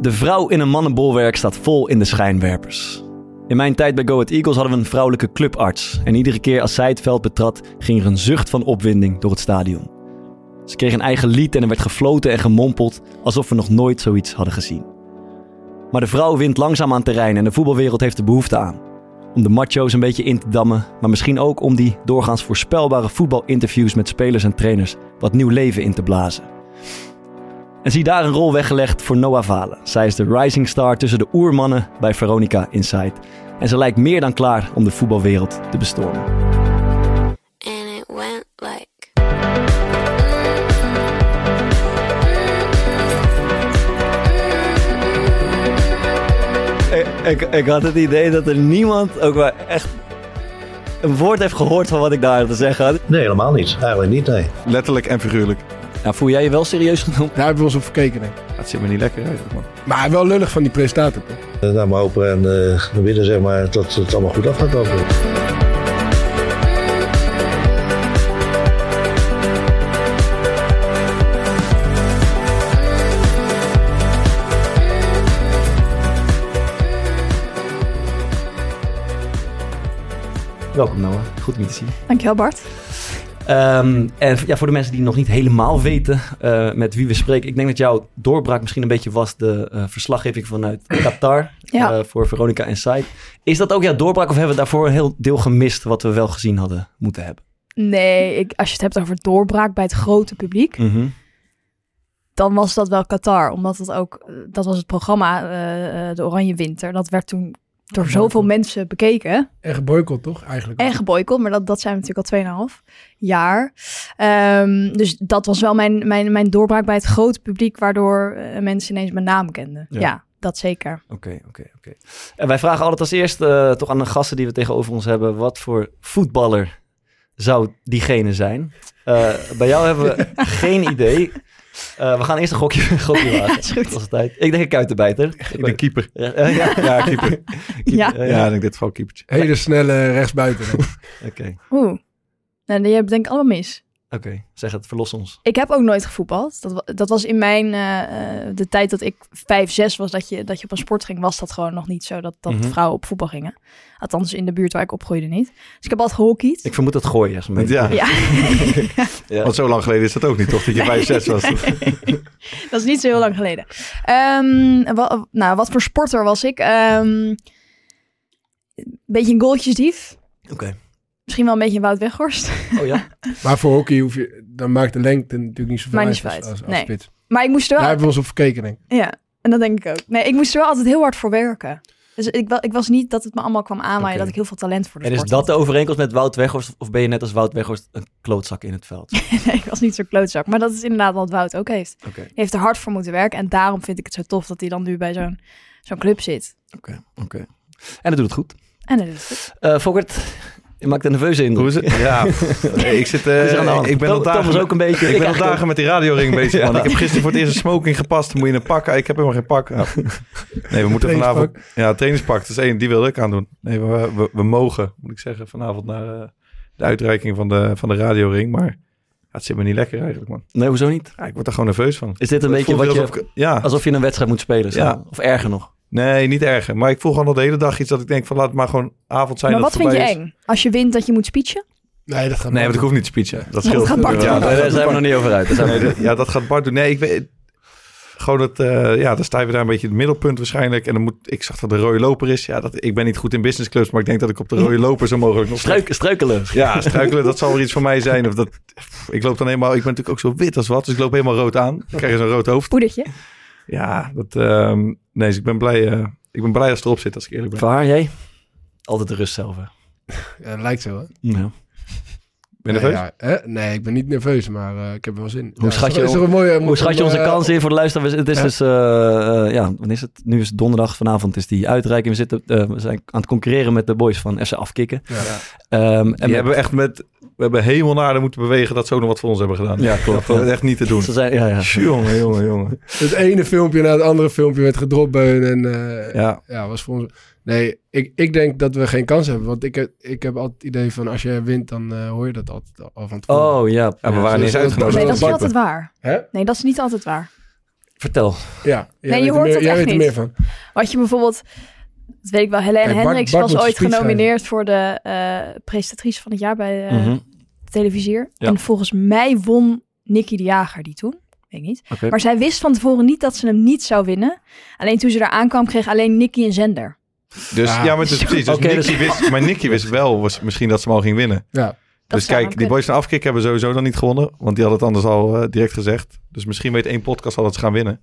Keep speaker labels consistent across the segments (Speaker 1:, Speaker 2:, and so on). Speaker 1: De vrouw in een mannenbolwerk staat vol in de schijnwerpers. In mijn tijd bij Go Ahead Eagles hadden we een vrouwelijke clubarts. En iedere keer als zij het veld betrad, ging er een zucht van opwinding door het stadion. Ze kreeg een eigen lied en er werd gefloten en gemompeld alsof we nog nooit zoiets hadden gezien. Maar de vrouw wint langzaam aan terrein en de voetbalwereld heeft er behoefte aan. Om de macho's een beetje in te dammen, maar misschien ook om die doorgaans voorspelbare voetbalinterviews met spelers en trainers wat nieuw leven in te blazen. En zie daar een rol weggelegd voor Noah Valen. Zij is de rising star tussen de oermannen bij Veronica Inside. En ze lijkt meer dan klaar om de voetbalwereld te bestormen.
Speaker 2: and it went like.
Speaker 1: Ik, ik, ik had het idee dat er niemand ook maar echt een woord heeft gehoord van wat ik daar te zeggen had.
Speaker 3: Nee, helemaal niet. Eigenlijk niet, nee.
Speaker 4: Letterlijk en figuurlijk.
Speaker 1: Nou, voel jij je wel serieus genomen?
Speaker 5: Daar hebben we ons op verkeken. Hè.
Speaker 4: Dat zit me niet lekker uit, man.
Speaker 5: Maar wel lullig van die presentator. toch?
Speaker 3: Eh, Nou, maar hopen en eh, we willen zeg maar dat het allemaal goed af gaat lopen.
Speaker 1: Welkom Noah, goed om je te zien.
Speaker 6: Dankjewel Bart.
Speaker 1: Ehm, en ja, voor de mensen die nog niet helemaal weten eh, met wie we spreken. Ik denk dat jouw doorbraak misschien een beetje was de eh, verslaggeving vanuit Qatar
Speaker 6: Ja.
Speaker 1: eh, voor Veronica Inside. Is dat ook jouw doorbraak of hebben we daarvoor een heel deel gemist wat we wel gezien hadden moeten hebben?
Speaker 6: Nee, ik, als je het hebt over doorbraak bij het grote publiek, dan was dat wel Qatar. Omdat dat ook, eh, dat was het programma, eh, eh, de Oranje Winter. Dat werd toen door zoveel mensen bekeken
Speaker 5: En geboycott, toch? Eigenlijk.
Speaker 6: en geboycott. Maar dat, dat zijn we natuurlijk al 2,5 jaar. Ehm, dus dat was wel mijn, mijn, mijn doorbraak bij het grote publiek, waardoor eh, mensen ineens mijn naam kenden.
Speaker 1: Ja.
Speaker 6: Ja, dat zeker.
Speaker 1: Oké, oké, oké. En wij vragen altijd als eerst eh, toch aan de gasten die we tegenover ons hebben, wat voor voetballer zou diegene zijn? Eh, bij jou hebben we geen idee. Eh, we gaan eerst een gokje, gokje wagen.
Speaker 6: is goed.
Speaker 1: Als het tijd. Ik denk een kuitenbijter.
Speaker 4: Ik ben keeper.
Speaker 1: Ja, eh, ja.
Speaker 4: Ja, keeper.
Speaker 6: Ja.
Speaker 1: Eh,
Speaker 4: Ja, ik denk dit geval keepertje.
Speaker 5: Hele snelle rechtsbuiten. hè.
Speaker 1: Oké,
Speaker 6: Oeh. Nou, die heb ik denk ik allemaal mis.
Speaker 1: oké. Zeg het, verlos ons.
Speaker 6: Ik heb ook nooit gevoetbald. Dat, wa- dat was in mijn, eh, eh, de tijd dat ik vijf, zes was, dat je, dat je op een sport ging, was dat gewoon nog niet zo dat, dat
Speaker 1: Mhm.
Speaker 6: vrouwen op voetbal gingen. Althans, in de buurt waar ik opgroeide niet. Dus ik heb altijd gehockeyd.
Speaker 1: Ik vermoed dat gooien. Is een beetje-
Speaker 4: Ja.
Speaker 6: Ja,
Speaker 1: Ja.
Speaker 4: Want zo lang geleden is dat ook niet, toch? Dat je 5-6 was.
Speaker 6: dat is niet zo heel lang geleden. Ehm, wa- nou, wat voor sporter was ik? Ehm beetje een goaltjesdief.
Speaker 1: Oké.
Speaker 6: Misschien wel een beetje een Wout Weghorst.
Speaker 1: Oh ja?
Speaker 5: Maar voor hockey hoef je, dan maakt de lengte natuurlijk niet zoveel
Speaker 6: Maakt
Speaker 5: uit als,
Speaker 6: niet zoveel
Speaker 5: als,
Speaker 6: uit.
Speaker 5: als
Speaker 6: Nee.
Speaker 5: spits.
Speaker 6: Maar ik moest er
Speaker 5: Daar
Speaker 6: wel...
Speaker 5: hebben we ons op verkeken, denk ik.
Speaker 6: Ja, en dat denk ik ook. Nee, ik moest er wel altijd heel hard voor werken. Dus ik, wa- ik was niet dat het me allemaal kwam aanwaaien
Speaker 1: Oké.
Speaker 6: dat ik heel veel talent voor de
Speaker 1: En is
Speaker 6: sport
Speaker 1: dat
Speaker 6: had.
Speaker 1: de overeenkomst met Wout Weghorst? Of ben je net als Wout Weghorst een klootzak in het veld? Oké.
Speaker 6: Nee, ik was niet zo'n klootzak. Maar dat is inderdaad wat Wout ook heeft. Hij heeft er hard voor moeten werken. En daarom vind ik het zo tof dat hij dan nu bij zo'n zo'n club zit.
Speaker 1: Oké, oké. En dat doet het goed.
Speaker 6: En dat is goed.
Speaker 1: Eh Fokkert, je maakt een nerveuze indruk.
Speaker 4: Hoe is het? Ja, nee, ik zit... eh,
Speaker 1: Is er aan de hand?
Speaker 4: ik ben
Speaker 1: Tom-
Speaker 4: al
Speaker 1: Tom
Speaker 4: dagen,
Speaker 1: is ook een beetje...
Speaker 4: ik ben al
Speaker 1: eigenlijk
Speaker 4: dagen met die radioring bezig, man.
Speaker 1: Ja.
Speaker 4: Ik heb gisteren voor het eerst een smoking gepast. Dan moet je een pak. Ik heb helemaal geen pak. Ja. Nee, we moeten vanavond... Ja, trainingspak. Dat is één. Die wilde ik aandoen. Nee, we, we, we mogen, moet ik zeggen, vanavond naar eh, de uitreiking van de, van de radioring. Maar ja, het zit me niet lekker eigenlijk, man.
Speaker 1: ook. Nee, hoezo niet?
Speaker 4: Ja, ik word daar gewoon nerveus van.
Speaker 1: Is dit een
Speaker 4: Het
Speaker 1: beetje
Speaker 4: voelt
Speaker 1: wat
Speaker 4: weer
Speaker 1: je...
Speaker 4: alsof ik- ja,
Speaker 1: Alsof je een wedstrijd moet spelen. zo.
Speaker 4: Ja.
Speaker 1: Of erger nog.
Speaker 4: nee, niet erger. Maar ik voel gewoon al de hele dag iets dat ik denk van laat het maar gewoon avond zijn.
Speaker 6: maar
Speaker 4: dat
Speaker 6: wat
Speaker 4: het
Speaker 6: vind je
Speaker 4: voorbij is.
Speaker 6: eng? Als je wint dat je moet speechen?
Speaker 5: Nee, dat gaat
Speaker 4: Nee,
Speaker 5: niet.
Speaker 4: want ik hoef niet te speechen. Dat scheelt.
Speaker 6: gaat Bart
Speaker 4: ja,
Speaker 6: doen.
Speaker 4: dat-
Speaker 1: daar zijn we nog niet over uit. Daar zijn we
Speaker 4: nee,
Speaker 1: nog
Speaker 4: dat- ja, dat gaat Bart doen. Nee, ik weet... Gewoon dat, eh, ja, dan sta je daar een beetje in het middelpunt waarschijnlijk. En dan moet, ik zag dat de rode loper is. Ja, dat, ik ben niet goed in businessclubs, maar ik denk dat ik op de rode loper zo mogelijk nog...
Speaker 1: niet- Struik- struikelen.
Speaker 4: Ja, struikelen, dat zal weer iets voor mij zijn. Of dat, pff, ik loop dan helemaal, ik ben natuurlijk ook zo wit als wat, dus ik loop helemaal rood aan. Dan krijg je zo'n rood hoofd.
Speaker 6: Poedertje?
Speaker 4: Ja, dat, ehm, nee, dus ik ben blij, eh, ik ben blij als het erop zit, als ik eerlijk ben.
Speaker 1: Waar jij? Altijd de rust zelf. hè?
Speaker 5: Ja, lijkt zo, hè?
Speaker 1: Ja.
Speaker 4: Ben je
Speaker 5: Nee,
Speaker 4: nerveus?
Speaker 5: ja, hè? Nee, ik ben niet nerveus, maar eh, ik heb er wel zin.
Speaker 1: Hoe schat je-
Speaker 5: is er een mooie,
Speaker 1: Hoe schat je onze
Speaker 5: eh,
Speaker 1: kans in voor de luisteraars? Het is
Speaker 5: Ja.
Speaker 1: dus, eh, eh, ja, wanneer is het? Nu is het donderdag, vanavond is die uitreiking. We, zitten, eh, we zijn aan het concurreren met de boys van FC Afkikken.
Speaker 5: Ja, ja.
Speaker 1: Ehm, en
Speaker 4: En we hebben echt met, we hebben helemaal naar de moeten bewegen dat ze ook nog wat voor ons hebben gedaan.
Speaker 1: Ja, klopt,
Speaker 4: Dat
Speaker 1: ja.
Speaker 4: is echt niet te doen.
Speaker 1: Ze zijn, ja, ja.
Speaker 4: Jongen, jongen, jongen.
Speaker 5: Het ene filmpje na het andere filmpje werd gedropt bij hun en eh, ja.
Speaker 4: Ja,
Speaker 5: was voor ons... Nee, ik, ik denk dat we geen kans hebben, want ik, heb- ik heb altijd het idee van als jij wint, dan eh, hoor je dat altijd al van tevoren.
Speaker 1: Oh ja.
Speaker 4: Ja, we waren
Speaker 5: zo
Speaker 4: niet
Speaker 5: is het.
Speaker 4: uitgenodigd.
Speaker 6: Nee,
Speaker 5: dat
Speaker 6: dat
Speaker 5: is
Speaker 6: is niet altijd waar.
Speaker 5: Hè?
Speaker 6: Nee, dat is niet altijd waar.
Speaker 1: Vertel.
Speaker 5: Ja, jij
Speaker 6: Nee, je
Speaker 5: weet er
Speaker 6: hoort
Speaker 5: meer-
Speaker 6: het
Speaker 5: jij
Speaker 6: echt
Speaker 5: weet er
Speaker 6: niet.
Speaker 5: meer van.
Speaker 6: Wat je bijvoorbeeld, dat weet ik wel, Helene
Speaker 5: Kijk, Bart-
Speaker 6: Hendricks
Speaker 5: Bart moet
Speaker 6: was
Speaker 5: een
Speaker 6: ooit
Speaker 5: speech
Speaker 6: genomineerd voor de eh, presentatrice van het jaar bij eh,
Speaker 1: Mhm.
Speaker 6: de televisier.
Speaker 1: Ja.
Speaker 6: En volgens mij won Nicky de Jager die toen. Weet ik niet.
Speaker 1: Oké.
Speaker 6: Maar zij wist van tevoren niet dat ze hem niet zou winnen. Alleen toen ze daar aankwam, kreeg alleen Nicky een zender.
Speaker 4: Dus ja,
Speaker 5: Ja.
Speaker 4: maar het is precies. Dus
Speaker 1: Oké,
Speaker 4: Nicky wist, maar Nicky wist wel was misschien dat ze hem al ging winnen.
Speaker 5: Ja.
Speaker 6: Dat
Speaker 4: dus
Speaker 6: zou
Speaker 4: kijk,
Speaker 6: wel
Speaker 4: die
Speaker 6: kunnen.
Speaker 4: boys van Afkik hebben sowieso dan niet gewonnen. Want die hadden het anders al eh, direct gezegd. Dus misschien weet één podcast al dat ze gaan winnen.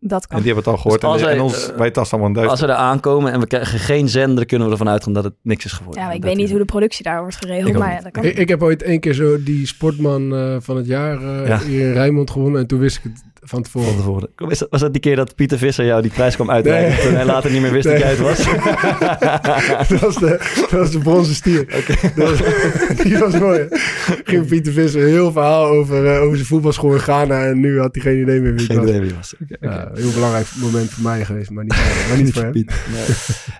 Speaker 6: Dat
Speaker 4: En
Speaker 6: kan.
Speaker 4: die hebben het al gehoord.
Speaker 1: als
Speaker 4: en,
Speaker 1: hij,
Speaker 4: en ons,
Speaker 1: eh,
Speaker 4: wij tasten allemaal een
Speaker 1: Als we daar aankomen en we krijgen geen zender, kunnen we ervan uitgaan dat het niks is geworden.
Speaker 6: Ja, maar ik
Speaker 1: Dat
Speaker 6: weet niet
Speaker 1: hij-
Speaker 6: hoe de productie daar wordt
Speaker 1: Ik
Speaker 6: geregeld.
Speaker 1: ook
Speaker 6: Maar ja,
Speaker 1: niet.
Speaker 6: dat kan.
Speaker 5: Ik, ik heb ooit één keer zo die sportman eh, van het jaar eh,
Speaker 1: Ja.
Speaker 5: hier in Rijnmond gewonnen. En toen wist ik het van
Speaker 1: Van
Speaker 5: tevoren.
Speaker 1: tevoren. Kom, is dat- Was dat die keer dat Pieter Visser jou die prijs kwam uitreiken
Speaker 5: Nee.
Speaker 1: toen hij later niet meer wist dat
Speaker 5: Nee.
Speaker 1: jij het was?
Speaker 5: dat, was de, dat was de bronzen stier. Dat was, die was mooi. Ging Pieter Visser een heel verhaal over, eh, over zijn voetbalschool in Ghana. En nu had hij geen idee meer wie het
Speaker 1: Geen
Speaker 5: was.
Speaker 1: idee wie het Eh, was. Oké, oké.
Speaker 5: Ja, een heel belangrijk moment voor mij geweest, maar niet, maar niet voor hem.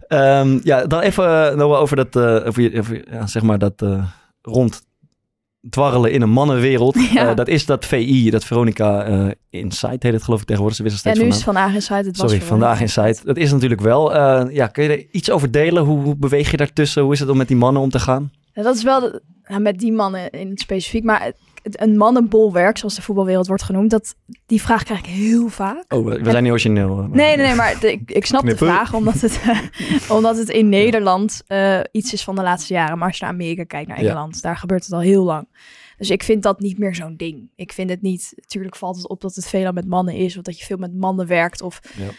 Speaker 1: Ehm, ja, dan even eh, Noah, over dat, eh, over, je- over je- ja, zeg maar dat eh rond dwarrelen in een mannenwereld.
Speaker 6: Ja.
Speaker 1: Eh, dat is dat VI, dat Veronica eh Insight heet het geloof ik tegenwoordig. Ze wisselen steeds
Speaker 6: Ja, nu
Speaker 1: van
Speaker 6: is
Speaker 1: naam.
Speaker 6: het vandaag in site. Het
Speaker 1: Sorry,
Speaker 6: was voor-
Speaker 1: vandaag Insight. Dat is natuurlijk wel. eh, ja, kun je er iets over delen? Hoe, hoe beweeg je daartussen? Hoe is het om met die mannen om te gaan?
Speaker 6: Ja, dat is wel de- nou, met die mannen in het specifiek. Maar het- het- een mannenbolwerk, zoals de voetbalwereld wordt genoemd, dat, die vraag krijg ik heel vaak.
Speaker 1: Oh, we, we zijn niet origineel. eh, maar-
Speaker 6: Nee, nee, nee, maar de- ik, ik snap
Speaker 4: Knippen.
Speaker 6: de vraag omdat het, omdat het in Nederland eh, iets is van de laatste jaren. Maar als je naar Amerika kijkt, naar
Speaker 1: Ja.
Speaker 6: Engeland, daar gebeurt het al heel lang. Dus ik vind dat niet meer zo'n ding. Ik vind het niet. Tuurlijk valt het op dat het veelal met mannen is, of dat je veel met mannen werkt, of
Speaker 1: Ja.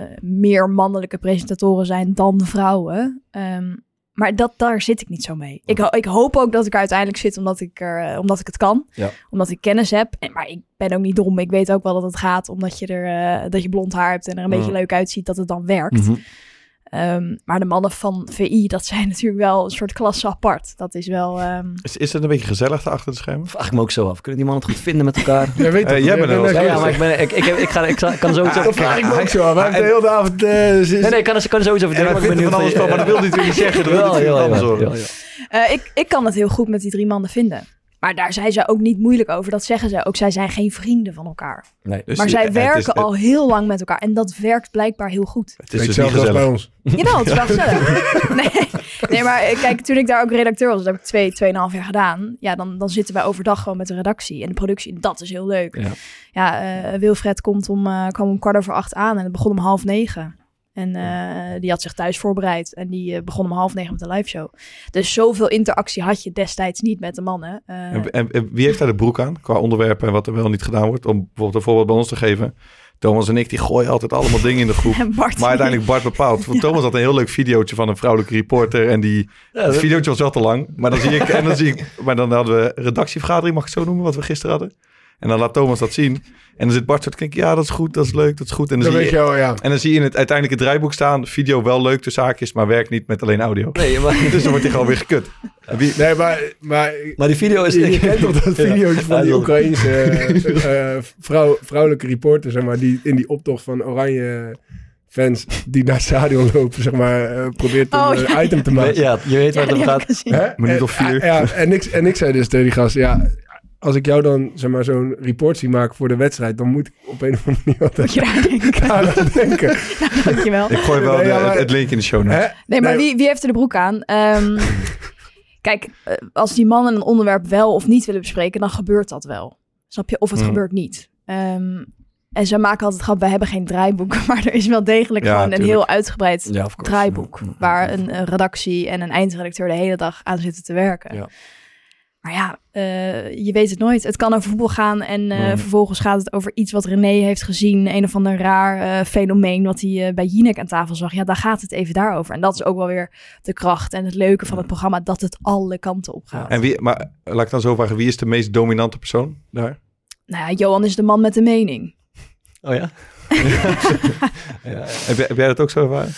Speaker 6: eh, meer mannelijke presentatoren zijn dan vrouwen. Ehm, maar dat, daar zit ik niet zo mee. Ik, ho- ik hoop ook dat ik er uiteindelijk zit omdat ik, er, eh, omdat ik het kan.
Speaker 1: Ja.
Speaker 6: Omdat ik kennis heb. En, maar ik ben ook niet dom. Ik weet ook wel dat het gaat omdat je, er, eh, dat je blond haar hebt en er een
Speaker 1: Ja.
Speaker 6: beetje leuk uitziet dat het dan werkt.
Speaker 1: Mhm.
Speaker 6: Ehm, maar de mannen van VI, dat zijn natuurlijk wel een soort klasse apart. Dat is wel... ehm,
Speaker 4: Is, is het een beetje gezellig daar achter de schermen?
Speaker 1: Vraag ik me ook zo af. Kunnen die mannen het goed vinden met elkaar?
Speaker 5: Jij weet
Speaker 4: Eh,
Speaker 5: het,
Speaker 4: jij
Speaker 5: jij
Speaker 4: bent er
Speaker 5: bent
Speaker 4: wel.
Speaker 1: ja,
Speaker 5: daar
Speaker 1: ja, maar
Speaker 5: geweest.
Speaker 1: ik, ben, ik, ik, heb- ik, ga, ik, zal- ik kan zo
Speaker 5: Dat vraag ik me ook zo. af. Wij hebben de hele de avond... eh, zin-
Speaker 1: Nee, nee, ik kan, er- ik kan er sowieso
Speaker 4: En hij
Speaker 1: vertellen.
Speaker 4: vindt er van alles van, maar dat wil hij natuurlijk niet zeggen. Dat wil hij natuurlijk anders horen.
Speaker 6: Eh, ik, ik kan het heel goed met die drie mannen vinden. Maar daar zijn ze ook niet moeilijk over. Dat zeggen ze ook. Zij zijn geen vrienden van elkaar.
Speaker 1: Nee.
Speaker 4: Dus
Speaker 6: maar
Speaker 4: het-
Speaker 6: zij
Speaker 4: het is-
Speaker 6: werken
Speaker 4: het-
Speaker 6: al heel lang met elkaar. En dat werkt blijkbaar heel goed.
Speaker 4: Het is dus niet
Speaker 5: Hetzelfde als bij
Speaker 4: gezellig.
Speaker 5: ons.
Speaker 6: Jawel, het is wel gezellig. Nee, nee, maar eh, kijk, toen ik daar ook redacteur was, dat heb ik twee, tweeënhalf jaar gedaan. Ja, dan, dan zitten wij overdag gewoon met de redactie en de productie. En dat is heel leuk.
Speaker 1: Ja.
Speaker 6: Ja, eh, Wilfred komt om, eh, kwam om kwart over acht aan en het begon om half negen. En eh, die had zich thuis voorbereid en die eh, begon om half negen met een live show. Dus zoveel interactie had je destijds niet met de mannen. Eh,
Speaker 4: En, en- en wie heeft daar de broek aan qua onderwerpen en wat er wel niet gedaan wordt? Om bijvoorbeeld een voorbeeld bij ons te geven. Thomas en ik die gooien altijd allemaal dingen in de groep.
Speaker 6: en Bart.
Speaker 4: Maar uiteindelijk Bart bepaalt. Want Thomas had een heel leuk videootje van een vrouwelijke reporter. En die het videootje was wel te lang. Maar dan, zie ik, en dan, zie ik, maar dan hadden we een redactievergadering, mag ik het zo noemen, wat we gisteren hadden. En dan laat Thomas dat zien. En dan zit Bart zo te denken, ja, dat is goed, dat is leuk, dat is goed. En dan,
Speaker 5: Dat
Speaker 4: zie
Speaker 5: weet
Speaker 4: je,
Speaker 5: je wel, ja.
Speaker 4: en dan zie je in het uiteindelijke draaiboek staan, video wel leuk tussen haakjes, maar werkt niet met alleen audio.
Speaker 1: Nee, maar,
Speaker 4: Dus dan wordt hij gewoon weer gekut. Wie,
Speaker 5: Nee, maar, maar
Speaker 1: maar die video is...
Speaker 5: je, je kent toch dat
Speaker 1: Ja.
Speaker 5: videootje
Speaker 1: Ja,
Speaker 5: van die
Speaker 1: dat-
Speaker 5: Oekraïense eh, eh, vrouw, vrouwelijke reporter, zeg maar, die in die optocht van oranje fans die naar het stadion lopen, zeg maar, eh, probeert een
Speaker 6: Oh,
Speaker 5: eh,
Speaker 6: ja.
Speaker 5: item te
Speaker 1: Nee,
Speaker 5: maken.
Speaker 1: ja, je weet waar
Speaker 6: Ja,
Speaker 1: het om
Speaker 6: die heb
Speaker 1: gaat.
Speaker 6: ik gezien.
Speaker 5: Hè?
Speaker 4: Minuut of
Speaker 5: En-
Speaker 4: vier.
Speaker 5: Ja, ja, en, ik, en ik zei dus tegen die gast, ja, als ik jou dan, zeg maar, zo'n report zie maken voor de wedstrijd, dan moet ik op een of andere manier
Speaker 6: Moet
Speaker 5: altijd
Speaker 6: je daar denken.
Speaker 5: aan het denken.
Speaker 6: Dankjewel.
Speaker 4: ik gooi wel
Speaker 5: Nee, ja,
Speaker 4: de-
Speaker 5: maar-
Speaker 4: het link in de show notes.
Speaker 5: Hè?
Speaker 6: Nee, maar
Speaker 5: Nee.
Speaker 6: Wie, wie heeft er de broek aan? Ehm, kijk, eh, als die mannen een onderwerp wel of niet willen bespreken, dan gebeurt dat wel. Snap je? Of het
Speaker 4: Mm.
Speaker 6: gebeurt niet. Ehm, en ze maken altijd grap, wij hebben geen draaiboek, maar er is wel degelijk
Speaker 4: Ja,
Speaker 6: gewoon een
Speaker 4: tuurlijk.
Speaker 6: heel uitgebreid
Speaker 1: Ja, of course.
Speaker 6: draaiboek. Waar een, een redactie en een eindredacteur de hele dag aan zitten te werken.
Speaker 1: Ja.
Speaker 6: Maar ja, eh, je weet het nooit. Het kan over voetbal gaan en eh,
Speaker 1: Mhm.
Speaker 6: vervolgens gaat het over iets wat René heeft gezien. Een of ander raar eh, fenomeen wat hij eh, bij Jinek aan tafel zag. Ja, daar gaat het even daarover. En dat is ook wel weer de kracht en het leuke van het programma. Dat het alle kanten op gaat.
Speaker 4: En wie, maar eh, laat ik dan zo vragen, wie is de meest dominante persoon daar?
Speaker 6: Nou ja, Johan is de man met de mening.
Speaker 1: Oh ja?
Speaker 4: Heb jij, heb jij dat ook zo ervaren?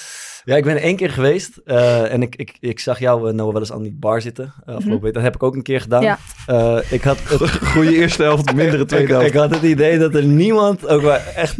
Speaker 1: Ja, ik ben één keer geweest eh, en ik, ik, ik zag jou, eh, Noah, wel eens aan die bar zitten. eh, afgelopen
Speaker 6: Mhm.
Speaker 1: week. Dat heb ik ook een keer gedaan.
Speaker 6: Ja.
Speaker 1: Eh, ik, had het,
Speaker 4: Goede eerste helft, mindere tweede
Speaker 1: ik,
Speaker 4: helft.
Speaker 1: ik had het idee dat er niemand, ook maar echt...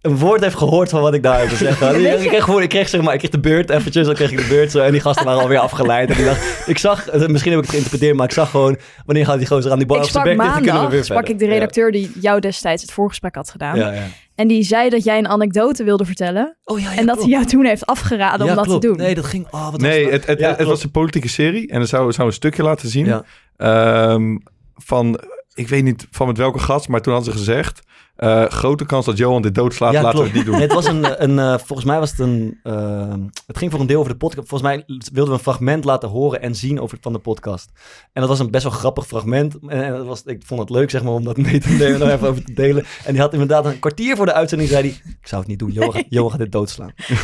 Speaker 1: een woord heeft gehoord van wat ik daarover zeg.
Speaker 6: Ja, weet je-
Speaker 1: ik, kreeg gewoon, ik, kreeg, zeg maar, ik kreeg de beurt eventjes, dan kreeg ik de beurt zo. En die gasten waren alweer afgeleid. En die dacht, ik zag, misschien heb ik het geïnterpreteerd, maar ik zag gewoon... wanneer gaat die gozer aan die bar
Speaker 6: ik
Speaker 1: of zijn
Speaker 6: sprak
Speaker 1: bek dicht, dan kunnen we weer
Speaker 6: maandag, sprak
Speaker 1: verder.
Speaker 6: ik de redacteur die jou destijds het voorgesprek had gedaan.
Speaker 1: Ja, ja, ja.
Speaker 6: En die zei dat jij een anekdote wilde vertellen.
Speaker 1: Oh, ja, ja,
Speaker 6: en dat
Speaker 1: klopt.
Speaker 6: hij jou toen heeft afgeraden
Speaker 1: Ja,
Speaker 6: om dat
Speaker 1: klopt.
Speaker 6: te doen.
Speaker 1: Nee, dat ging... Oh, wat
Speaker 4: Nee,
Speaker 1: was
Speaker 4: het, het,
Speaker 1: Ja,
Speaker 4: het
Speaker 1: klopt.
Speaker 4: was een politieke serie. En dan zou, zou een stukje laten zien.
Speaker 1: Ja.
Speaker 4: ehm, van, ik weet niet van met welke gast, maar toen hadden ze gezegd... eh, grote kans dat Johan dit doodslaat,
Speaker 1: Ja,
Speaker 4: Dus laten we
Speaker 1: klopt.
Speaker 4: het niet
Speaker 1: Nee,
Speaker 4: doen.
Speaker 1: het was een, een eh, volgens mij was het een, eh, het ging voor een deel over de podcast. Volgens mij wilden we een fragment laten horen en zien over, van de podcast. En dat was een best wel grappig fragment. En, en dat was, ik vond het leuk, zeg maar, om dat mee te nemen, daar even over te delen. En die had inderdaad een kwartier voor de uitzending, zei hij, ik zou het niet doen, Johan, gaat- Johan gaat dit doodslaan.
Speaker 6: en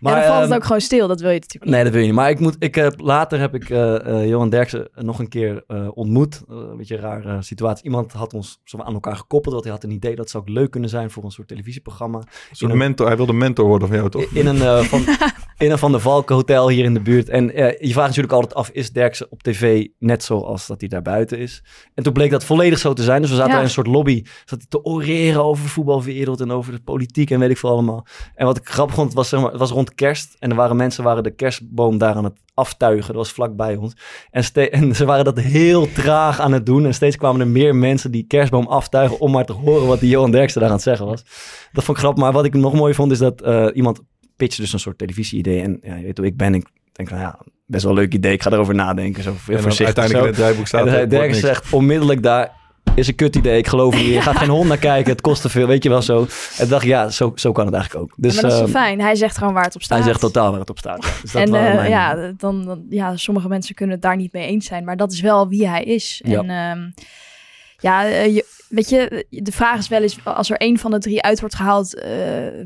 Speaker 6: dan valt
Speaker 1: ehm,
Speaker 6: het ook gewoon stil. Dat wil je natuurlijk niet.
Speaker 1: Nee, dat wil je niet. Maar ik moet, ik heb, later heb ik eh, eh, Johan Derksen nog een keer eh, ontmoet. Eh, een beetje een rare situatie. Iemand had ons zo aan elkaar gekoppeld. Want hij had een idee dat zou ook leuk kunnen zijn voor een soort televisieprogramma.
Speaker 4: Een soort mentor, hij wilde mentor worden van jou, toch?
Speaker 1: In een, eh, van, in een Van der Valken hotel hier in de buurt. En eh, je vraagt natuurlijk altijd af, is Derksen op tv net zoals dat hij daar buiten is? En toen bleek dat volledig zo te zijn. Dus we zaten
Speaker 6: Ja.
Speaker 1: in een soort lobby. Zat hij te oreren over de voetbalwereld en over de politiek en weet ik veel allemaal. En wat ik grappig vond, het was, zeg maar, het was rond kerst. En er waren mensen waren de kerstboom daar aan het aftuigen. Dat was vlakbij ons. En, ste- en ze waren dat heel traag aan het doen. En steeds kwamen er meer mensen die kerstboom aftuigen... om maar te horen wat die Johan Derksen daar aan het zeggen was. Dat vond ik grappig. Maar wat ik nog mooi vond, is dat eh, iemand pitchte dus een soort televisie-idee. En ja, je weet hoe ik ben. Ik denk van, ja, best wel een leuk idee. Ik ga erover nadenken. Zo
Speaker 4: En dan
Speaker 1: voorzichtig.
Speaker 4: uiteindelijk
Speaker 1: zo.
Speaker 4: in het draaiboek staat...
Speaker 1: En
Speaker 4: het
Speaker 1: hij-
Speaker 4: wordt
Speaker 1: Derksen
Speaker 4: niks.
Speaker 1: zegt onmiddellijk daar is een kut idee. Ik geloof niet. Je gaat geen hond naar kijken. Het kost te veel. Weet je wel zo. En dacht ik, ja, zo, zo kan het eigenlijk ook. Dus
Speaker 6: maar dat is
Speaker 1: ehm,
Speaker 6: wel fijn. Hij zegt gewoon waar het op staat.
Speaker 1: hij zegt totaal waar het op staat. ja. Dus dat
Speaker 6: en
Speaker 1: waren
Speaker 6: eh,
Speaker 1: mijn-
Speaker 6: ja, dan, dan- ja, sommige mensen kunnen het daar niet mee eens zijn. Maar dat is wel wie hij is.
Speaker 1: Ja.
Speaker 6: En ehm, ja, eh, je, weet je, de vraag is wel eens... als er één van de drie uit wordt gehaald... eh,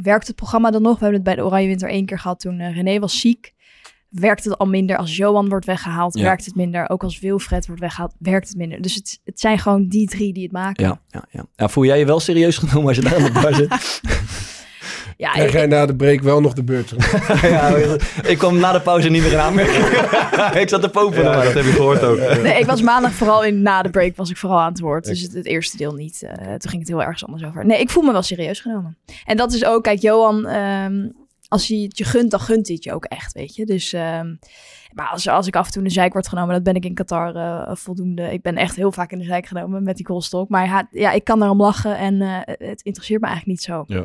Speaker 6: werkt het programma dan nog? We hebben het bij de Oranje Winter één keer gehad toen eh, René was ziek. Werkt het al minder als Johan wordt weggehaald?
Speaker 1: Ja.
Speaker 6: Werkt het minder? Ook als Wilfred wordt weggehaald, werkt het minder. Dus het, het zijn gewoon die drie die het maken.
Speaker 1: Ja, ja, ja. ja, voel jij je wel serieus genomen als je daar aan de bar zit?
Speaker 6: Ja,
Speaker 5: Krijg
Speaker 6: ik-
Speaker 5: jij na de break wel nog de beurt?
Speaker 1: ja, ik kwam na de pauze niet meer in aanmerking. ik zat te popen.
Speaker 4: Ja, dat heb je gehoord ook.
Speaker 6: Nee, ik was maandag vooral in na de break was ik vooral aan het woord. Dus het, het eerste deel niet. eh, toen ging het heel ergens anders over. Nee, ik voel me wel serieus genomen. En dat is ook, kijk, Johan, ehm, als hij het je gunt, dan gunt hij het je ook echt, weet je. Dus, ehm, maar als, als ik af en toe in de zeik word genomen, dat ben ik in Qatar eh, voldoende. Ik ben echt heel vaak in de zeik genomen met die goalstalk. Maar ja, ja, ik kan daarom lachen en eh, het interesseert me eigenlijk niet zo.
Speaker 1: Ja,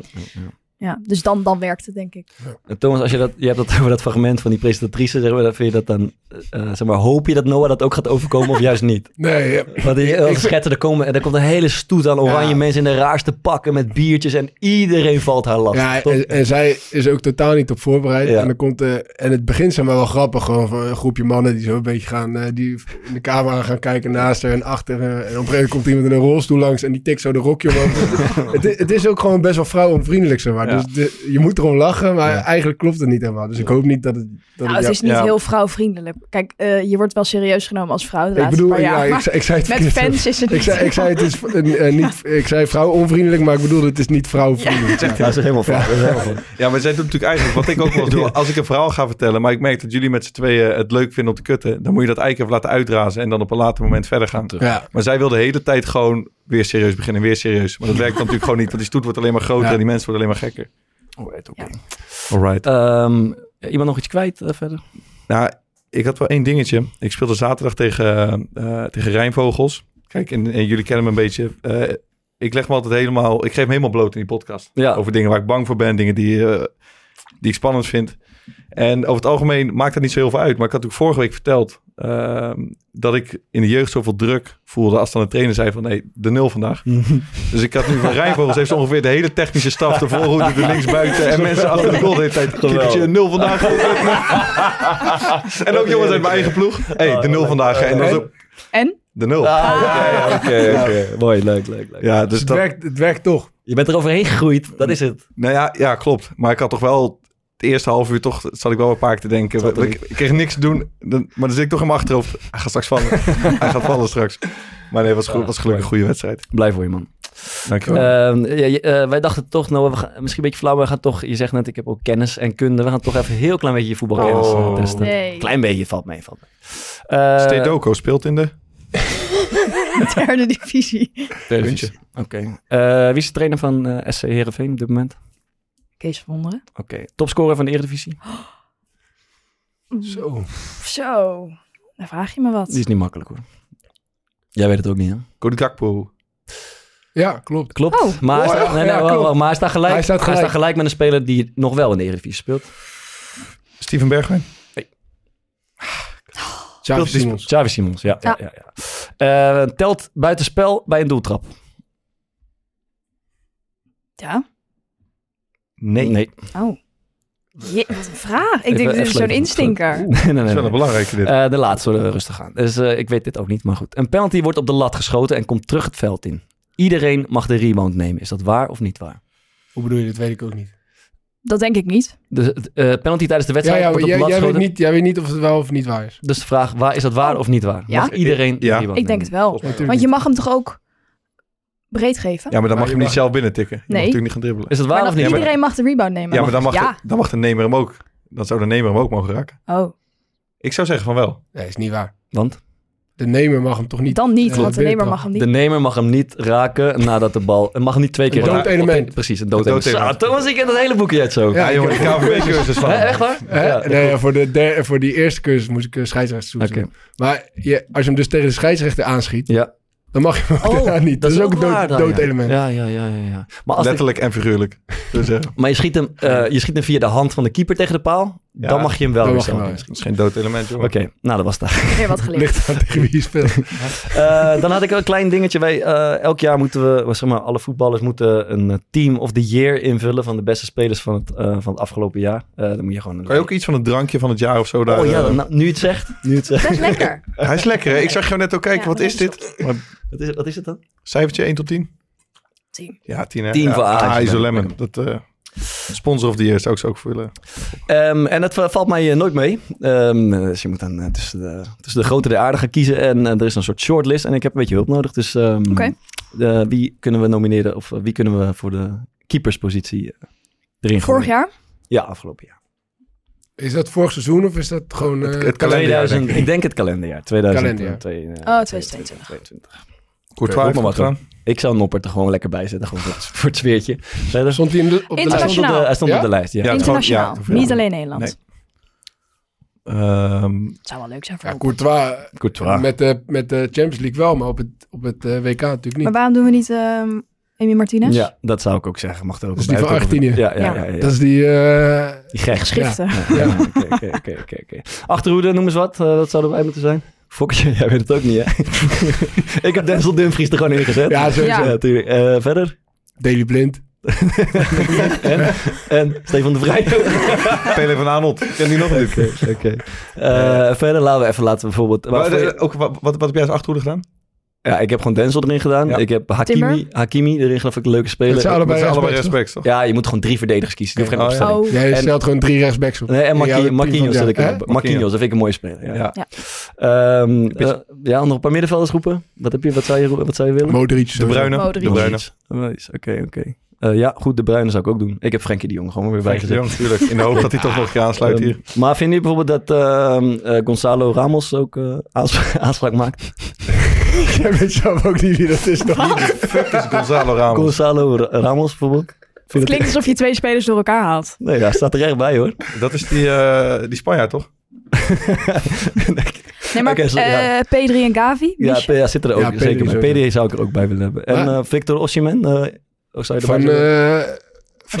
Speaker 6: Ja, dus dan, dan werkt het, denk ik.
Speaker 1: En Thomas, als je, dat, je hebt dat over dat fragment van die presentatrice, zeg maar, dan vind je dat dan, eh, zeg maar, hoop je dat Noah dat ook gaat overkomen of juist niet?
Speaker 5: Nee, ja.
Speaker 1: Want die eh, schetten, er, komen, er komt een hele stoet aan oranje
Speaker 5: Ja.
Speaker 1: mensen in de raarste pakken met biertjes en iedereen valt haar last.
Speaker 5: Ja, eh,
Speaker 1: Toch?
Speaker 5: en, en zij is ook totaal niet op voorbereid.
Speaker 1: Ja.
Speaker 5: En, dan komt, eh, en het begint zeg maar wel grappig. Gewoon van een groepje mannen die zo een beetje gaan... eh, die in de camera gaan kijken naast haar en achter. haar. en op een gegeven moment komt iemand in een rolstoel langs... en die tikt zo de rokje omhoog. het, i- het is ook gewoon best wel vrouwonvriendelijk, zeg maar.
Speaker 4: Ja.
Speaker 5: Dus de- je moet erom lachen, maar eigenlijk klopt het niet helemaal. Dus ik hoop niet dat het... Dat
Speaker 6: Nou, het
Speaker 5: jou-
Speaker 6: is niet
Speaker 4: ja.
Speaker 6: heel vrouwvriendelijk. Kijk, eh, je wordt wel serieus genomen als vrouw de
Speaker 5: ik
Speaker 6: laatste
Speaker 5: bedoel,
Speaker 6: paar jaar.
Speaker 5: ja, ik,
Speaker 6: maar-
Speaker 5: zei- ik zei het
Speaker 6: Met
Speaker 5: verkeerd.
Speaker 6: fans is het
Speaker 5: Ik zei,
Speaker 6: niet.
Speaker 5: ik zei het is eh, eh, niet... Ik zei vrouw onvriendelijk, maar ik bedoel het is niet vrouwvriendelijk. Ja.
Speaker 1: Ja, dat is helemaal fout. Dat is helemaal fout.
Speaker 4: Ja, maar zij doen natuurlijk eigenlijk wat ik ook wel eens doe. Als ik een verhaal ga vertellen, maar ik merk dat jullie met z'n tweeën het leuk vinden om te kutten, dan moet je dat eigenlijk even laten uitrazen en dan op een later moment verder gaan.
Speaker 5: Ja.
Speaker 4: Maar zij wil de hele tijd gewoon weer serieus beginnen, weer serieus. Maar dat werkt dan natuurlijk gewoon niet, want die stoet wordt alleen maar groter
Speaker 5: Ja.
Speaker 4: en die mensen worden alleen maar gekker.
Speaker 5: Oh,
Speaker 1: Alright, oké.
Speaker 4: Alright.
Speaker 1: Ehm, iemand nog iets kwijt eh, verder?
Speaker 4: Nou, ik had wel één dingetje. Ik speelde zaterdag tegen, eh, tegen Rijnvogels. Kijk, en, en jullie kennen me een beetje. Eh, ik leg me altijd helemaal... Ik geef me helemaal bloot in die podcast.
Speaker 1: Ja.
Speaker 4: Over dingen waar ik bang voor ben. Dingen die, eh, die ik spannend vind. En over het algemeen maakt dat niet zo heel veel uit. Maar ik had ook vorige week verteld... ehm, dat ik in de jeugd zoveel druk voelde... als dan de trainer zei van... nee, de nul vandaag. dus ik had nu van Rijnvogels... heeft ze ongeveer de hele technische staf... de voorhoede, de linksbuiten... en mensen achter de goal de hele tijd. Kikkertje, nul vandaag. En ook jongens uit mijn eigen ploeg. hey, de nul vandaag. hè. En dan zo,
Speaker 6: En?
Speaker 4: de nul.
Speaker 1: ja,
Speaker 4: Ah, oké, oké.
Speaker 1: Mooi, leuk, leuk, leuk.
Speaker 4: Ja, dus
Speaker 5: Dus het,
Speaker 4: dat,
Speaker 5: werkt, het werkt toch.
Speaker 1: Je bent er overheen gegroeid, dat is het.
Speaker 4: nou ja, ja, klopt. Maar ik had toch wel het eerste half uur toch, zat ik wel een paar keer te denken.
Speaker 1: Zat er
Speaker 4: Ik, ik kreeg niks te doen, dan- maar dan zit ik toch in mijn achterhoofd. Hij gaat straks vallen. Hij gaat vallen straks. Maar nee, het was, goed, was gelukkig een goede wedstrijd.
Speaker 1: Blij voor je, man.
Speaker 4: Dankjewel.
Speaker 1: Ehm, ja, je- eh, wij dachten toch, nou, we gaan, misschien een beetje flauw, maar we gaan toch, je zegt net, ik heb ook kennis en kunde. We gaan toch even een heel klein beetje je voetbalkennis eh,
Speaker 4: Oh.
Speaker 1: testen.
Speaker 6: Nee.
Speaker 1: Klein beetje valt mee, valt mee. Eh,
Speaker 4: Stedoko speelt in de...
Speaker 6: derde divisie.
Speaker 1: Televisie. Oké. Eh, wie is de trainer van eh, SC Heerenveen op dit moment?
Speaker 6: Kees van Wonderen.
Speaker 1: Oké, topscorer van de Eredivisie.
Speaker 5: Zo.
Speaker 6: Zo, dan vraag je me wat.
Speaker 1: Die is niet makkelijk hoor. Jij weet het ook niet, hè?
Speaker 4: Cody Gakpo.
Speaker 5: Ja, klopt.
Speaker 1: Klopt.
Speaker 6: Oh.
Speaker 1: maar, hij
Speaker 5: Oh,
Speaker 1: staat,
Speaker 5: ja,
Speaker 1: nee,
Speaker 5: ja,
Speaker 1: nee, wacht,
Speaker 5: klopt.
Speaker 1: wacht, maar hij staat gelijk.
Speaker 5: Hij staat gelijk.
Speaker 1: met een speler die nog wel in de Eredivisie speelt.
Speaker 4: Steven Bergwijn.
Speaker 5: Xavi
Speaker 1: Speelt die-
Speaker 5: Simons.
Speaker 1: Xavi Simons, ja. ja. ja, ja, Eh, telt buitenspel bij een doeltrap.
Speaker 6: Ja.
Speaker 1: Nee. Nee,
Speaker 6: Oh. Je, wat een vraag. Ik
Speaker 1: Even-
Speaker 6: denk, dit
Speaker 1: even
Speaker 6: is zo'n
Speaker 1: slepen.
Speaker 6: instinker.
Speaker 1: nee, nee.
Speaker 4: Dat is wel
Speaker 1: nee.
Speaker 4: een belangrijke dit.
Speaker 1: Eh, de laatste, eh, rustig aan. Dus eh, ik weet dit ook niet, maar goed. Een penalty wordt op de lat geschoten en komt terug het veld in. Iedereen mag de rebound nemen. Is dat waar of niet waar?
Speaker 5: Hoe bedoel je, dat weet ik ook niet.
Speaker 6: Dat denk ik niet.
Speaker 1: Dus het, eh, penalty tijdens de
Speaker 5: Ja,
Speaker 1: wedstrijd
Speaker 5: ja,
Speaker 1: wordt op de
Speaker 5: jij,
Speaker 1: lat
Speaker 5: jij weet
Speaker 1: geschoten.
Speaker 5: niet, jij weet niet of het wel of niet waar is.
Speaker 1: Dus de vraag, waar, is dat waar of niet waar?
Speaker 6: Ja.
Speaker 1: Mag iedereen de
Speaker 4: Ja.
Speaker 1: rebound
Speaker 6: Ik denk het
Speaker 1: nemen?
Speaker 6: wel.
Speaker 5: Natuurlijk
Speaker 6: Want je
Speaker 5: niet.
Speaker 6: mag hem toch ook breed geven?
Speaker 4: Ja, maar dan
Speaker 5: Maar
Speaker 4: mag je
Speaker 5: je
Speaker 4: hem niet
Speaker 5: mag-
Speaker 4: zelf binnen tikken. Je
Speaker 6: Nee.
Speaker 4: mag natuurlijk niet gaan dribbelen.
Speaker 1: Is dat waar of
Speaker 6: maar dan-
Speaker 1: niet?
Speaker 4: maar-
Speaker 6: iedereen mag de rebound nemen.
Speaker 4: Ja, maar dan mag,
Speaker 6: Ja.
Speaker 4: De, dan mag de nemer hem ook. Dan zou de nemer hem ook mogen raken.
Speaker 6: Oh,
Speaker 4: Ik zou zeggen van wel.
Speaker 5: Nee, is niet waar.
Speaker 1: Want
Speaker 5: De nemer mag hem toch niet...
Speaker 6: dan niet,
Speaker 5: eh,
Speaker 6: want de nemer
Speaker 5: binnentrappen.
Speaker 6: mag hem niet.
Speaker 1: de nemer mag hem niet raken nadat de bal... Het mag hem niet twee keer
Speaker 5: Een dood
Speaker 1: raken.
Speaker 5: element.
Speaker 1: Precies, een dood,
Speaker 4: Een dood
Speaker 1: element.
Speaker 4: element.
Speaker 1: Zo, Thomas, ik ken dat hele boekje uit zo.
Speaker 5: Ja,
Speaker 4: Ja, jongen,
Speaker 5: ik-
Speaker 4: die KVB-cursus van.
Speaker 1: Hè, echt waar?
Speaker 5: Hè?
Speaker 1: Ja.
Speaker 5: nee, ja, voor, de der- voor die eerste cursus moest ik eh, scheidsrechter
Speaker 1: Oké.
Speaker 5: zoeken. Maar je, als je hem dus tegen de scheidsrechter aanschiet,
Speaker 1: Ja.
Speaker 5: dan mag je hem
Speaker 1: Oh,
Speaker 5: ook daarna niet. Dat, is ook een
Speaker 1: waar
Speaker 5: dood,
Speaker 1: dan,
Speaker 5: dood
Speaker 1: ja.
Speaker 5: element.
Speaker 1: Ja, ja, ja, ja. ja. Maar, als de-
Speaker 4: Letterlijk en figuurlijk. Dus zeggen.
Speaker 1: maar je, schiet hem, eh, je schiet hem via de hand van de keeper tegen de paal.
Speaker 4: Ja.
Speaker 1: Dan mag je hem wel
Speaker 5: Dan
Speaker 1: weer
Speaker 5: mag je
Speaker 1: zelf
Speaker 5: hem
Speaker 1: doen.
Speaker 5: wel.
Speaker 4: Dat is geen dood element, jongen.
Speaker 1: Oké, nou dat was het. eigenlijk.
Speaker 6: Weer wat geleerd.
Speaker 5: Ligt aan tegen wie je speelt.
Speaker 1: Eh, dan had ik een klein dingetje. Wij, eh, elk jaar moeten we, zeg maar, alle voetballers moeten een eh, team of the year invullen van de beste spelers van het, eh, van het afgelopen jaar. Eh, dan moet je gewoon... een-
Speaker 4: Kan je ook iets van het drankje van het jaar of zo daar...
Speaker 1: Oh ja,
Speaker 4: eh,
Speaker 1: nou, nu je het zegt. Nu je het zegt.
Speaker 6: Best lekker.
Speaker 4: Hij is lekker, hè? Ik zag jou net ook kijken.
Speaker 6: Ja,
Speaker 4: wat
Speaker 6: dat
Speaker 4: is dit? Maar
Speaker 1: Wat is, wat is het dan?
Speaker 4: cijfertje 1 tot 10?
Speaker 6: Tien.
Speaker 4: Ja, 10 hè?
Speaker 1: 10
Speaker 4: ja,
Speaker 1: voor Ajax.
Speaker 4: Ajax Lemon. Dat, eh, sponsor of the year zou ik ze ook voor willen.
Speaker 1: Ehm, en dat va- valt mij eh, nooit mee. Ehm, eh, dus je moet dan eh, tussen, de, tussen de grote der aarde gaan kiezen. En eh, er is een soort shortlist. En ik heb een beetje hulp nodig. Dus ehm,
Speaker 6: Oké.
Speaker 1: eh, wie kunnen we nomineren? Of eh, wie kunnen we voor de keeperspositie eh, erin
Speaker 6: Vorig
Speaker 1: gooien?
Speaker 6: jaar?
Speaker 1: Ja, afgelopen jaar.
Speaker 5: Is dat vorig seizoen of is dat gewoon... eh,
Speaker 4: het kalenderjaar,
Speaker 1: 2000, ik. denk het kalenderjaar. eh, 2022.
Speaker 6: Oh, 2022.
Speaker 4: Courtois heeft
Speaker 1: roep maar
Speaker 4: het
Speaker 1: wat,
Speaker 4: gedaan.
Speaker 1: Ik zou Noppert er gewoon lekker bij zetten. Gewoon voor het- voor het sfeertje. Nee, dat-
Speaker 5: Stond hij in de, op de
Speaker 1: hij
Speaker 5: lijst?
Speaker 1: stond op de, hij stond op de
Speaker 5: Ja?
Speaker 1: lijst, ja.
Speaker 4: Ja. het gewoon-
Speaker 6: Internationaal.
Speaker 4: ja,
Speaker 6: niet alleen Nederland.
Speaker 4: Nee. Ehm,
Speaker 6: Het zou wel leuk zijn voor
Speaker 5: Ja,
Speaker 6: ons.
Speaker 5: Courtois
Speaker 1: Courtois.
Speaker 5: met de, met de Champions League wel, maar op het, op het eh, WK natuurlijk niet.
Speaker 6: Maar waarom doen we niet ehm Amy Martinez?
Speaker 1: Ja, dat zou ik ook zeggen. Mag er ook
Speaker 5: Dat is
Speaker 1: bij.
Speaker 5: die van
Speaker 1: Ook op-
Speaker 5: 18e.
Speaker 1: Ja, ja, ja. ja,
Speaker 5: Dat is die... eh,
Speaker 1: Die gek.
Speaker 6: Geschriften.
Speaker 1: Ja, oké, oké, oké, oké, oké. Achterhoede, noem eens wat. eh, dat zouden wij moeten zijn. Fokkertje, jij weet het ook niet, hè? ik heb Denzel Dumfries er gewoon in gezet.
Speaker 5: ja, zo
Speaker 6: Ja.
Speaker 1: tuurlijk. Eh, verder?
Speaker 5: Daily Blind.
Speaker 1: En? en? Stefan de Vrij.
Speaker 4: Pele van Aanholt. Ken die nog natuurlijk.
Speaker 1: Oké. Eh, verder laten we even laten we bijvoorbeeld...
Speaker 4: Maar,
Speaker 1: waarvoor-
Speaker 4: eh, ook, wat, wat wat heb jij als achterhoede gedaan?
Speaker 1: ja, ik heb gewoon Denzel erin gedaan.
Speaker 4: Ja.
Speaker 1: Ik heb Hakimi,
Speaker 6: Timber?
Speaker 1: Hakimi erin, geloof ik, een leuke
Speaker 5: Dat zijn
Speaker 1: speler.
Speaker 4: Dat
Speaker 5: allebei
Speaker 4: zijn allebei
Speaker 5: rechtsbacks,
Speaker 4: respects, toch?
Speaker 1: Ja, je moet gewoon drie verdedigers kiezen. Je hoeft geen
Speaker 4: Oh, ja.
Speaker 1: opstelling.
Speaker 6: Oh,
Speaker 5: toch? Jij
Speaker 1: En-
Speaker 5: stelt gewoon drie rechtsbacks op.
Speaker 1: Nee, en
Speaker 5: Ja,
Speaker 1: Marqui-
Speaker 5: team
Speaker 1: Marquinhos
Speaker 5: van-
Speaker 1: zat ik
Speaker 5: hè?
Speaker 1: erbij. Marquinhos, dat vind ik een mooie speler. Ja.
Speaker 4: Ja.
Speaker 1: Ehm, eh, ja, nog een paar middenvelders roepen. Wat, heb je, wat, zou, je, roe- wat zou je willen?
Speaker 5: Modric.
Speaker 4: De Bruyne.
Speaker 6: Modric.
Speaker 4: De Bruyne.
Speaker 1: Nice, Oké, oké. Eh, ja, goed, de Bruine zou ik ook doen. Ik heb Frenkie de Jong gewoon weer
Speaker 4: Frankie de
Speaker 1: bijgezet.
Speaker 4: Jong, natuurlijk. In de hoop dat hij toch nog een keer aansluit
Speaker 1: Ehm,
Speaker 4: hier.
Speaker 1: maar vinden jullie bijvoorbeeld dat ehm, eh, Gonzalo Ramos ook eh, aans- aanspraak maakt?
Speaker 5: Jij weet zelf ook niet wie dat is. toch?
Speaker 4: Fuck is Gonzalo Ramos.
Speaker 1: Gonzalo Ra- Ramos bijvoorbeeld?
Speaker 6: Het
Speaker 1: Vind je dat-
Speaker 6: klinkt alsof je twee spelers door elkaar haalt.
Speaker 1: Nee, ja, staat er echt bij hoor.
Speaker 4: Dat is die, eh, die Spanjaard, toch?
Speaker 6: Nee, maar
Speaker 1: Oké, zo- ja.
Speaker 6: eh, P3 en Gavi?
Speaker 1: Ja,
Speaker 6: Miesje?
Speaker 1: P- ja zit er ook
Speaker 5: Ja, Pedri
Speaker 1: zeker
Speaker 5: is
Speaker 1: bij.
Speaker 5: ook-
Speaker 1: PD zou ik er ook bij willen hebben. En
Speaker 5: Ah.
Speaker 1: eh, Victor Osimhen? eh, ook zou je erbij
Speaker 5: Van...
Speaker 1: willen?
Speaker 5: eh
Speaker 6: Maar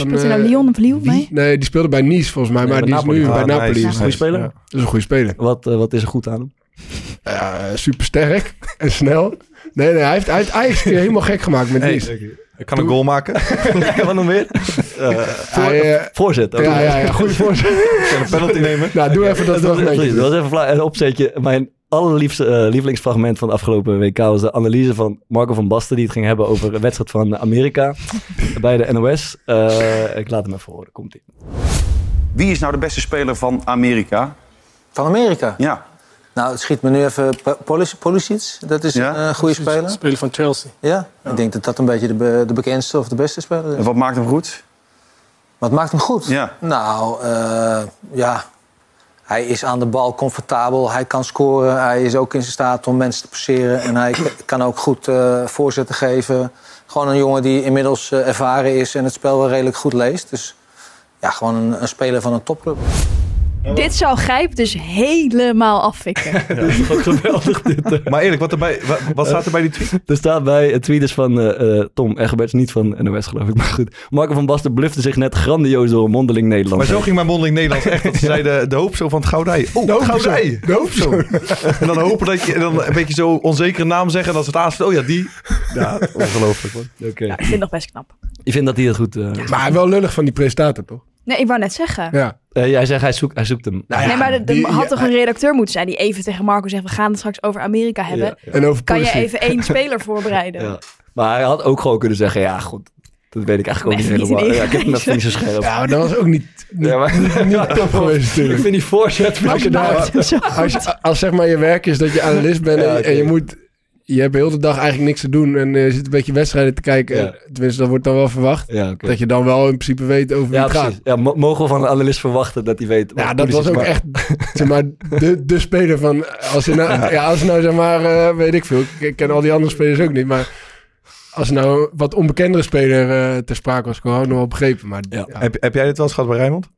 Speaker 5: van
Speaker 6: speelt hij
Speaker 5: eh,
Speaker 6: nou Lyon of Lille
Speaker 5: wie?
Speaker 6: mee?
Speaker 5: Nee, die speelde bij Nice volgens mij,
Speaker 1: Nee,
Speaker 5: maar
Speaker 1: bij
Speaker 5: die is
Speaker 1: Napoli.
Speaker 5: nu
Speaker 1: Ah,
Speaker 5: bij
Speaker 4: nice,
Speaker 5: Napoli.
Speaker 4: nice.
Speaker 1: Goeie speler.
Speaker 4: Ja.
Speaker 5: Dat is een goede speler.
Speaker 1: wat, eh, wat is er goed aan hem?
Speaker 5: Ja, supersterk en snel. Nee, nee, hij heeft, hij heeft Ajax weer helemaal gek gemaakt met
Speaker 4: Hey,
Speaker 5: Nice.
Speaker 4: ik kan een goal maken. Ik
Speaker 1: Wat nog meer?
Speaker 5: Hij, eh,
Speaker 1: Voorzet. ook.
Speaker 5: ja, ja, ja, goede voorzet.
Speaker 4: kan een penalty nemen.
Speaker 5: nou, doe even dat
Speaker 1: Dat was,
Speaker 5: fragmentje.
Speaker 1: dat was even vla- een opzetje. Mijn allerliefste eh, lievelingsfragment van de afgelopen WK was de analyse van Marco van Basten. Die het ging hebben over een wedstrijd van Amerika bij de NOS. Eh, ik laat hem even horen. Komt ie.
Speaker 7: Wie is nou de beste speler van Amerika?
Speaker 8: Van Amerika?
Speaker 7: Ja,
Speaker 8: Nou, het schiet me nu even P- Polis- Pulisic. Dat is
Speaker 7: Ja?
Speaker 8: een eh, goede speler.
Speaker 9: Speler van Chelsea.
Speaker 8: Ja? ik denk dat dat een beetje de, be- de bekendste of de beste speler
Speaker 7: en
Speaker 8: is.
Speaker 7: wat maakt hem goed?
Speaker 8: Wat maakt hem goed?
Speaker 7: Ja.
Speaker 8: Nou, eh, ja. Hij is aan de bal comfortabel, hij kan scoren. Hij is ook in staat om mensen te passeren. En hij k- kan ook goed eh, voorzetten geven. Gewoon een jongen die inmiddels eh, ervaren is en het spel wel redelijk goed leest. Dus ja, gewoon een, een speler van een topclub.
Speaker 6: Dit zou Gijp dus helemaal afvikken.
Speaker 1: geweldig dit. hè.
Speaker 4: Maar eerlijk, wat, erbij, wat, wat staat er bij die tweet?
Speaker 1: Er staat bij het tweet is van eh, eh, Tom Egberts, niet van NOS geloof ik, maar goed. Marco van Basten blufte zich net grandioos door een mondeling Nederland.
Speaker 4: Maar zo ging mijn mondeling Nederlands echt. Dat ze zeiden de hoop zo van het Goudij.
Speaker 5: De
Speaker 4: Oh,
Speaker 5: hoop zo.
Speaker 4: Goudij.
Speaker 5: De hoop zo.
Speaker 4: En dan hopen dat je en dan een beetje zo onzekere naam zeggen. En als het aansluit, oh ja, die. Ja, ongelooflijk. hoor.
Speaker 1: Oké.
Speaker 6: Ja, ik vind het nog best knap.
Speaker 1: Je vindt dat hij het goed... eh,
Speaker 5: Maar wel lullig van die presentator, toch?
Speaker 6: Nee, ik wou net zeggen.
Speaker 5: Ja.
Speaker 1: eh, jij zegt, hij zoekt, hij zoekt hem.
Speaker 5: Nou ja,
Speaker 6: nee, maar er- er
Speaker 5: die-
Speaker 6: had toch een redacteur moeten zijn die even tegen Marco zegt: We gaan het straks over Amerika hebben.
Speaker 1: Ja,
Speaker 5: En over
Speaker 6: Kan je
Speaker 5: policy.
Speaker 6: even één speler voorbereiden?
Speaker 1: ja. Maar hij had ook gewoon kunnen zeggen, ja goed, dat weet ik eigenlijk ook
Speaker 6: Even
Speaker 1: niet
Speaker 6: niet
Speaker 1: helemaal. Ja, ik heb hem
Speaker 6: inlezen.
Speaker 1: even niet zo scherp.
Speaker 5: Ja, maar Nou, dat was ook niet, niet,
Speaker 1: Ja, maar-
Speaker 5: niet top geweest
Speaker 1: Ik
Speaker 5: natuurlijk.
Speaker 1: vind die voorzet van
Speaker 5: Als je
Speaker 1: Knap.
Speaker 5: daar-
Speaker 6: Maakt het zo goed.
Speaker 5: Als, je- als zeg maar je werk is dat je analist bent en,
Speaker 1: Ja, oké.
Speaker 5: en je moet... Je hebt heel de dag eigenlijk niks te doen en eh, je zit een beetje wedstrijden te kijken.
Speaker 1: Ja.
Speaker 5: Tenminste, dat wordt dan wel verwacht.
Speaker 1: Ja, oké.
Speaker 5: Dat je dan wel in principe weet over wie
Speaker 1: Ja,
Speaker 5: het gaat.
Speaker 1: precies. Ja, mo- mogen we van een analist verwachten dat hij weet... wat
Speaker 5: Ja,
Speaker 1: de
Speaker 5: dat
Speaker 1: politie
Speaker 5: was ook
Speaker 1: is, maar-
Speaker 5: echt zeg maar, de, de speler van... Als je nou, ja, als je nou zeg maar, eh, weet ik veel. Ik- Ik ken al die andere spelers ook niet, maar... Als er nou een wat onbekendere speler eh, ter sprake was, kon ik nog wel begrepen. Maar
Speaker 1: Ja.
Speaker 5: ja,
Speaker 4: Heb, heb jij dit wel eens gehad bij Rijnmond?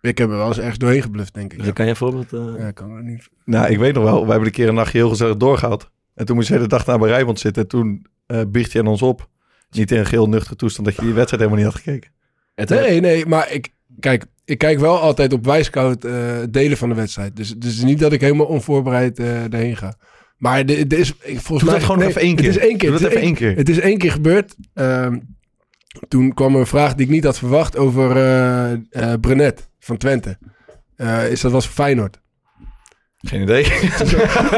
Speaker 5: ik heb er wel eens echt doorheen gebluft, denk ik.
Speaker 1: Dus Kan jij een voorbeeld... eh,
Speaker 5: Ja, ik kan er niet.
Speaker 4: Nou, ik weet nog wel. We hebben een keer een nachtje heel gezellig doorgehaald. En toen moest je de hele dag naar bij Rijnmond zitten. En toen eh biecht je aan ons op. Niet in een geheel nuchtere toestand dat je die wedstrijd helemaal niet had gekeken.
Speaker 1: het-
Speaker 4: eh,
Speaker 5: Nee, nee, maar ik... Kijk, ik kijk wel altijd op wijscout eh delen van de wedstrijd. Dus, dus het is niet dat ik helemaal onvoorbereid eh daarheen ga. Maar dit dit is ik- volgens
Speaker 4: Doe
Speaker 5: mij...
Speaker 4: dat gewoon
Speaker 5: nee,
Speaker 4: even één keer.
Speaker 5: Het is één keer.
Speaker 4: Doe dat
Speaker 5: het is
Speaker 4: even één keer.
Speaker 5: Het is één keer gebeurd. Ehm, toen kwam er een vraag die ik niet had verwacht over eh eh, Brenet van Twente. Eh, is dat was voor Feyenoord.
Speaker 4: Geen idee.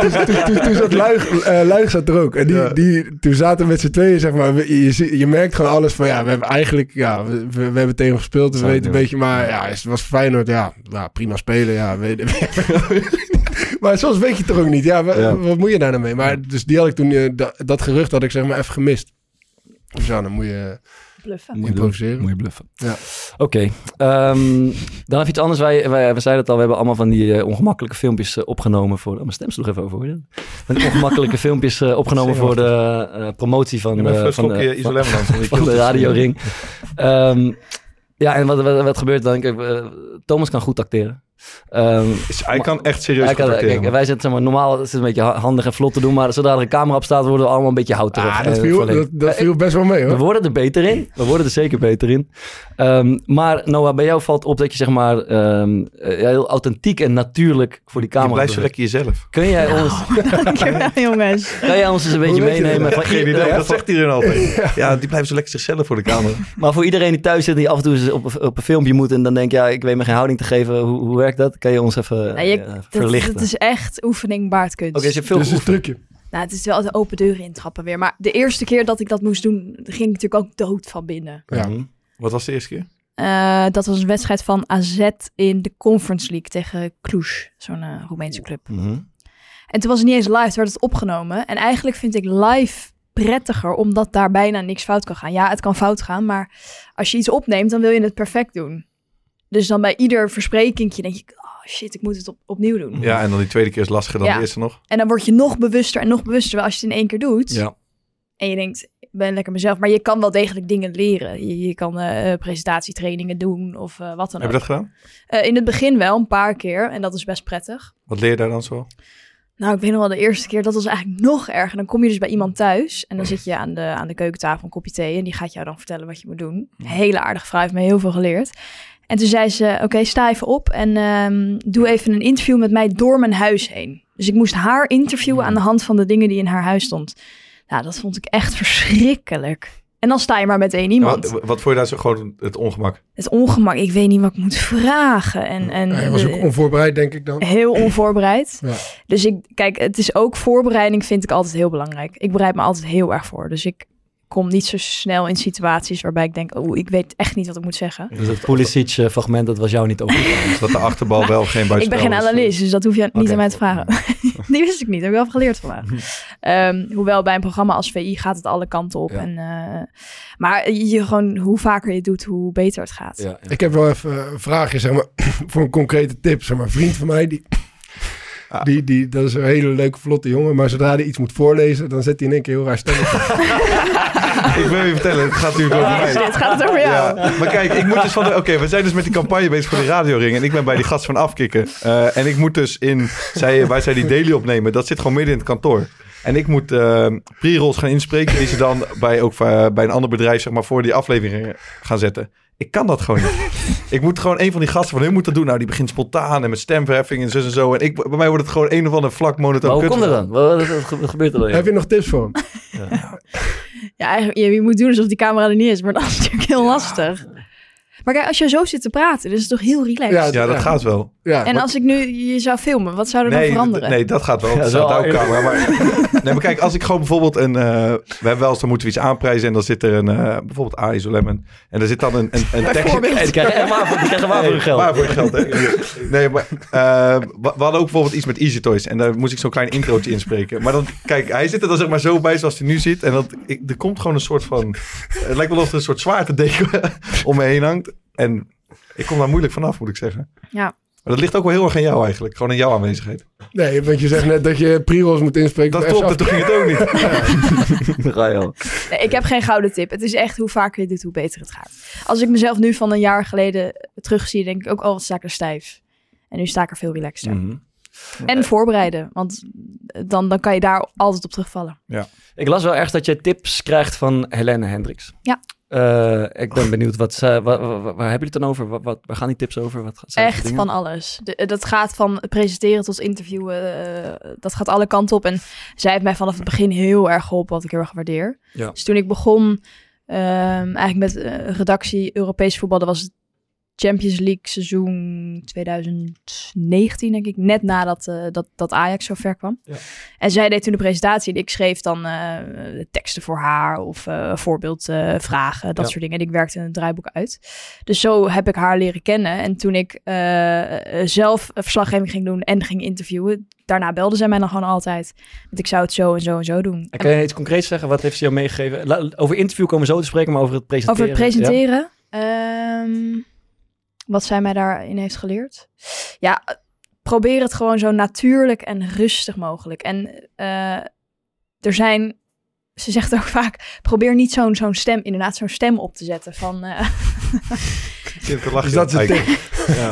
Speaker 5: Toen, toen, toen zat Luig, eh, Luig zat er ook. En die,
Speaker 4: Ja.
Speaker 5: die, toen zaten we met z'n tweeën, zeg maar. we- Je, zie- je merkt gewoon alles van, ja, we hebben eigenlijk, ja, we, we- we hebben tegen hem gespeeld. Dus we
Speaker 1: Zou
Speaker 5: weten een
Speaker 1: doen.
Speaker 5: beetje, maar ja, is- het was voor Feyenoord. Ja, nou, prima spelen, ja. Weet, maar soms weet je het toch ook niet. Ja, wa-
Speaker 4: Ja.
Speaker 5: wat moet je daar nou mee? Maar dus die had ik toen, eh, da- dat gerucht had ik zeg maar even gemist. Dus ja, dan moet je...
Speaker 6: Bluffen.
Speaker 1: Moet je
Speaker 5: Improviseren.
Speaker 1: doen. Moet je bluffen.
Speaker 5: Ja.
Speaker 1: Oké. ehm, dan even iets anders. Wij, wij, we zeiden het al, we hebben allemaal van die eh, ongemakkelijke filmpjes eh, opgenomen voor... Oh, mijn stem sloeg even over, hoor je dat? Van die ongemakkelijke filmpjes eh, opgenomen voor de eh, promotie van,
Speaker 4: Ik
Speaker 1: eh,
Speaker 4: ben even een
Speaker 1: van, de-
Speaker 4: slokje
Speaker 1: van,
Speaker 4: Isolemmerland. want ik
Speaker 1: van
Speaker 4: wil
Speaker 1: de
Speaker 4: het
Speaker 1: radioring. Ehm, ja, en wat, wat, wat gebeurt dan? Kijk, eh, Thomas kan goed acteren. Ehm,
Speaker 4: Is- Hij kan echt serieus
Speaker 1: hij kan-
Speaker 4: contacteren.
Speaker 1: kijk, wij zitten zeg maar, normaal is het een beetje ha- handig en vlot te doen, maar zodra er een camera op staat, worden we allemaal een beetje hout terug. Eh,
Speaker 5: Ah, dat viel, dat, dat viel best wel mee
Speaker 1: We
Speaker 5: hoor.
Speaker 1: worden er beter in. We worden er zeker beter in. Ehm, maar Noah, bij jou valt op dat je zeg maar ehm, eh, heel authentiek en natuurlijk voor die
Speaker 4: je
Speaker 1: camera
Speaker 4: blijft zo
Speaker 1: beweegt.
Speaker 4: lekker jezelf.
Speaker 1: Kun jij ons,
Speaker 6: Dankjewel, jongens.
Speaker 1: kan jij ons eens een beetje
Speaker 5: weet je
Speaker 1: meenemen? Van
Speaker 4: Geen
Speaker 1: ieder-
Speaker 4: idee,
Speaker 1: eh,
Speaker 4: dat zegt iedereen altijd. Ja, die blijft zo lekker zichzelf voor de camera.
Speaker 1: Maar voor iedereen die thuis zit, die af en toe eens op, een- op een filmpje moet en dan denkt, ja, ik weet me geen houding te geven. Hoe, hoe werkt dat? Kan je ons even
Speaker 6: Nou, je-
Speaker 1: eh,
Speaker 6: Dat,
Speaker 1: verlichten?
Speaker 6: dat is echt oefening baardkunst.
Speaker 1: Oké, dus je hebt veel
Speaker 5: Dus het is een
Speaker 1: geoefend.
Speaker 5: trucje.
Speaker 6: nou, het is wel de open deuren intrappen weer. Maar de eerste keer dat ik dat moest doen, ging ik natuurlijk ook dood van binnen.
Speaker 5: Ja.
Speaker 1: Mhm.
Speaker 4: Wat was de eerste keer?
Speaker 6: Eh, dat was een wedstrijd van AZ in de Conference League tegen Cluj, zo'n eh, Roemeense club.
Speaker 1: Mhm.
Speaker 6: En toen was het niet eens live, toen werd het opgenomen. En eigenlijk vind ik live prettiger, omdat daar bijna niks fout kan gaan. Ja, het kan fout gaan, maar als je iets opneemt, dan wil je het perfect doen. Dus dan bij ieder versprekingje denk je, oh shit, ik moet het op- opnieuw doen.
Speaker 4: Ja, en dan die tweede keer is lastiger dan
Speaker 6: Ja.
Speaker 4: de eerste nog.
Speaker 6: En dan word je nog bewuster en nog bewuster. Terwijl als je het in één keer doet
Speaker 1: Ja.
Speaker 6: en je denkt, ik ben lekker mezelf. Maar je kan wel degelijk dingen leren. Je, je kan eh, eh, presentatietrainingen doen of eh, wat dan
Speaker 4: Heb
Speaker 6: ook.
Speaker 4: je dat gedaan?
Speaker 6: Eh, in het begin wel, een paar keer. En dat is best prettig.
Speaker 4: Wat leer je daar dan zo?
Speaker 6: Nou, ik weet nog wel de eerste keer, dat was eigenlijk nog erger. Dan kom je dus bij iemand thuis en dan zit je aan de, aan de keukentafel een kopje thee. En die gaat jou dan vertellen wat je moet doen. Hele aardige vrouw, heeft me heel veel geleerd. En toen zei ze, oké, sta even op en ehm, doe even een interview met mij door mijn huis heen. Dus ik moest haar interviewen aan de hand van de dingen die in haar huis stond. Nou, dat vond ik echt verschrikkelijk. En dan sta je maar met één
Speaker 4: Ja,
Speaker 6: iemand.
Speaker 4: wat, wat vond je daar zo gewoon het ongemak?
Speaker 6: Het ongemak, ik weet niet wat ik moet vragen. En, en
Speaker 5: Hij was ook onvoorbereid, denk ik dan.
Speaker 6: heel onvoorbereid.
Speaker 5: Ja.
Speaker 6: Dus ik, kijk, het is ook voorbereiding vind ik altijd heel belangrijk. Ik bereid me altijd heel erg voor. Dus ik kom niet zo snel in situaties waarbij ik denk, oh, ik weet echt niet wat ik moet zeggen.
Speaker 1: Dus het Pulisic-fragment, dat was jou niet over.
Speaker 4: Dus dat de achterbal wel geen buitenspel
Speaker 6: Nou, Ik ben geen
Speaker 4: was.
Speaker 6: analist, dus dat hoef je niet
Speaker 1: eh, Oké. Mhm.
Speaker 6: aan mij te vragen. Die wist ik niet, heb ik wel geleerd vandaag. Ehm, hoewel bij een programma als VI gaat het alle kanten op.
Speaker 1: Ja.
Speaker 6: En, eh, maar je, gewoon, hoe vaker je het doet, hoe beter het gaat.
Speaker 1: ja, ja.
Speaker 5: Ik heb wel even eh, een vraagje, zeg maar, voor een concrete tip. Zeg maar, een vriend van mij, die,
Speaker 4: Ah.
Speaker 5: die, die, dat is een hele leuke, vlotte jongen. Maar zodra hij iets moet voorlezen, dan zet hij in één keer heel raar stemmetje.
Speaker 4: Ik wil je vertellen, het gaat natuurlijk over mij.
Speaker 6: Dit gaat het over
Speaker 4: Ja,
Speaker 6: jou.
Speaker 4: maar kijk, ik moet dus van de... Oké, we zijn dus met die campagne bezig voor die radioring. En ik ben bij die gast van Afkikken. Eh, en ik moet dus in... Zij, waar zij die daily opnemen, dat zit gewoon midden in het kantoor. En ik moet eh pre-rolls gaan inspreken... die ze dan bij, ook, eh, bij een ander bedrijf zeg maar, voor die aflevering gaan zetten. Ik kan dat gewoon niet. Ik moet gewoon een van die gasten van hun moet dat doen. Nou, die begint spontaan en met stemverheffing en zo en zo. En ik, bij mij wordt het gewoon een of ander vlak monotoon.
Speaker 9: Maar hoe
Speaker 4: kut.
Speaker 9: komt dat dan? Wat, wat- wat gebeurt er dan?
Speaker 5: Heb je nog tips voor hem?
Speaker 6: Ja, eigenlijk, je, je moet doen alsof die camera er niet is, maar dat is natuurlijk heel lastig. Maar kijk, als je zo zit te praten, dan is het toch heel relaxed.
Speaker 5: Ja,
Speaker 4: Ja, dat gaat wel.
Speaker 5: Ja,
Speaker 6: en als ik nu je zou filmen, wat zou er dan veranderen?
Speaker 4: Nee, dat gaat wel.
Speaker 9: dat is
Speaker 4: dat staat
Speaker 9: wel
Speaker 4: ook camera. Maar, nee, maar kijk, als ik gewoon bijvoorbeeld een... eh, we hebben wel eens, dan moeten we iets aanprijzen... en dan zit er een... eh, bijvoorbeeld A-Isolemon. En daar zit dan een, een, een tekstje...
Speaker 9: Hey, die krijgen echt waar voor, die krijgen waar voor hun geld.
Speaker 4: Waar voor je geld, hè? Nee, maar eh, we we hadden ook bijvoorbeeld iets met Easy Toys. En daar moest ik zo'n klein introotje inspreken. Maar dan, kijk, hij zit er dan zeg maar zo bij zoals hij nu zit. En dat, ik, er komt gewoon een soort van... Het lijkt wel of er een soort zwaartedeken om me heen hangt. En ik kom daar moeilijk vanaf, moet ik zeggen.
Speaker 6: Ja.
Speaker 4: Maar dat ligt ook wel heel erg aan jou eigenlijk. Gewoon aan jouw aanwezigheid.
Speaker 5: nee, want je zegt net dat je pre-rolls moet inspreken.
Speaker 4: Dat
Speaker 5: voor
Speaker 4: klopt,
Speaker 5: FC
Speaker 4: dat ging het ook niet.
Speaker 9: Dan ga je al.
Speaker 6: Nee, ik heb geen gouden tip. Het is echt hoe vaker je dit, hoe beter het gaat. Als ik mezelf nu van een jaar geleden terugzie, denk ik ook, oh, wat sta ik er stijf. En nu sta ik er veel relaxter.
Speaker 1: Mm. Mhm.
Speaker 6: En voorbereiden, want dan, dan kan je daar altijd op terugvallen.
Speaker 9: Ik las wel ergens dat je tips krijgt van Helene Hendricks.
Speaker 6: Ja.
Speaker 9: Eh, ik ben benieuwd, wat, ze, wa- wa- wa- waar, hebben jullie het dan over? Wat, wat, waar gaan die tips over? Wat zijn dat
Speaker 6: Echt
Speaker 9: voor
Speaker 6: van
Speaker 9: dingen?
Speaker 6: alles. De- eh, dat gaat van presenteren tot interviewen. eh, dat gaat alle kanten op. En zij heeft mij vanaf het begin heel erg geholpen, wat ik heel erg waardeer.
Speaker 9: Ja.
Speaker 6: Dus toen ik begon, ehm, eigenlijk met eh, redactie Europees voetbal, dat was het Champions League seizoen 2019, denk ik. Net nadat eh, dat, dat Ajax zo ver kwam.
Speaker 9: Ja.
Speaker 6: En zij deed toen de presentatie en ik schreef dan eh, teksten voor haar of eh voorbeeldvragen, dat
Speaker 9: Ja.
Speaker 6: soort dingen. En ik werkte een draaiboek uit. Dus zo heb ik haar leren kennen. En toen ik eh, eh, zelf een verslaggeving ging doen en ging interviewen, daarna belde zij mij dan gewoon altijd. Want ik zou het zo en zo en zo doen.
Speaker 9: En kan je iets concreets zeggen? Wat heeft ze jou meegegeven? La- over interview komen we zo te spreken, maar over het presenteren.
Speaker 6: Over het presenteren. ehm, wat zij mij daarin heeft geleerd. Ja, eh, probeer het gewoon zo natuurlijk en rustig mogelijk. En eh, er zijn. Ze zegt ook vaak: probeer niet zo'n zo'n stem, inderdaad, zo'n stem op te zetten. Van, eh,
Speaker 5: Dus dat is een tip.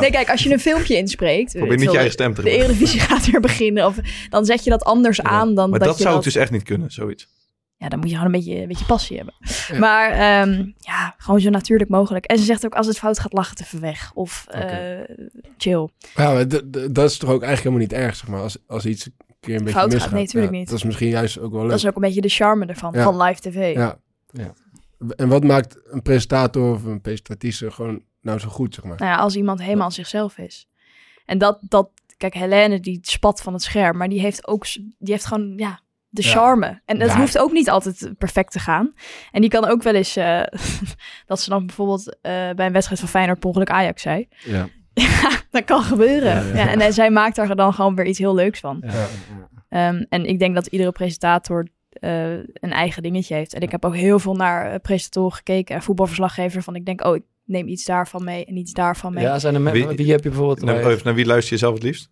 Speaker 6: Nee, kijk, als je een filmpje inspreekt.
Speaker 4: Probeer niet je eigen stem te
Speaker 6: De
Speaker 4: gebruiken.
Speaker 6: Eredivisie gaat weer beginnen. Of, dan zet je dat anders aan dan
Speaker 4: Maar
Speaker 6: dat,
Speaker 4: dat,
Speaker 6: je
Speaker 4: zou ik
Speaker 6: dat-
Speaker 4: dus echt niet kunnen, zoiets.
Speaker 6: ja, dan moet je gewoon een beetje, een beetje passie hebben. Maar ehm, ja, gewoon zo natuurlijk mogelijk. En ze zegt ook, als het fout gaat, lach het even weg. Of eh, chill.
Speaker 5: Ja, maar d- d- dat is toch ook eigenlijk helemaal niet erg, zeg maar. Als, als iets een keer een beetje
Speaker 6: Fout gaat,
Speaker 5: misgaat.
Speaker 6: nee, tuurlijk
Speaker 5: Ja,
Speaker 6: niet.
Speaker 5: Dat is misschien juist ook wel leuk.
Speaker 6: Dat is ook een beetje de charme ervan,
Speaker 5: Ja.
Speaker 6: van live tv.
Speaker 5: Ja. En wat maakt een presentator of een presentatrice gewoon nou zo goed, zeg maar?
Speaker 6: Nou ja, als iemand helemaal zichzelf is. En dat, dat kijk, Helene die spat van het scherm, maar die heeft ook, s- die heeft gewoon, ja, de
Speaker 5: Ja.
Speaker 6: charme. En het
Speaker 5: Ja.
Speaker 6: hoeft ook niet altijd perfect te gaan. En die kan ook wel eens, eh, dat ze dan bijvoorbeeld eh, bij een wedstrijd van Feyenoord per ongeluk Ajax zei.
Speaker 9: Ja.
Speaker 6: Ja, dat kan gebeuren. Ja,
Speaker 9: Ja, ja.
Speaker 6: en, eh, zij maakt daar dan gewoon weer iets heel leuks van.
Speaker 9: Ja.
Speaker 6: Ehm, en ik denk dat iedere presentator eh, een eigen dingetje heeft. En ik heb ook heel veel naar eh, presentatoren gekeken en voetbalverslaggevers. Van ik denk, oh, ik neem iets daarvan mee en iets daarvan mee.
Speaker 9: Ja, zijn er me-
Speaker 4: Wie-
Speaker 9: wie, Nou, oh, heb je bijvoorbeeld?
Speaker 4: Naar,
Speaker 9: bij-
Speaker 4: even naar wie luister je zelf het liefst?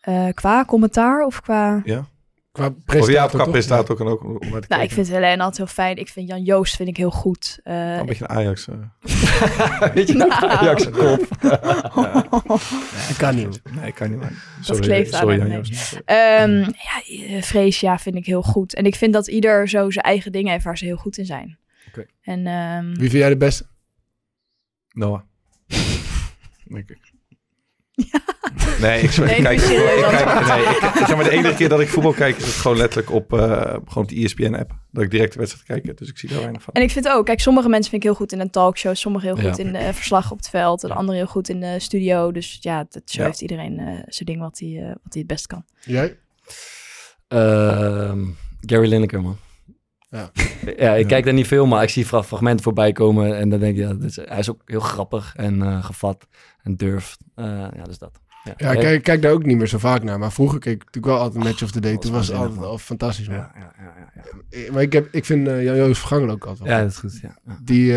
Speaker 6: Eh, qua commentaar of qua...
Speaker 5: Qua
Speaker 4: Of
Speaker 5: presentator
Speaker 4: Oh, ja, qua
Speaker 5: toch?
Speaker 4: presentator kan ook. om naar te
Speaker 6: Nou,
Speaker 4: kijken.
Speaker 6: ik vind Helene altijd heel fijn. Ik vind Jan Joost vind ik heel goed. Eh,
Speaker 9: Oh,
Speaker 4: Een beetje een Ajax. eh.
Speaker 9: Weet je,
Speaker 6: Nou.
Speaker 9: Ajax kop.
Speaker 6: Oh,
Speaker 5: Dat kan niet.
Speaker 4: Nee, ik kan niet. maken. Sorry,
Speaker 6: kleeft aan
Speaker 4: sorry,
Speaker 6: hem,
Speaker 4: Jan
Speaker 6: nee.
Speaker 4: Joost.
Speaker 6: ehm, ja, eh, Freesia vind ik heel goed. En ik vind dat ieder zo zijn eigen dingen heeft waar ze heel goed in zijn.
Speaker 9: Oké.
Speaker 6: En ehm,
Speaker 5: Wie vind jij de beste?
Speaker 4: Noah. Denk ik. Nee, ik, sorry,
Speaker 6: Nee,
Speaker 4: ik kijk,
Speaker 6: doe
Speaker 4: ik,
Speaker 6: serieus
Speaker 4: ik kijk,
Speaker 6: antwoord.
Speaker 4: nee, ik, ik zeg maar de enige keer dat ik voetbal kijk is het gewoon letterlijk op eh, gewoon op de ESPN-app. Dat ik direct de wedstrijd kijk, dus ik zie daar weinig van.
Speaker 6: En ik vind ook, kijk, sommige mensen vind ik heel goed in een talkshow, sommige heel
Speaker 4: Ja.
Speaker 6: goed in eh, verslag op het veld, en anderen heel goed in de studio. Dus ja, dat, zo
Speaker 4: Ja.
Speaker 6: heeft iedereen eh, zijn ding wat hij eh, wat hij het best kan.
Speaker 5: Jij?
Speaker 9: Ehm, Gary Lineker, man.
Speaker 5: Ja.
Speaker 9: Ja, ik
Speaker 4: Ja.
Speaker 9: kijk daar niet veel, maar ik zie fra- fragmenten voorbij komen. En dan denk ik, ja, dit is- hij is ook heel grappig en eh, gevat en durft. Eh, ja, dus dat.
Speaker 5: Ja,
Speaker 1: Eh,
Speaker 5: ik kijk, kijk daar ook niet meer zo vaak naar. Maar vroeger keek ik natuurlijk wel altijd Match of the Day.
Speaker 9: God,
Speaker 5: Toen was het
Speaker 9: waanzinnig,
Speaker 5: altijd al fantastisch. man.
Speaker 9: Ja, ja, ja, ja, ja.
Speaker 5: Eh, Maar ik, heb, ik vind eh, Jan Joost Vergangel ook altijd wel
Speaker 9: ja,
Speaker 5: goed.
Speaker 9: dat is goed. Ja. Ja.
Speaker 5: Die, eh,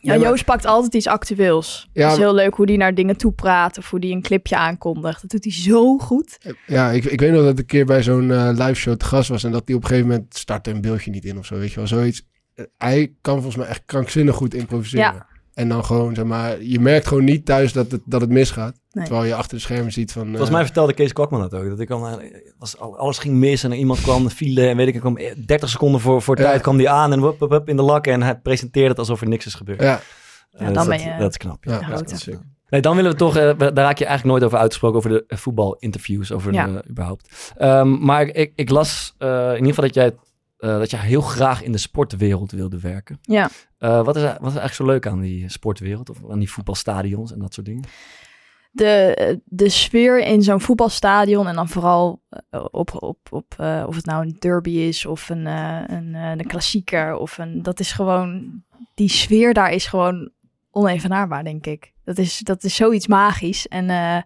Speaker 6: Ja,
Speaker 5: maar-
Speaker 6: Joost pakt altijd iets actueels.
Speaker 5: Ja,
Speaker 6: het is heel leuk hoe die naar dingen toe praat of hoe die een clipje aankondigt. Dat doet hij zo goed.
Speaker 5: ja ik, ik weet nog dat ik een keer bij zo'n eh live show te gast was. En dat die op een gegeven moment startte een beeldje niet in of zo. Weet je wel, zoiets. eh, hij kan volgens mij echt krankzinnig goed improviseren.
Speaker 6: Ja.
Speaker 5: En dan gewoon, zeg maar, je merkt gewoon niet thuis dat het, dat het misgaat.
Speaker 6: Nee.
Speaker 5: Terwijl je achter de schermen ziet van... eh,
Speaker 10: Volgens mij vertelde Kees Kwakman dat ook. Dat ik al,
Speaker 9: eh,
Speaker 10: was, al- alles ging mis en er iemand kwam, file en weet ik, er kwam eh, 30 seconden voor, voor
Speaker 5: Ja.
Speaker 10: tijd kwam die aan en wup, wup, wup, in de lak. En hij presenteerde het alsof er niks is gebeurd.
Speaker 5: Ja,
Speaker 10: Eh,
Speaker 6: Ja,
Speaker 10: dus
Speaker 6: dan
Speaker 10: dat,
Speaker 6: ben je-
Speaker 10: dat is knap. ja.
Speaker 5: ja.
Speaker 6: Ja,
Speaker 5: ja,
Speaker 6: dat
Speaker 5: dat is zeker.
Speaker 1: Nee, dan willen we toch, eh, we- daar raak je eigenlijk nooit over uitgesproken, over de eh, voetbalinterviews, over
Speaker 6: Ja.
Speaker 1: de, überhaupt. Ehm, maar ik, ik las eh, in ieder geval dat jij, eh, dat jij heel graag in de sportwereld wilde werken.
Speaker 6: Ja.
Speaker 1: Eh, wat, is, er- wat is er eigenlijk zo leuk aan die sportwereld, of aan die voetbalstadions en dat soort dingen?
Speaker 6: de, de sfeer in zo'n voetbalstadion en dan vooral eh, op, op, op eh, of het nou een derby is of een, eh, een, eh, een klassieker of een, dat is gewoon, die sfeer daar is gewoon onevenaarbaar, denk ik. Dat is, dat is zoiets magisch en eh,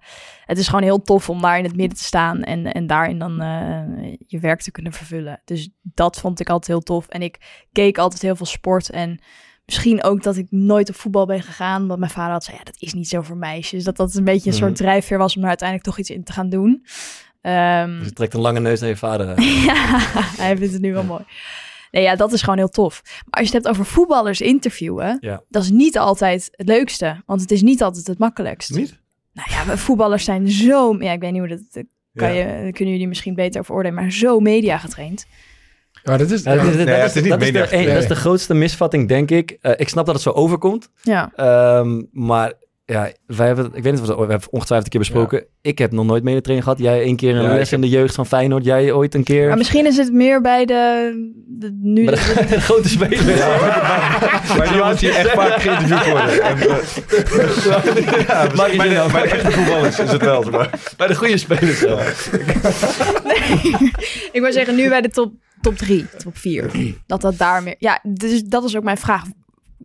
Speaker 6: het is gewoon heel tof om daar in het midden te staan en, en daarin dan eh, je werk te kunnen vervullen. Dus dat vond ik altijd heel tof en ik keek altijd heel veel sport en Misschien ook dat ik nooit op voetbal ben gegaan. Omdat mijn vader had zei, ja, dat is niet zo voor meisjes. Dat dat een beetje een soort drijfveer was om daar uiteindelijk toch iets in te gaan doen. Ehm,
Speaker 1: Dus je trekt een lange neus naar je vader uit.
Speaker 6: ja, hij vindt het nu wel mooi. Nee, ja, dat is gewoon heel tof. Maar als je het hebt over voetballers interviewen,
Speaker 1: Ja.
Speaker 6: dat is niet altijd het leukste. Want het is niet altijd het makkelijkst.
Speaker 4: Niet?
Speaker 6: Nou ja, we- voetballers zijn zo... Ja, ik weet niet hoe dat... dat Kan je, daar kunnen jullie misschien beter over oordelen, maar zo media getraind.
Speaker 5: Maar dat is...
Speaker 1: Ja,
Speaker 5: ja.
Speaker 1: dat is-
Speaker 4: het
Speaker 1: dat is-
Speaker 4: is niet
Speaker 1: dat is de-
Speaker 4: media.
Speaker 1: eh, dat is de grootste misvatting, denk ik. Eh, ik snap dat het zo overkomt.
Speaker 6: Ja,
Speaker 1: Ehm, maar ja, wij hebben, ik weet niet of we het we hebben het ongetwijfeld een keer besproken. Ik heb nog nooit medetraining gehad. Jij één keer een
Speaker 4: Ja, ik
Speaker 1: les
Speaker 4: heb-
Speaker 1: in de jeugd van Feyenoord. Jij ooit een keer.
Speaker 6: maar misschien is het meer bij de, de nu
Speaker 1: Maar
Speaker 6: de-
Speaker 1: de grote speler.
Speaker 4: Maar nu moet je echt vaak geïnterviewd worden. En, eh, ja,
Speaker 1: Maak je
Speaker 4: misschien bij,
Speaker 1: zin
Speaker 4: de,
Speaker 1: over.
Speaker 4: bij de echte voetballers is het wel. zeg Maar.
Speaker 1: bij de goede spelers. wel.
Speaker 6: Nee, ik wil zeggen, nu bij de top, top drie, top vier. Dat dat daar meer... Ja, dus dat is ook mijn vraag.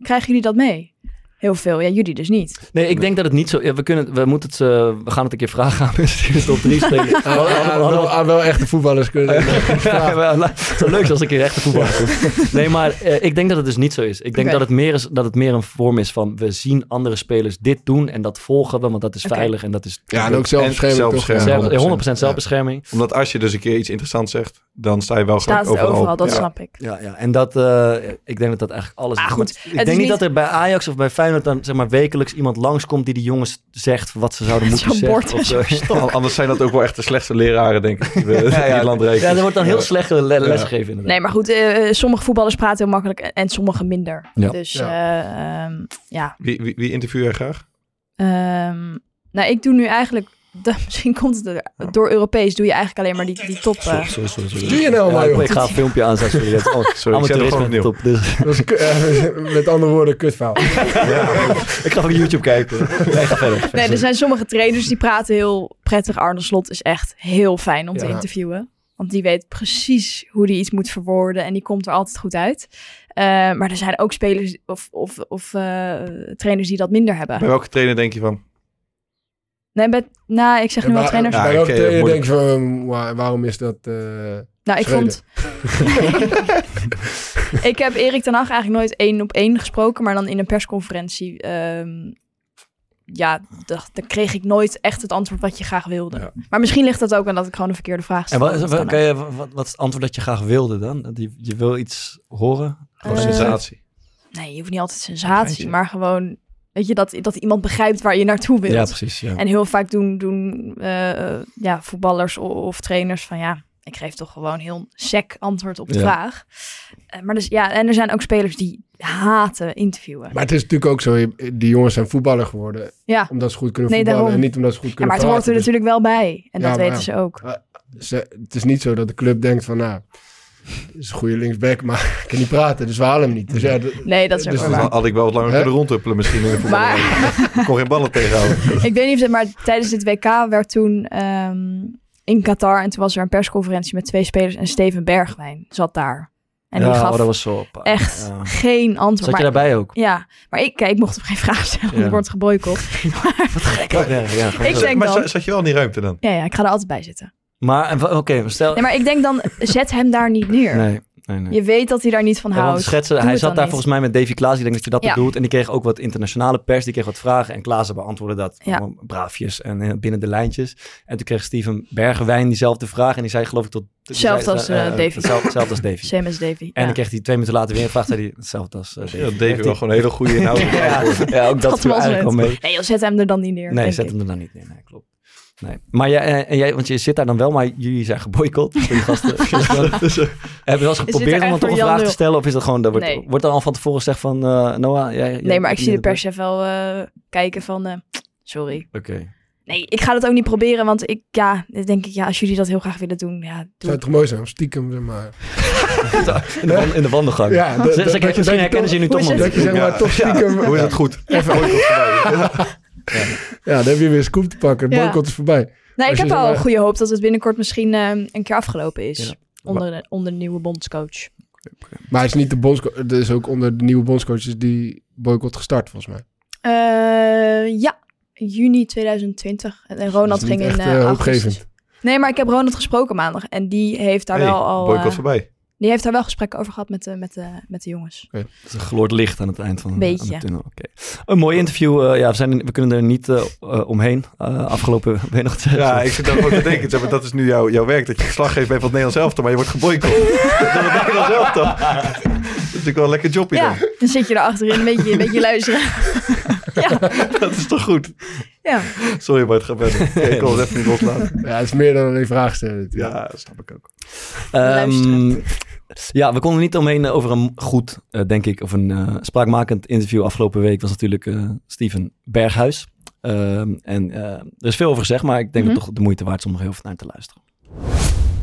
Speaker 6: Krijgen jullie dat mee? Heel veel. Ja, jullie dus niet.
Speaker 1: Nee, ik denk dat het niet zo. ja, we, kunnen, we, moeten het, eh, we gaan het een keer vragen aan mensen die in de top 3 spelen. We
Speaker 5: Aan-
Speaker 1: hadden- we
Speaker 5: aan-
Speaker 1: hadden-
Speaker 5: wel- aan wel echte voetballers kunnen.
Speaker 1: Ja, wel, nou, Het zou leuk zijn als ik in echte voetbal kom. Nee, maar eh, ik denk dat het dus niet zo is. Ik denk
Speaker 6: Oké.
Speaker 1: dat, het meer is, dat het meer een vorm is van... we zien andere spelers dit doen en dat volgen we... want dat is
Speaker 6: Oké.
Speaker 1: veilig en dat is...
Speaker 5: Ja, en ook
Speaker 4: En
Speaker 5: zelfbescherming. toch?
Speaker 4: zelfbescherming.
Speaker 1: zelf- 100%,
Speaker 5: 100%.
Speaker 1: zelfbescherming.
Speaker 4: Omdat als je dus een keer iets interessants zegt, dan sta je wel
Speaker 6: Staat
Speaker 4: gelijk
Speaker 6: het
Speaker 4: overal.
Speaker 6: overal, dat
Speaker 4: Ja.
Speaker 6: snap ik.
Speaker 1: Ja, ja. En dat, eh, ik denk dat dat eigenlijk alles
Speaker 6: Ah,
Speaker 1: is.
Speaker 6: goed,
Speaker 1: Maar
Speaker 6: het
Speaker 1: ik
Speaker 6: is
Speaker 1: denk niet,
Speaker 6: niet-
Speaker 1: dat er bij Ajax of bij Feyenoord... dan zeg maar wekelijks iemand langskomt die die jongens zegt... wat ze zouden moeten
Speaker 6: Zo'n
Speaker 1: zeggen.
Speaker 6: bord en
Speaker 1: of zo.
Speaker 6: zo'n stok.
Speaker 4: eh, Al- Anders zijn dat ook wel echt de slechtste leraren, denk ik. Die,
Speaker 1: ja.
Speaker 4: land
Speaker 1: Ja, er wordt dan heel slecht eh, le- lesgegeven inderdaad.
Speaker 6: Nee, maar goed, eh, eh, sommige voetballers praten heel makkelijk en- en sommige minder.
Speaker 1: Ja.
Speaker 6: Dus
Speaker 5: Ja.
Speaker 6: eh, ehm, ja.
Speaker 4: Wie, wie, wie interview jij graag?
Speaker 6: Ehm, nou, ik doe nu eigenlijk... de- misschien komt het er, door Europees doe je eigenlijk alleen maar die, die top... eh,
Speaker 1: Sorry, sorry, sorry.
Speaker 5: Wat doe je nou,
Speaker 1: Ja,
Speaker 5: maar, joh?
Speaker 1: ik ga een filmpje aanzetten. Sorry, dat is allemaal-
Speaker 4: Sorry, ik zet hem
Speaker 1: amateurisme
Speaker 4: gewoon opnieuw.
Speaker 1: top. Dus,
Speaker 5: Dat is, ku- eh, met andere woorden, kutverhaal.
Speaker 1: ik ga van YouTube kijken. Nee, ga verder.
Speaker 6: Nee, er zijn sommige trainers die praten heel prettig. Arne Slot is echt heel fijn om te
Speaker 5: Ja.
Speaker 6: interviewen. Want die weet precies hoe die iets moet verwoorden. En die komt er altijd goed uit. Eh, maar er zijn ook spelers of, of, of eh, trainers die dat minder hebben.
Speaker 4: Bij welke trainer denk je van?
Speaker 6: Eh, Nee, bij, nou, ik zeg nu wel
Speaker 5: Maar- eh,
Speaker 6: trainers.
Speaker 5: maar
Speaker 4: Ja,
Speaker 5: ook
Speaker 4: oké,
Speaker 5: trainer
Speaker 4: moeilijk.
Speaker 5: denk je van, hmm, wa- waarom is dat... eh,
Speaker 6: nou, ik
Speaker 5: Schreuder.
Speaker 6: vond... ik heb Erik ten Hag eigenlijk nooit één op één gesproken. Maar dan in een persconferentie... ehm, ja, dacht- dan kreeg ik nooit echt het antwoord wat je graag wilde.
Speaker 4: Ja.
Speaker 6: Maar misschien ligt dat ook aan dat ik gewoon een verkeerde vraag
Speaker 1: En
Speaker 6: stel.
Speaker 1: wat,
Speaker 6: Dat
Speaker 1: wat,
Speaker 6: kan ook.
Speaker 1: kan je- wat, wat is het antwoord dat je graag wilde dan? Dat Je, je wil iets horen?
Speaker 4: Gewoon
Speaker 6: Eh,
Speaker 4: sensatie.
Speaker 6: Nee, je hoeft niet altijd
Speaker 4: Geintje.
Speaker 6: sensatie, maar gewoon weet je dat, dat iemand begrijpt waar je naartoe wilt.
Speaker 1: precies. Ja.
Speaker 6: En heel vaak doen, doen eh, eh, ja, voetballers o- of, trainers van ja, ik geef toch gewoon heel sec antwoord op de
Speaker 1: Ja.
Speaker 6: vraag. Eh, maar dus ja, en er zijn ook spelers die haten interviewen.
Speaker 5: Maar het is natuurlijk ook zo, je- die jongens zijn voetballer geworden.
Speaker 6: Ja.
Speaker 5: Omdat ze goed kunnen
Speaker 6: Nee,
Speaker 5: voetballen
Speaker 6: daarom.
Speaker 5: en niet omdat ze goed
Speaker 6: Ja,
Speaker 5: kunnen
Speaker 6: maar het hoort er
Speaker 5: praten. Dus
Speaker 6: natuurlijk wel bij. En
Speaker 5: Ja,
Speaker 6: dat
Speaker 5: maar
Speaker 6: weten
Speaker 5: ja.
Speaker 6: ze ook.
Speaker 5: ze- het is niet zo dat de club denkt van, nou, dit is een goede linksback, maar ik kan niet praten, dus we halen hem niet. Dus ja, d-
Speaker 6: Nee, dat is ook
Speaker 5: Dus
Speaker 6: wel
Speaker 5: het
Speaker 4: Dan
Speaker 6: waar.
Speaker 4: had ik wel wat langer
Speaker 5: Hè?
Speaker 4: kunnen rondhuppelen misschien in de voetbal.
Speaker 6: Maar
Speaker 4: Ik kon geen ballen tegenhouden.
Speaker 6: ik weet niet of het, maar tijdens dit WK werd toen ehm, in Qatar en toen was er een persconferentie met twee spelers en Steven Bergwijn zat daar. En die gaf
Speaker 1: oh, dat was zo op. eh,
Speaker 6: echt
Speaker 1: Ja.
Speaker 6: geen antwoord.
Speaker 1: Zat je
Speaker 6: Maar
Speaker 1: daarbij ook?
Speaker 6: Ja, maar ik, kijk, ik mocht hem geen vraag stellen, want
Speaker 1: Ja.
Speaker 6: ik word geboycott.
Speaker 1: Ja, ja, gewoon
Speaker 6: Ik
Speaker 1: zo.
Speaker 6: denk
Speaker 4: maar
Speaker 6: dan...
Speaker 4: za- zat je wel in die ruimte dan?
Speaker 6: Ja, ja, ik ga er altijd bij zitten.
Speaker 1: Maar en wa- oké, stel...
Speaker 6: Nee, maar ik denk dan, zet hem daar niet neer.
Speaker 1: Nee. nee, nee.
Speaker 6: Je weet dat hij daar niet van
Speaker 1: Ja, want
Speaker 6: houdt.
Speaker 1: schetsen,
Speaker 6: Nou, Doe
Speaker 1: hij
Speaker 6: het
Speaker 1: zat
Speaker 6: dan
Speaker 1: daar
Speaker 6: niet.
Speaker 1: volgens mij met Davy Klaas. Ik denk dat je dat
Speaker 6: Ja.
Speaker 1: bedoelt. En die kreeg ook wat internationale pers. Die kreeg wat vragen. En Klaassen beantwoordde dat.
Speaker 6: Ja.
Speaker 1: Allemaal braafjes en eh, binnen de lijntjes. En toen kreeg Steven Bergewijn diezelfde vraag. En die zei geloof ik tot... die
Speaker 6: Hetzelfde
Speaker 1: zei,
Speaker 6: als, eh,
Speaker 1: eh,
Speaker 6: Davy.
Speaker 1: Hetzelfde, hetzelfde als Davy.
Speaker 6: Same as Davy.
Speaker 1: En
Speaker 6: ja.
Speaker 1: dan kreeg hij twee minuten later weer een vraag. Zei hij hetzelfde als eh, Davy.
Speaker 4: Ja, Davy wel gewoon een hele goede inhoud.
Speaker 1: Ja, ja, ook dat,
Speaker 6: Dat
Speaker 1: viel
Speaker 6: was
Speaker 1: eigenlijk
Speaker 6: het.
Speaker 1: al mee.
Speaker 6: Nee, joh, zet hem er dan niet neer.
Speaker 1: Nee,
Speaker 6: denk
Speaker 1: zet
Speaker 6: ik.
Speaker 1: hem er dan niet neer. Nee, klopt. Nee. Maar jij, eh, en jij, want je zit daar dan wel, maar jullie zijn geboycott door die gasten. Dus dan- Hebben we wel eens
Speaker 6: er
Speaker 1: geprobeerd om
Speaker 6: echt
Speaker 1: dan toch
Speaker 6: voor
Speaker 1: een
Speaker 6: Jan
Speaker 1: vraag te
Speaker 6: Nul?
Speaker 1: stellen? Of is dat gewoon, daar wordt,
Speaker 6: Nee.
Speaker 1: wordt dan al van tevoren gezegd van, eh, Noah, jij... jij-
Speaker 6: Nee, maar ik
Speaker 1: jij
Speaker 6: zie
Speaker 1: bent-
Speaker 6: de perschef wel eh, kijken van... eh, sorry.
Speaker 1: Oké.
Speaker 6: Nee, ik ga dat ook niet proberen, want ik, ja, dan denk ik, ja, als jullie dat heel graag willen doen, ja, doe
Speaker 5: Zou
Speaker 6: het.
Speaker 5: het toch mooi zijn, om stiekem zeg maar.
Speaker 1: In, de wan- in de wandelgang.
Speaker 5: Ja, dat-
Speaker 1: Ze- ze-
Speaker 5: dat- dat je- dat
Speaker 1: misschien
Speaker 5: je
Speaker 1: herkennen ze je nu
Speaker 6: toch-
Speaker 1: toch nog
Speaker 6: hoe is
Speaker 5: Dat je zeg maar
Speaker 4: Ja.
Speaker 5: toch stiekem...
Speaker 4: Hoe is het goed? Even ooit
Speaker 5: Ja, dan heb je weer een scoop te pakken. Het
Speaker 6: Ja.
Speaker 5: boycott is voorbij.
Speaker 6: Nee, ik
Speaker 5: als je
Speaker 6: heb
Speaker 5: zeg
Speaker 6: al
Speaker 5: maar-
Speaker 6: goede hoop dat het binnenkort misschien eh, een keer afgelopen is.
Speaker 1: Ja.
Speaker 6: Onder, de, onder de nieuwe bondscoach.
Speaker 5: Maar hij is niet de bondscoach. Er is ook onder de nieuwe bondscoaches die boycott gestart, volgens
Speaker 6: Oh,
Speaker 5: mij.
Speaker 6: Eh, ja, juni 2020. En
Speaker 5: Dat
Speaker 6: Ronald
Speaker 5: is niet
Speaker 6: ging in
Speaker 5: echt,
Speaker 6: eh,
Speaker 5: eh,
Speaker 6: augustus.
Speaker 5: hoopgevend.
Speaker 6: Nee, maar ik heb Ronald gesproken maandag. En die heeft daar wel al...
Speaker 4: boycott
Speaker 6: eh,
Speaker 4: voorbij.
Speaker 6: die heeft daar wel gesprekken over gehad met de, met de, met de jongens.
Speaker 1: Het is een gloord licht aan het eind van
Speaker 6: Beetje.
Speaker 1: aan de tunnel. Oké. Een mooi interview. eh, ja, we, zijn, er- we kunnen er niet eh, eh, omheen. Eh, afgelopen weinig tijd.
Speaker 4: Ja, ik zit daar gewoon te denken. Zeg maar, dat is nu jouw, jouw werk, dat je verslag geeft bij van het Nederlands elftal, maar je wordt geboycott. door het Nederlands elftal. Dat is natuurlijk wel een lekker jobje
Speaker 6: Ja, dan zit je daar achterin een beetje, een beetje luisteren.
Speaker 4: dan. Dat is toch goed?
Speaker 6: Ja.
Speaker 4: Sorry, maar het gaat verder. Oké, ik kon het even niet loslaten.
Speaker 5: Ja, het is meer dan alleen vragen stellen. natuurlijk.
Speaker 4: Ja, dat snap ik ook.
Speaker 1: Ehm,
Speaker 6: Luisteren.
Speaker 1: ja, we konden niet omheen eh, over een goed, eh, denk ik, of een eh, spraakmakend interview afgelopen week was natuurlijk eh, Steven Berghuis. Ehm, en eh, er is veel over gezegd, maar ik denk dat
Speaker 6: Mhm.
Speaker 1: het toch de moeite waard is om er heel veel naar te luisteren.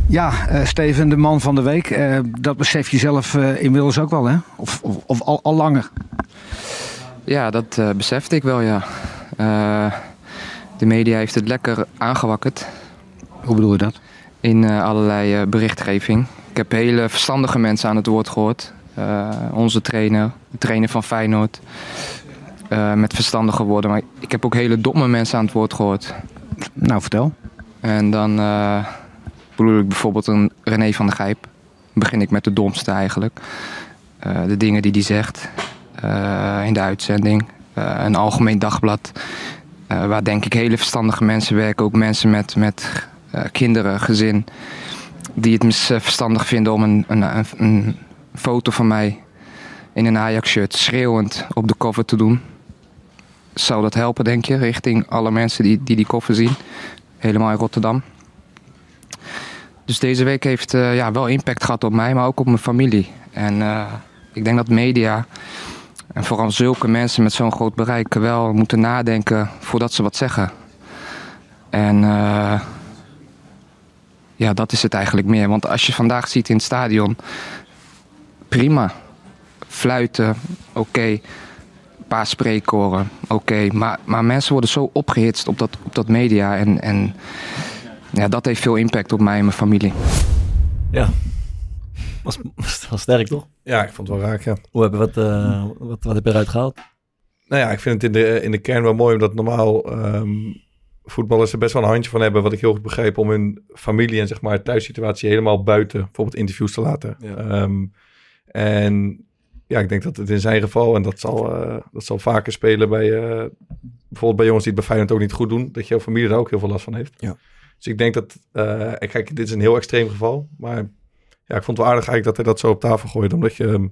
Speaker 11: Ja, eh, Steven, de man van de week. Eh, dat besef je zelf eh, inmiddels ook wel, hè? Of, of, of al, al langer?
Speaker 12: Ja, dat eh, besefte ik wel, ja. Eh, de media heeft het lekker aangewakkerd
Speaker 11: Hoe bedoel je dat?
Speaker 12: in eh, allerlei eh, berichtgeving. Ik heb hele verstandige mensen aan het woord gehoord. Eh, onze trainer, de trainer van Feyenoord. eh, met verstandige woorden. Maar ik heb ook hele domme mensen aan het woord gehoord.
Speaker 11: Nou, vertel.
Speaker 12: En dan eh, bedoel ik bijvoorbeeld een René van der Gijp. Begin ik met de domste eigenlijk. Eh, de dingen die hij zegt eh, in de uitzending. Eh, een algemeen dagblad. eh, waar denk ik hele verstandige mensen werken. Ook mensen met, met eh, kinderen, gezin. Die het mis- eh, verstandig vinden om een, een, een, een foto van mij in een Ajax-shirt schreeuwend op de cover te doen. Zou dat helpen, denk je, richting alle mensen die die, die koffer zien? helemaal in Rotterdam. Dus deze week heeft eh, ja, wel impact gehad op mij, maar ook op mijn familie. En eh, ik denk dat media en vooral zulke mensen met zo'n groot bereik wel moeten nadenken voordat ze wat zeggen. En eh, ja, dat is het eigenlijk meer. Want als je vandaag ziet in het stadion, prima. Fluiten, oké. Een paar spreekkoren, oké. Maar, maar mensen worden zo opgehitst op dat, op dat media. En, en ja, dat heeft veel impact op mij en mijn familie.
Speaker 1: Ja, was, was, was sterk toch?
Speaker 4: Ja, ik vond het wel raak, ja.
Speaker 1: Hoe hebben we het, eh, wat, wat heb je eruit gehaald?
Speaker 4: Nou ja, ik vind het in de, in de kern wel mooi, omdat normaal ehm, voetballers er best wel een handje van hebben, wat ik heel goed begreep, om hun familie en zeg maar thuissituatie helemaal buiten, bijvoorbeeld interviews te laten.
Speaker 1: Ja.
Speaker 4: Ehm, en ja, ik denk dat het in zijn geval, en dat zal, eh, dat zal vaker spelen bij eh, bijvoorbeeld bij jongens die het bij Feyenoord ook niet goed doen, dat jouw familie daar ook heel veel last van heeft.
Speaker 1: Ja.
Speaker 4: Dus ik denk dat, eh, en kijk, dit is een heel extreem geval, maar ja, ik vond het wel aardig eigenlijk dat hij dat zo op tafel gooide, omdat je, ehm,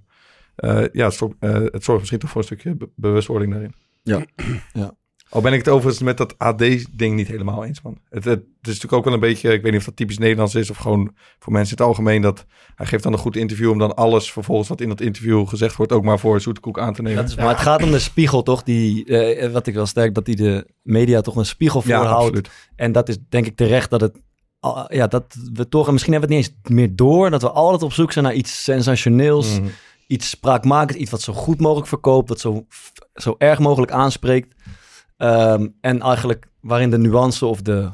Speaker 4: eh, ja, het, zorgt- eh, het zorgt misschien toch voor een stukje be- bewustwording daarin.
Speaker 1: Ja. Ja.
Speaker 4: Al ben ik het overigens met dat AD-ding niet helemaal eens, man. Het, het, het is natuurlijk ook wel een beetje, ik weet niet of dat typisch Nederlands is of gewoon voor mensen in het algemeen, dat hij geeft dan een goed interview om dan alles vervolgens wat in dat interview gezegd wordt ook maar voor zoete koek aan te nemen.
Speaker 1: Dat is, Maar het gaat om de spiegel toch? Die, eh, wat ik wel sterk, dat die de media toch een spiegel voorhoudt. En dat is denk ik terecht dat het. ah, Ja, dat we toch, en misschien hebben we het niet eens meer door, dat we altijd op zoek zijn naar iets sensationeels,
Speaker 4: Mhm.
Speaker 1: iets spraakmakends, iets wat zo goed mogelijk verkoopt, wat zo, f- zo erg mogelijk aanspreekt. Ehm, en eigenlijk waarin de nuance of de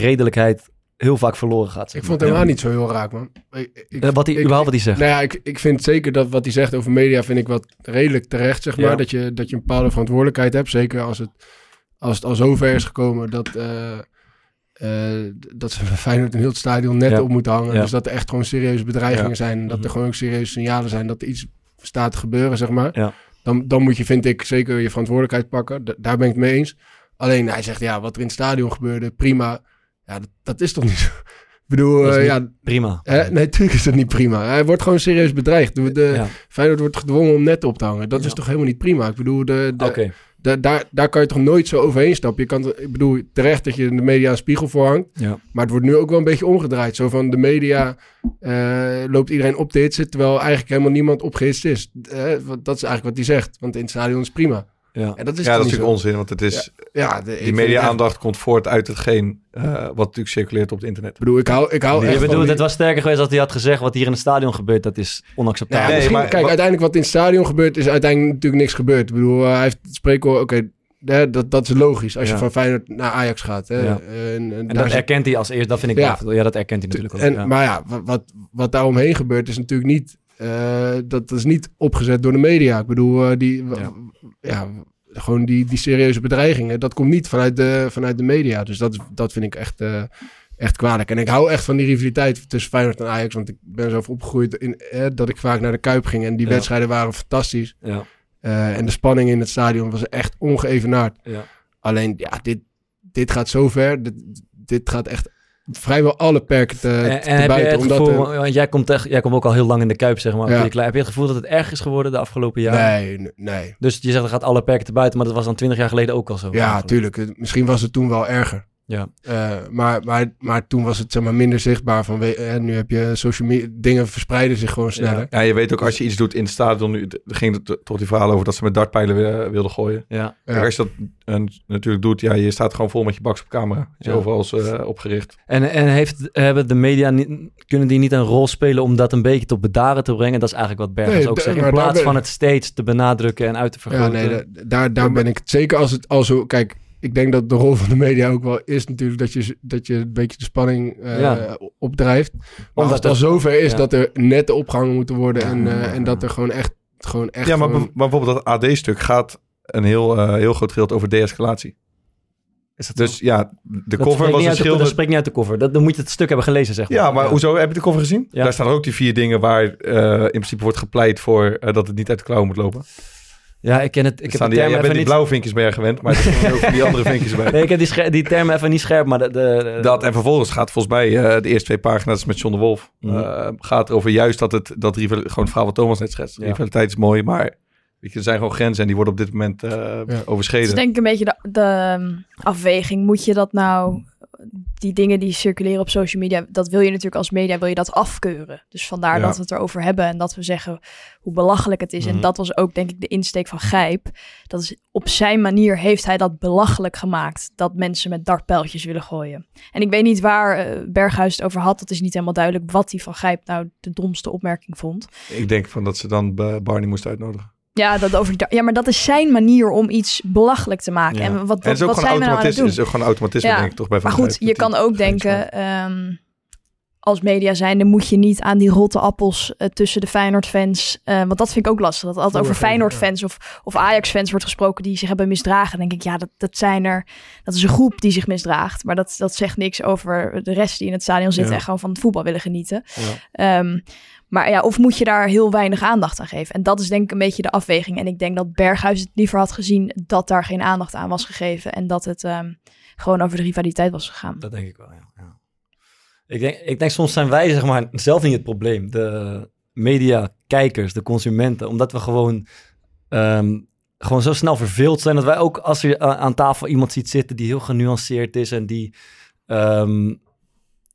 Speaker 1: redelijkheid heel vaak verloren gaat. zeg
Speaker 5: Ik
Speaker 1: maar.
Speaker 5: vond het helemaal niet zo heel raak, man. Ik, ik-
Speaker 1: Eh, wat hij,
Speaker 5: ik-
Speaker 1: überhaupt wat hij zegt.
Speaker 5: Nou ja, ik, ik vind zeker dat wat hij zegt over media, vind ik wat redelijk terecht, zeg maar.
Speaker 1: Ja.
Speaker 5: Dat, je, dat je een bepaalde verantwoordelijkheid hebt. Zeker als het, als het al zover is gekomen dat, eh, eh, dat ze bij Feyenoord een heel het stadion net
Speaker 1: Ja.
Speaker 5: op moeten hangen.
Speaker 1: Ja.
Speaker 5: Dus dat er echt gewoon serieuze bedreigingen
Speaker 1: Ja.
Speaker 5: zijn. En dat er
Speaker 1: Mhm.
Speaker 5: gewoon ook serieuze signalen zijn dat er iets staat te gebeuren, zeg maar.
Speaker 1: Ja.
Speaker 5: Dan, dan moet je, vind ik, zeker je verantwoordelijkheid pakken. Da- daar ben ik het mee eens. Alleen hij zegt, ja, wat er in het stadion gebeurde, prima. Ja, dat, dat is toch niet zo. Ik bedoel,
Speaker 1: Dat is
Speaker 5: eh,
Speaker 1: niet
Speaker 5: ja,
Speaker 1: prima.
Speaker 5: Hè? Nee, natuurlijk is dat niet prima. Hij wordt gewoon serieus bedreigd. De, de-
Speaker 1: Ja.
Speaker 5: Feyenoord wordt gedwongen om net op te hangen. Dat is toch helemaal niet prima? Ik bedoel, de, de,
Speaker 1: Oké.
Speaker 5: de- daar, daar kan je toch nooit zo overheen stappen? Je kan, ik bedoel, terecht dat je de media een spiegel voor hangt.
Speaker 1: Ja.
Speaker 5: Maar het wordt nu ook wel een beetje omgedraaid. Zo van de media eh, loopt iedereen op te hitsen... terwijl eigenlijk helemaal niemand opgehitst is. Eh, want dat is eigenlijk wat hij zegt. Want in het stadion is prima.
Speaker 1: Ja,
Speaker 5: En dat
Speaker 4: ja,
Speaker 5: is toch
Speaker 4: dat is
Speaker 5: niet
Speaker 4: natuurlijk
Speaker 5: zo?
Speaker 4: onzin, want het is,
Speaker 5: Ja, de-
Speaker 4: die
Speaker 5: ik vind het echt-
Speaker 4: media-aandacht komt voort uit hetgeen eh, wat natuurlijk circuleert op het internet. Ik
Speaker 5: bedoel, ik hou, ik hou
Speaker 1: Je bedoelt, het was sterker geweest als hij had gezegd... wat hier in het stadion gebeurt, dat is
Speaker 5: Nou ja,
Speaker 1: onacceptabel.
Speaker 5: misschien- kijk,
Speaker 1: wat-
Speaker 5: uiteindelijk wat in het stadion gebeurt, is uiteindelijk natuurlijk niks gebeurd. Ik bedoel, eh, hij heeft het spreekwoord, oké, hè, dat, dat is logisch als
Speaker 1: Ja.
Speaker 5: je van Feyenoord naar Ajax gaat. Hè. eh,
Speaker 1: Ja.
Speaker 5: En,
Speaker 1: En
Speaker 5: daar
Speaker 1: dat
Speaker 5: zit-
Speaker 1: erkent hij als eerst, dat vind ik...
Speaker 5: Ja.
Speaker 1: Ja, ja dat erkent hij natuurlijk ook.
Speaker 5: en,
Speaker 1: ja.
Speaker 5: Maar ja, wa- wat, wat daar omheen gebeurt, is natuurlijk niet, eh, dat, dat is niet opgezet door de media. Ik bedoel, eh, die, wa- ja. gewoon die, die serieuze bedreigingen, dat komt niet vanuit de, vanuit de media. Dus dat, is- dat vind ik echt... eh, Echt kwalijk. En ik hou echt van die rivaliteit tussen Feyenoord en Ajax. Want ik ben zelf opgegroeid in, eh, dat ik vaak naar de Kuip ging. En die
Speaker 1: Ja.
Speaker 5: wedstrijden waren fantastisch.
Speaker 1: Ja.
Speaker 5: Eh, en de spanning in het stadion was echt ongeëvenaard.
Speaker 1: Ja.
Speaker 5: Alleen, ja, dit, dit gaat zo ver. Dit, dit gaat echt vrijwel alle perken te,
Speaker 1: En,
Speaker 5: te
Speaker 1: en heb jij
Speaker 5: buiten.
Speaker 1: het
Speaker 5: omdat
Speaker 1: gevoel,
Speaker 5: er-
Speaker 1: want jij komt, echt, jij komt ook al heel lang in de Kuip, zeg maar.
Speaker 5: Ja.
Speaker 1: Heb je Heb je het gevoel dat het erg is geworden de afgelopen jaren?
Speaker 5: Nee, nee, nee.
Speaker 1: Dus je zegt, er gaat alle perken te buiten, maar dat was dan twintig jaar geleden ook al zo.
Speaker 5: Ja, tuurlijk. Het- Misschien was het toen wel erger.
Speaker 1: Ja.
Speaker 5: Eh, maar, maar, maar toen was het zeg maar, minder zichtbaar. Van, we- eh, nu heb je social media. Dingen verspreiden zich gewoon sneller.
Speaker 4: Ja, je weet ook als je iets doet in het stadion. Nu er ging het toch die verhaal over dat ze met dartpijlen weer- wilden gooien.
Speaker 1: Ja.
Speaker 4: Kijk, Als je dat eh, natuurlijk doet, ja, je staat gewoon vol met je baks op camera. Je
Speaker 1: Ja.
Speaker 4: overal is eh, opgericht.
Speaker 1: En, en heeft, hebben de media niet, kunnen die niet een rol spelen om dat een beetje tot bedaren te brengen? Dat is eigenlijk wat Bergers
Speaker 5: Nee,
Speaker 1: ook
Speaker 5: d-
Speaker 1: zegt. In
Speaker 5: maar daar
Speaker 1: plaats
Speaker 5: ben-
Speaker 1: van het steeds te benadrukken en uit te
Speaker 5: Ja,
Speaker 1: vergroten.
Speaker 5: nee, da- daar, daar ben ik het. Zeker als het als zo. Kijk, ik denk dat de rol van de media ook wel is natuurlijk dat je, dat je een beetje de spanning eh,
Speaker 1: Ja.
Speaker 5: opdrijft. Maar
Speaker 1: Omdat
Speaker 5: als het al
Speaker 1: dat-
Speaker 5: zover is
Speaker 1: ja.
Speaker 5: dat er netten opgehangen moeten worden en,
Speaker 6: nou,
Speaker 5: eh, en dat er gewoon echt. Gewoon echt
Speaker 4: ja, maar,
Speaker 5: gewoon-
Speaker 4: bev- maar bijvoorbeeld dat AD-stuk gaat een heel, eh, heel groot gedeelte over de-escalatie. dus ja, de
Speaker 1: Dat
Speaker 4: cover
Speaker 1: spreekt
Speaker 4: was
Speaker 1: niet
Speaker 4: een
Speaker 1: uit de- Dat
Speaker 4: schilder.
Speaker 1: spreekt niet uit de cover. Dat, dan moet je het stuk hebben gelezen, zeg maar.
Speaker 4: Ja, maar hoezo? Heb je de cover gezien?
Speaker 1: Ja.
Speaker 4: Daar staan ook die vier dingen waar eh, in principe wordt gepleit voor eh, dat het niet uit de klauwen moet lopen.
Speaker 1: Ja, ik ken het. Ik heb
Speaker 4: staan
Speaker 1: de
Speaker 4: die,
Speaker 1: term
Speaker 4: jij bent
Speaker 1: even
Speaker 4: die
Speaker 1: niet-
Speaker 4: blauwe vinkjes meer gewend, maar er zijn ook die andere vinkjes bij.
Speaker 1: Nee, ik heb die, scher- die termen even niet scherp, maar de, de,
Speaker 4: Dat en vervolgens gaat volgens mij eh, de eerste twee pagina's met John de Wolf.
Speaker 1: Mhm.
Speaker 4: eh, gaat erover juist dat het dat rival, gewoon het verhaal wat Thomas net schetst.
Speaker 1: Ja.
Speaker 4: Rivaliteit is mooi, maar weet je, er zijn gewoon grenzen en die worden op dit moment eh,
Speaker 6: Dus
Speaker 4: overschreden.
Speaker 6: denk ik een beetje de, de um, afweging. Moet je dat nou, die dingen die circuleren op social media, dat wil je natuurlijk als media, wil je dat afkeuren. Dus vandaar
Speaker 13: Ja.
Speaker 6: dat we het erover hebben en dat we zeggen hoe belachelijk het is.
Speaker 13: Mhm.
Speaker 6: En dat was ook denk ik de insteek van Gijp. Dat is, op zijn manier heeft hij dat belachelijk gemaakt, dat mensen met dartpijltjes willen gooien. En ik weet niet waar eh, Berghuis het over had, dat is niet helemaal duidelijk wat hij van Gijp nou de domste opmerking vond.
Speaker 4: Ik denk van dat ze dan eh, Barney moest uitnodigen.
Speaker 6: Ja, dat over die dar- ja, maar dat is zijn manier om iets belachelijk te maken. En wat, wat,
Speaker 4: het is ook
Speaker 6: wat
Speaker 4: gewoon
Speaker 6: zijn we nou aan het
Speaker 4: automatisme,
Speaker 6: doen?
Speaker 4: is ook gewoon automatisme denk ik toch bij Van
Speaker 6: Maar goed,
Speaker 4: Gijp.
Speaker 6: je kan ook denken, ehm, als media zijnde moet je niet aan die rotte appels eh, tussen de Feyenoord-fans, eh, want dat vind ik ook lastig, dat altijd over
Speaker 13: Voorgeven,
Speaker 6: Feyenoord-fans of, of Ajax-fans wordt gesproken die zich hebben misdragen. Dan denk ik, ja, dat, dat zijn er, dat is een groep die zich misdraagt, maar dat, dat zegt niks over de rest die in het stadion zitten
Speaker 13: Ja.
Speaker 6: en gewoon van het voetbal willen genieten. Ehm, maar ja, of moet je daar heel weinig aandacht aan geven? En dat is denk ik een beetje de afweging. En ik denk dat Berghuis het liever had gezien dat daar geen aandacht aan was gegeven. En dat het ehm, gewoon over de rivaliteit was gegaan.
Speaker 1: Dat denk ik wel, ja. ja. Ik, denk, ik denk soms zijn wij zeg maar, zelf niet het probleem. De media, kijkers, de consumenten. Omdat we gewoon, ehm, gewoon zo snel verveeld zijn. Dat wij ook als je a- aan tafel iemand ziet zitten die heel genuanceerd is en die ehm,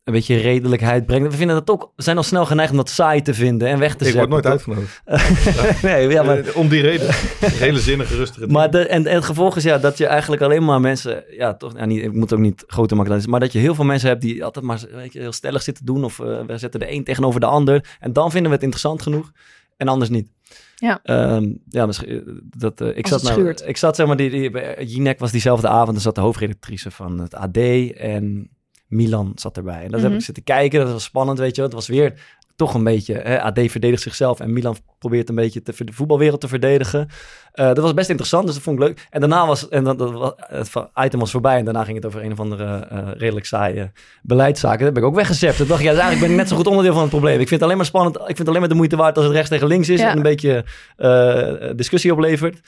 Speaker 1: een beetje redelijkheid brengt. We vinden dat ook, we zijn al snel geneigd om dat saai te vinden en weg te
Speaker 4: Ik
Speaker 1: zetten.
Speaker 4: word nooit
Speaker 1: toch?
Speaker 4: uitgenodigd.
Speaker 1: nee, ja, maar...
Speaker 4: Eh, Om die reden. Hele zinnige, rustige dingen.
Speaker 1: Maar de, en, en het gevolg is ja, dat je eigenlijk alleen maar mensen... Ja, toch, ja, niet, ik moet ook niet groter maken dan het is... maar dat je heel veel mensen hebt die altijd maar weet je, heel stellig zitten doen... of eh, we zetten de een tegenover de ander... en dan vinden we het interessant genoeg en anders niet.
Speaker 6: Ja.
Speaker 1: Ehm, ja, misschien, dat, eh, ik,
Speaker 6: Als
Speaker 1: zat
Speaker 6: het
Speaker 1: nou,
Speaker 6: schuurt.
Speaker 1: ik zat zeg maar, die, die, bij- Jinek was diezelfde avond... en zat de hoofdredactrice van het AD en Milan zat erbij. En dat heb
Speaker 6: Mhm.
Speaker 1: ik zitten kijken, dat was spannend, weet je wel. Het was weer toch een beetje... Hè, AD verdedigt zichzelf en Milan probeert een beetje te, ver- de voetbalwereld te verdedigen. Eh, dat was best interessant, dus dat vond ik leuk. En daarna was... En dan, dat, wa- het va- item was voorbij en daarna ging het over een of andere eh, redelijk saaie beleidszaken. Dat heb ik ook weggezept. Toen dacht ik, ja, dus eigenlijk ben ik net zo goed onderdeel van het probleem. Ik vind het alleen maar spannend. Ik vind het alleen maar de moeite waard als het rechts tegen links is
Speaker 6: Ja.
Speaker 1: en een beetje eh, discussie oplevert.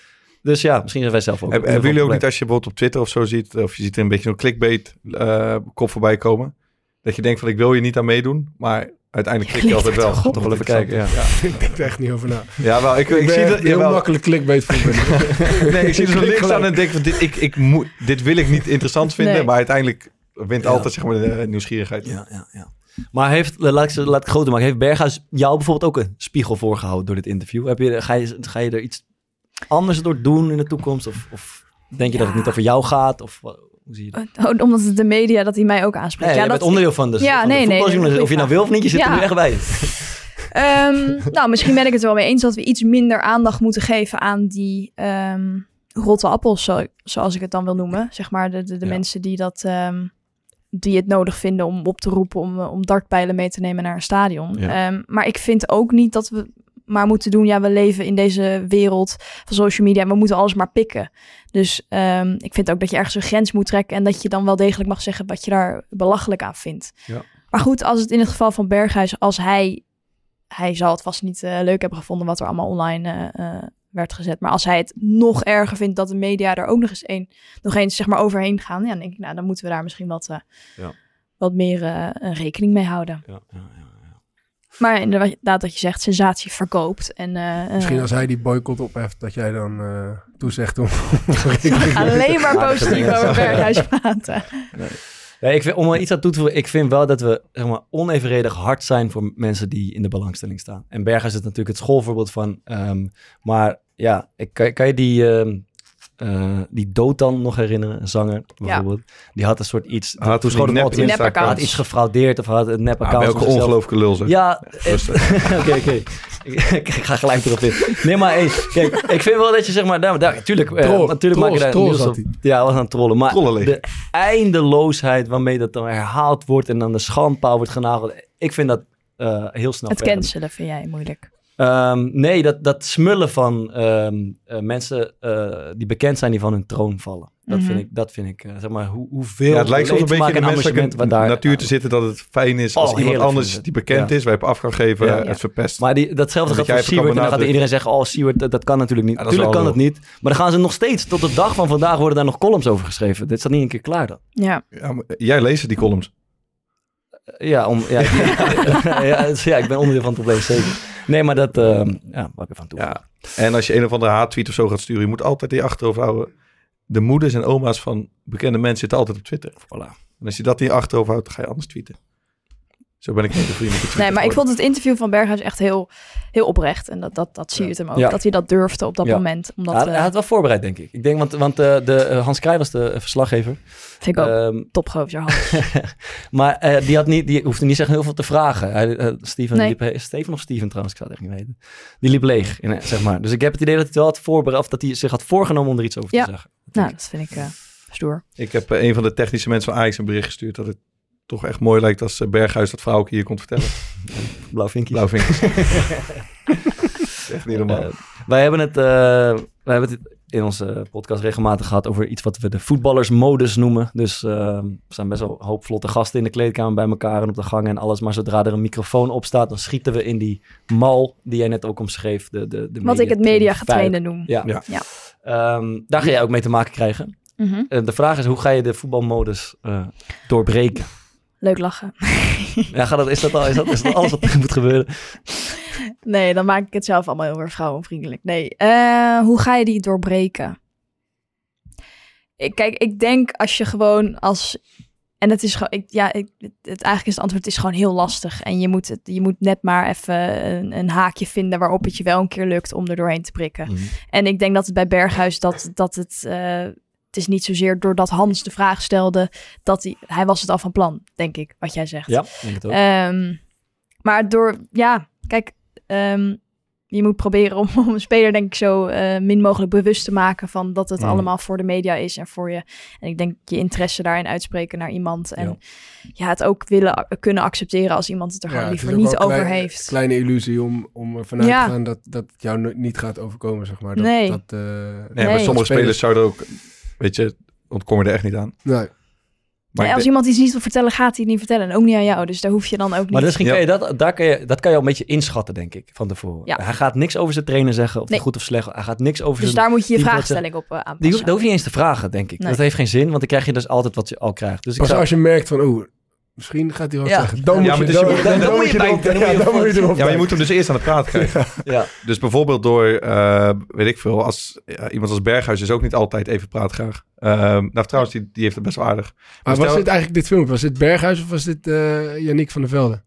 Speaker 1: Dus ja, misschien zijn wij zelf ook.
Speaker 4: Heb- hebben jullie ook niet, als je bijvoorbeeld op Twitter of zo ziet, of je ziet er een beetje zo'n clickbait eh, kop voorbij komen, dat je denkt van ik wil je niet aan meedoen, maar uiteindelijk klik je altijd wel.
Speaker 1: Toch wel even kijken, ja.
Speaker 5: ik denk er echt niet over na.
Speaker 4: Ja, wel, ik, ik,
Speaker 5: ben
Speaker 4: zie dat...
Speaker 5: heel
Speaker 4: jawel.
Speaker 5: makkelijk clickbait voetbal.
Speaker 4: nee, ik zie er zo'n
Speaker 5: Klik
Speaker 4: link staan
Speaker 5: gelijk.
Speaker 4: en denk van dit, ik, ik moet, dit wil ik niet interessant vinden,
Speaker 6: Nee.
Speaker 4: maar uiteindelijk wint
Speaker 1: Ja.
Speaker 4: altijd zeg maar de eh, nieuwsgierigheid.
Speaker 1: Ja, ja, ja. Maar heeft, laat ik, ze- laat ik het groter maken, heeft Berghuis jou bijvoorbeeld ook een spiegel voorgehouden door dit interview? Heb je, ga, je, ga je er iets anders door doen in de toekomst? Of, of denk je dat het niet over jou gaat? Of wa- hoe zie je dat?
Speaker 6: Oh, omdat het de media dat hij mij ook aanspreekt.
Speaker 1: Nee,
Speaker 6: ja,
Speaker 1: je
Speaker 6: dat
Speaker 1: bent onderdeel van de,
Speaker 6: Ja,
Speaker 1: van de
Speaker 6: nee, nee,
Speaker 1: voetbaljournalist.
Speaker 6: nee,
Speaker 1: of je nou wil of niet, je zit er
Speaker 6: Ja.
Speaker 1: nu echt bij.
Speaker 6: Ehm, nou, misschien ben ik het er wel mee eens dat we iets minder aandacht moeten geven aan die ehm, rotte appels, zo- zoals ik het dan wil noemen. Zeg maar de, de, de
Speaker 1: Ja.
Speaker 6: mensen die, dat, ehm, die het nodig vinden om op te roepen om, eh, om dartpijlen mee te nemen naar een stadion.
Speaker 1: Ja.
Speaker 6: Ehm, maar ik vind ook niet dat we maar moeten doen, ja, we leven in deze wereld van social media en we moeten alles maar pikken. Dus ehm, ik vind ook dat je ergens een grens moet trekken en dat je dan wel degelijk mag zeggen wat je daar belachelijk aan vindt.
Speaker 4: Ja.
Speaker 6: Maar goed, als het in het geval van Berghuis, als hij hij zal het vast niet eh, leuk hebben gevonden wat er allemaal online eh, eh, werd gezet. Maar als hij het nog erger vindt dat de media er ook nog eens, een, nog eens zeg maar, overheen gaan, ja, dan denk ik, nou, dan moeten we daar misschien wat, eh,
Speaker 1: Ja.
Speaker 6: wat meer eh, eh, rekening mee houden.
Speaker 1: Ja,
Speaker 6: Maar inderdaad, dat je zegt, sensatie verkoopt. En, eh, eh,
Speaker 5: Misschien als hij die boycott opheft, dat jij dan eh, toezegt om...
Speaker 6: alleen maar positief
Speaker 1: Ja, dat is-
Speaker 6: over Berghuis praten.
Speaker 1: Nee, ik vind, om er iets aan toe te voegen, ik vind wel dat we zeg maar, onevenredig hard zijn voor mensen die in de belangstelling staan. En Berghuis is natuurlijk het schoolvoorbeeld van. ehm, maar ja, ik, kan, kan je die, ehm eh die dood dan nog herinneren? Een zanger bijvoorbeeld. Die had een soort iets.
Speaker 4: Hij had
Speaker 1: toen
Speaker 4: toen
Speaker 1: schoot
Speaker 4: die
Speaker 1: hem
Speaker 4: nep
Speaker 1: altijd in.
Speaker 4: Insta-account.
Speaker 1: Had iets gefraudeerd of had een nep
Speaker 4: Ah,
Speaker 1: account.
Speaker 4: welke ongelooflijke lul zeg.
Speaker 1: Ja, eh,
Speaker 4: Rustig.
Speaker 1: Oké, oké. Ik, ik ga gelijk erop in. Nee, maar hey, kijk, ik vind wel dat je zeg maar... Daar, daar, tuurlijk, eh,
Speaker 5: Troll,
Speaker 1: natuurlijk maak je daar
Speaker 5: trolls,
Speaker 1: nieuws
Speaker 5: trolls
Speaker 1: op.
Speaker 5: had
Speaker 1: Ja, hij was aan het trollen. Maar
Speaker 4: Trollenleger.
Speaker 1: de eindeloosheid waarmee dat dan herhaald wordt... en dan de schandpaal wordt genageld. Ik vind dat eh, heel snel
Speaker 6: Het
Speaker 1: verder.
Speaker 6: cancelen vind jij moeilijk.
Speaker 1: Ehm, nee, dat, dat smullen van ehm, eh, mensen eh, die bekend zijn... die van hun troon vallen. Dat
Speaker 6: Mhm.
Speaker 1: vind ik, dat vind ik eh, zeg maar, hoe, hoeveel...
Speaker 4: Ja, het lijkt soms een
Speaker 1: leedvermaak
Speaker 4: beetje in
Speaker 1: en
Speaker 4: de
Speaker 1: amusement
Speaker 4: menselijke
Speaker 1: we daar-
Speaker 4: natuur te zitten dat het fijn is
Speaker 1: Oh,
Speaker 4: als iemand
Speaker 1: heerlijk vind
Speaker 4: anders
Speaker 1: ik
Speaker 4: die
Speaker 1: het.
Speaker 4: bekend
Speaker 1: Ja.
Speaker 4: is, wij hebben af gaan geven,
Speaker 1: Ja.
Speaker 4: het verpest.
Speaker 1: Maar die, datzelfde
Speaker 4: Dat
Speaker 1: gaat
Speaker 4: jij
Speaker 1: voor
Speaker 4: even kan
Speaker 1: Siewert. En dan gaat
Speaker 4: benadrukken.
Speaker 1: iedereen zeggen, oh Siewert, dat, dat kan natuurlijk niet.
Speaker 4: Ja, dat is
Speaker 1: Natuurlijk kan
Speaker 4: wel
Speaker 1: het niet. Maar dan gaan ze nog steeds, tot de dag van vandaag worden daar nog columns over geschreven. Dit staat niet een keer klaar dan.
Speaker 6: Ja,
Speaker 4: Ja, maar jij leest die columns.
Speaker 1: Ja, om, ja, ja, ja, dus ja, ik ben onderdeel van het probleem, zeker. Nee, maar dat, ehm ja, wat ik ervan toe.
Speaker 4: Ja. En als je een of andere haattweet of zo gaat sturen, je moet altijd die achterover houden. De moeders en oma's van bekende mensen zitten altijd op Twitter.
Speaker 1: Voilà.
Speaker 4: En als je dat niet achterover houdt, dan ga je anders tweeten. Zo ben ik niet de vriendelijke
Speaker 6: nee,
Speaker 4: tweeter
Speaker 6: maar ik
Speaker 4: geworden.
Speaker 6: vond het interview van Berghuis echt heel, heel oprecht. En dat, dat, dat zie je het hem ook.
Speaker 1: Ja.
Speaker 6: Dat hij dat durfde op dat
Speaker 1: Ja.
Speaker 6: moment. Omdat,
Speaker 1: Ja, hij
Speaker 6: eh,
Speaker 1: had wel voorbereid, denk ik. Ik denk, want, want eh, de, eh, Hans Krij was de eh, verslaggever.
Speaker 6: vind ik ook
Speaker 1: Ehm,
Speaker 6: topgozer had.
Speaker 1: maar eh, die, had niet, die hoefde niet echt heel veel te vragen. Hij, eh, Steven,
Speaker 6: Nee.
Speaker 1: liep, Steven of Steven trouwens, ik zou het echt niet weten. Die liep leeg, in, eh, zeg maar. Dus ik heb het idee dat hij het wel had voorbereid, of dat hij zich had voorgenomen om er iets over
Speaker 6: Ja.
Speaker 1: te zeggen.
Speaker 6: Nou, dat vind ik eh stoer.
Speaker 4: Ik heb eh, een van de technische mensen van Ajax een bericht gestuurd dat het toch echt mooi lijkt als eh, Berghuis dat vrouwtje hier komt vertellen.
Speaker 1: Blauw vinkje.
Speaker 4: Blauw vinkjes. echt niet normaal.
Speaker 1: Eh, wij hebben het, eh, wij hebben het in onze podcast regelmatig gehad over iets wat we de voetballersmodus noemen. Dus eh, er zijn best wel een hoop vlotte gasten in de kleedkamer bij elkaar en op de gang en alles. Maar zodra er een microfoon op staat, dan schieten we in die mal die jij net ook omschreef. De, de, de
Speaker 6: Wat ik het media getrainde noem.
Speaker 1: Ja.
Speaker 4: Ja.
Speaker 6: Ja.
Speaker 1: Ehm, daar ga jij ook mee te maken krijgen.
Speaker 6: Mhm.
Speaker 1: Eh, de vraag is, hoe ga je de voetbalmodus eh, doorbreken?
Speaker 6: Leuk lachen.
Speaker 1: ja, gaat dat, is, dat al, is, dat, is dat alles wat er moet gebeuren?
Speaker 6: Nee, dan maak ik het zelf allemaal heel erg vrouwenvriendelijk. Nee, eh, hoe ga je die doorbreken? Ik, kijk, ik denk als je gewoon als... En het is gewoon, ik, ja, ik, het, het- eigenlijk is het antwoord het is gewoon heel lastig. En je moet, het, je moet net maar even een, een haakje vinden waarop het je wel een keer lukt om er doorheen te prikken.
Speaker 1: Mhm.
Speaker 6: En ik denk dat het bij Berghuis dat, dat het. eh, het is niet zozeer doordat Hans de vraag stelde dat hij. Hij was het al van plan, denk ik, wat jij zegt.
Speaker 1: Ja, denk het ook.
Speaker 6: Ehm, maar door. Ja, kijk. ehm, je moet proberen om, om een speler, denk ik, zo eh, min mogelijk bewust te maken van dat het
Speaker 13: Mm.
Speaker 6: allemaal voor de media is en voor je. En ik denk je interesse daarin uitspreken naar iemand. En ja, het ook willen a- kunnen accepteren als iemand het er gewoon
Speaker 5: het is
Speaker 6: liever
Speaker 5: ook
Speaker 6: niet
Speaker 5: wel een
Speaker 6: over
Speaker 5: klein-
Speaker 6: heeft.
Speaker 5: kleine illusie om, om ervan uit
Speaker 6: Ja.
Speaker 5: te gaan dat, dat het jou no- niet gaat overkomen, zeg maar. Dat,
Speaker 6: Nee.
Speaker 5: Dat, eh,
Speaker 4: Nee, maar sommige spelers zouden ook... Weet je, ontkom je er echt niet aan.
Speaker 5: Nee.
Speaker 4: Maar
Speaker 6: Nee,
Speaker 4: ik
Speaker 6: als
Speaker 4: denk-
Speaker 6: iemand iets niet wil vertellen, gaat hij het niet vertellen. En ook niet aan jou. Dus daar hoef je dan ook niet...
Speaker 1: Maar dus kan je dat, daar kan je, dat kan je al een beetje inschatten, denk ik, van tevoren.
Speaker 6: Ja.
Speaker 1: Hij gaat niks over zijn trainer zeggen, of
Speaker 6: Nee.
Speaker 1: hij goed of slecht. Hij gaat niks over
Speaker 6: Dus
Speaker 1: zijn
Speaker 6: daar moet je je
Speaker 1: team wat
Speaker 6: vraagstelling
Speaker 1: zeggen.
Speaker 6: op eh, aanpassen.
Speaker 1: Die hoef, dat hoef je niet eens te vragen, denk ik.
Speaker 6: Nee.
Speaker 1: Dat heeft geen zin, want dan krijg je dus altijd wat je al krijgt. Dus ik
Speaker 4: Oh,
Speaker 5: Pas
Speaker 1: zou-
Speaker 5: als je merkt van, oeh, misschien gaat hij wel
Speaker 1: Ja.
Speaker 5: zeggen. Dan
Speaker 1: Ja,
Speaker 5: moet
Speaker 1: maar
Speaker 5: je
Speaker 1: dus je
Speaker 5: dan-
Speaker 1: moet- dan
Speaker 5: dan- dan
Speaker 1: moet je
Speaker 5: moet je erop
Speaker 1: bij- dan moet je
Speaker 5: ja, dan
Speaker 1: erop-
Speaker 5: moet je erop
Speaker 4: Ja, maar je
Speaker 5: bij.
Speaker 4: moet hem dus eerst aan de praat krijgen.
Speaker 1: Ja.
Speaker 4: Dus bijvoorbeeld door, eh, weet ik veel, als, ja, iemand als Berghuis is ook niet altijd even praatgraag. Ehm nou, trouwens, die, die heeft het best wel aardig.
Speaker 5: Maar was
Speaker 4: stel-
Speaker 5: dit eigenlijk dit filmpje? Was dit Berghuis of was dit eh Yannick van der Velde?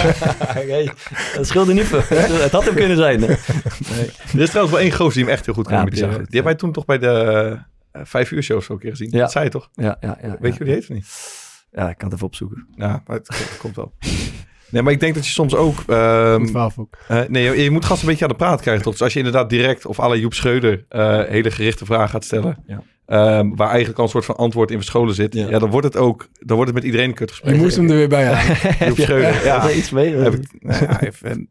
Speaker 1: Hey, dat scheelde niet veel. Het had hem kunnen zijn. hè?
Speaker 5: Ehm,
Speaker 1: Nee.
Speaker 4: Er is trouwens wel één goos die hem echt heel goed kan
Speaker 1: Ja,
Speaker 4: imiteren.
Speaker 1: die
Speaker 4: Die
Speaker 1: is goed,
Speaker 4: hebben wij toen toch bij de eh, vijf uur show of zo een keer gezien.
Speaker 1: Ja.
Speaker 4: Dat zei je toch?
Speaker 1: Ja, ja, ja,
Speaker 4: Weet
Speaker 1: ja.
Speaker 4: je hoe die heet of niet?
Speaker 1: Ja, ik kan het even opzoeken.
Speaker 4: Ja, maar het, het komt wel. Nee, maar ik denk dat je soms ook... ehm,
Speaker 5: Goed verhaal, Fok.
Speaker 4: eh, nee, je, je moet gasten een beetje aan de praat krijgen, toch? Dus als je inderdaad direct of alle Joep Schreuder eh, hele gerichte vragen gaat stellen...
Speaker 1: Ja.
Speaker 4: ehm, waar eigenlijk al een soort van antwoord in verscholen zit... Ja. dan wordt het ook... Dan wordt het met iedereen een kutgesprek.
Speaker 5: Je moest hem er weer bij halen.
Speaker 4: Joep Schreuder, ja.
Speaker 1: Heb je iets mee?
Speaker 4: Heb ik, nou ja, ik, vind,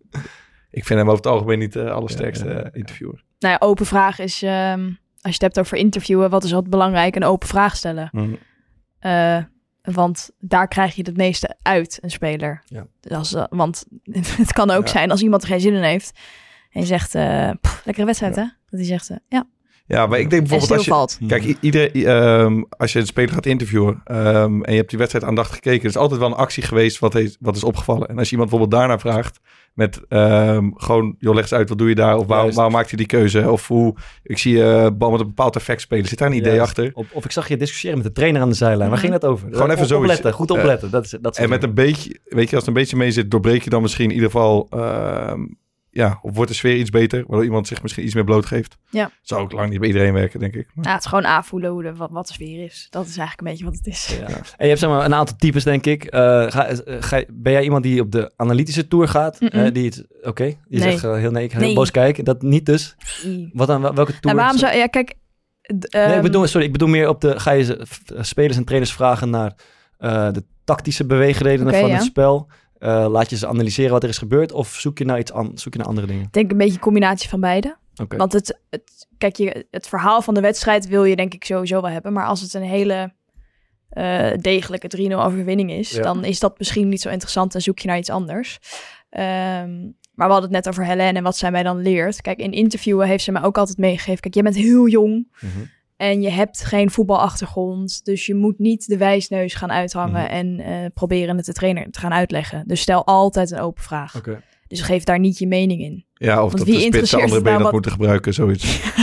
Speaker 4: ik vind hem over het algemeen niet de allersterkste eh, interviewer.
Speaker 6: Nou ja, open vraag is... ehm, als je het hebt over interviewen, wat is wat belangrijk? Een open vraag stellen.
Speaker 4: Mhm.
Speaker 6: Eh, want daar krijg je het meeste uit, een speler.
Speaker 1: Ja.
Speaker 6: Dus als, eh, want het kan ook
Speaker 4: Ja.
Speaker 6: zijn als iemand er geen zin in heeft. En je zegt, eh, "Pff, lekkere wedstrijd hè? Dat hij zegt, eh, ja.
Speaker 4: Ja, maar ik denk bijvoorbeeld als je...
Speaker 6: stilvalt.
Speaker 1: Hm.
Speaker 4: Kijk, i- ieder, i- ehm, als je een speler gaat interviewen ehm, en je hebt die wedstrijd aandachtig gekeken, er is altijd wel een actie geweest wat, heeft, wat is opgevallen. En als je iemand bijvoorbeeld daarna vraagt met ehm, gewoon, joh, leg eens uit, wat doe je daar? Of waarom,
Speaker 1: Juist.
Speaker 4: waarom maakt je die keuze? Of hoe, ik zie eh bal met een bepaald effect spelen. Zit daar een idee
Speaker 1: Juist.
Speaker 4: achter?
Speaker 1: Op- of ik zag je discussiëren met de trainer aan de zijlijn. Waar
Speaker 6: Mhm.
Speaker 1: ging dat over?
Speaker 4: Gewoon even
Speaker 1: Op-
Speaker 4: zo.
Speaker 1: Opletten, goed opletten. dat is, dat is
Speaker 4: en met een beetje, weet je, als het een beetje mee zit, doorbreek je dan misschien in ieder geval, ehm, ja, of wordt de sfeer iets beter, waardoor iemand zich misschien iets meer blootgeeft.
Speaker 6: Ja.
Speaker 4: Zou ook lang niet bij iedereen werken, denk ik. Maar-
Speaker 6: Nou, het is gewoon aanvoelen hoe de, wat, wat de sfeer is. Dat is eigenlijk een beetje wat het is.
Speaker 1: Ja. En je hebt zeg maar, een aantal types, denk ik. Eh, ga, eh, ga- ben jij iemand die op de analytische tour gaat?
Speaker 6: Mm-mm.
Speaker 1: Eh, die het, oké, die
Speaker 6: Mhm. Nee.
Speaker 1: zegt eh, heel nee, ik ga heel
Speaker 6: Nee.
Speaker 1: boos kijken. Dat niet dus. Wat dan, wel- welke tour?
Speaker 6: En waarom zou... Ja, kijk... d-
Speaker 1: Nee, ik
Speaker 6: ehm,
Speaker 1: bedoel, sorry, ik bedoel meer op de, ga je ze- f- eh, spelers en trainers vragen naar eh, de tactische beweegredenen
Speaker 6: Oké,
Speaker 1: van
Speaker 6: ja.
Speaker 1: het spel? Eh, laat je ze analyseren wat er is gebeurd? Of zoek je naar iets aan, zoek je naar andere dingen?
Speaker 6: Ik denk een beetje een combinatie van beide.
Speaker 1: Oké.
Speaker 6: Want het, het, kijk, je, het verhaal van de wedstrijd wil je denk ik sowieso wel hebben. Maar als het een hele eh, degelijke 3-0 overwinning is,
Speaker 13: Ja.
Speaker 6: dan is dat misschien niet zo interessant en zoek je naar iets anders. Ehm, maar we hadden het net over Helen en wat zij mij dan leert. Kijk, in interviewen heeft ze mij ook altijd meegegeven. Kijk, je bent heel jong.
Speaker 1: Mhm.
Speaker 6: En je hebt geen voetbalachtergrond. Dus je moet niet de wijsneus gaan uithangen
Speaker 1: Mhm.
Speaker 6: en eh, proberen het de trainer te gaan uitleggen. Dus stel altijd een open vraag.
Speaker 1: Oké.
Speaker 6: Dus geef daar niet je mening in.
Speaker 4: Ja, of
Speaker 6: Want
Speaker 4: dat
Speaker 6: wie
Speaker 4: de spits zijn
Speaker 6: interesseert
Speaker 4: andere
Speaker 6: het nou
Speaker 4: been had
Speaker 6: wat-
Speaker 4: moeten gebruiken, zoiets.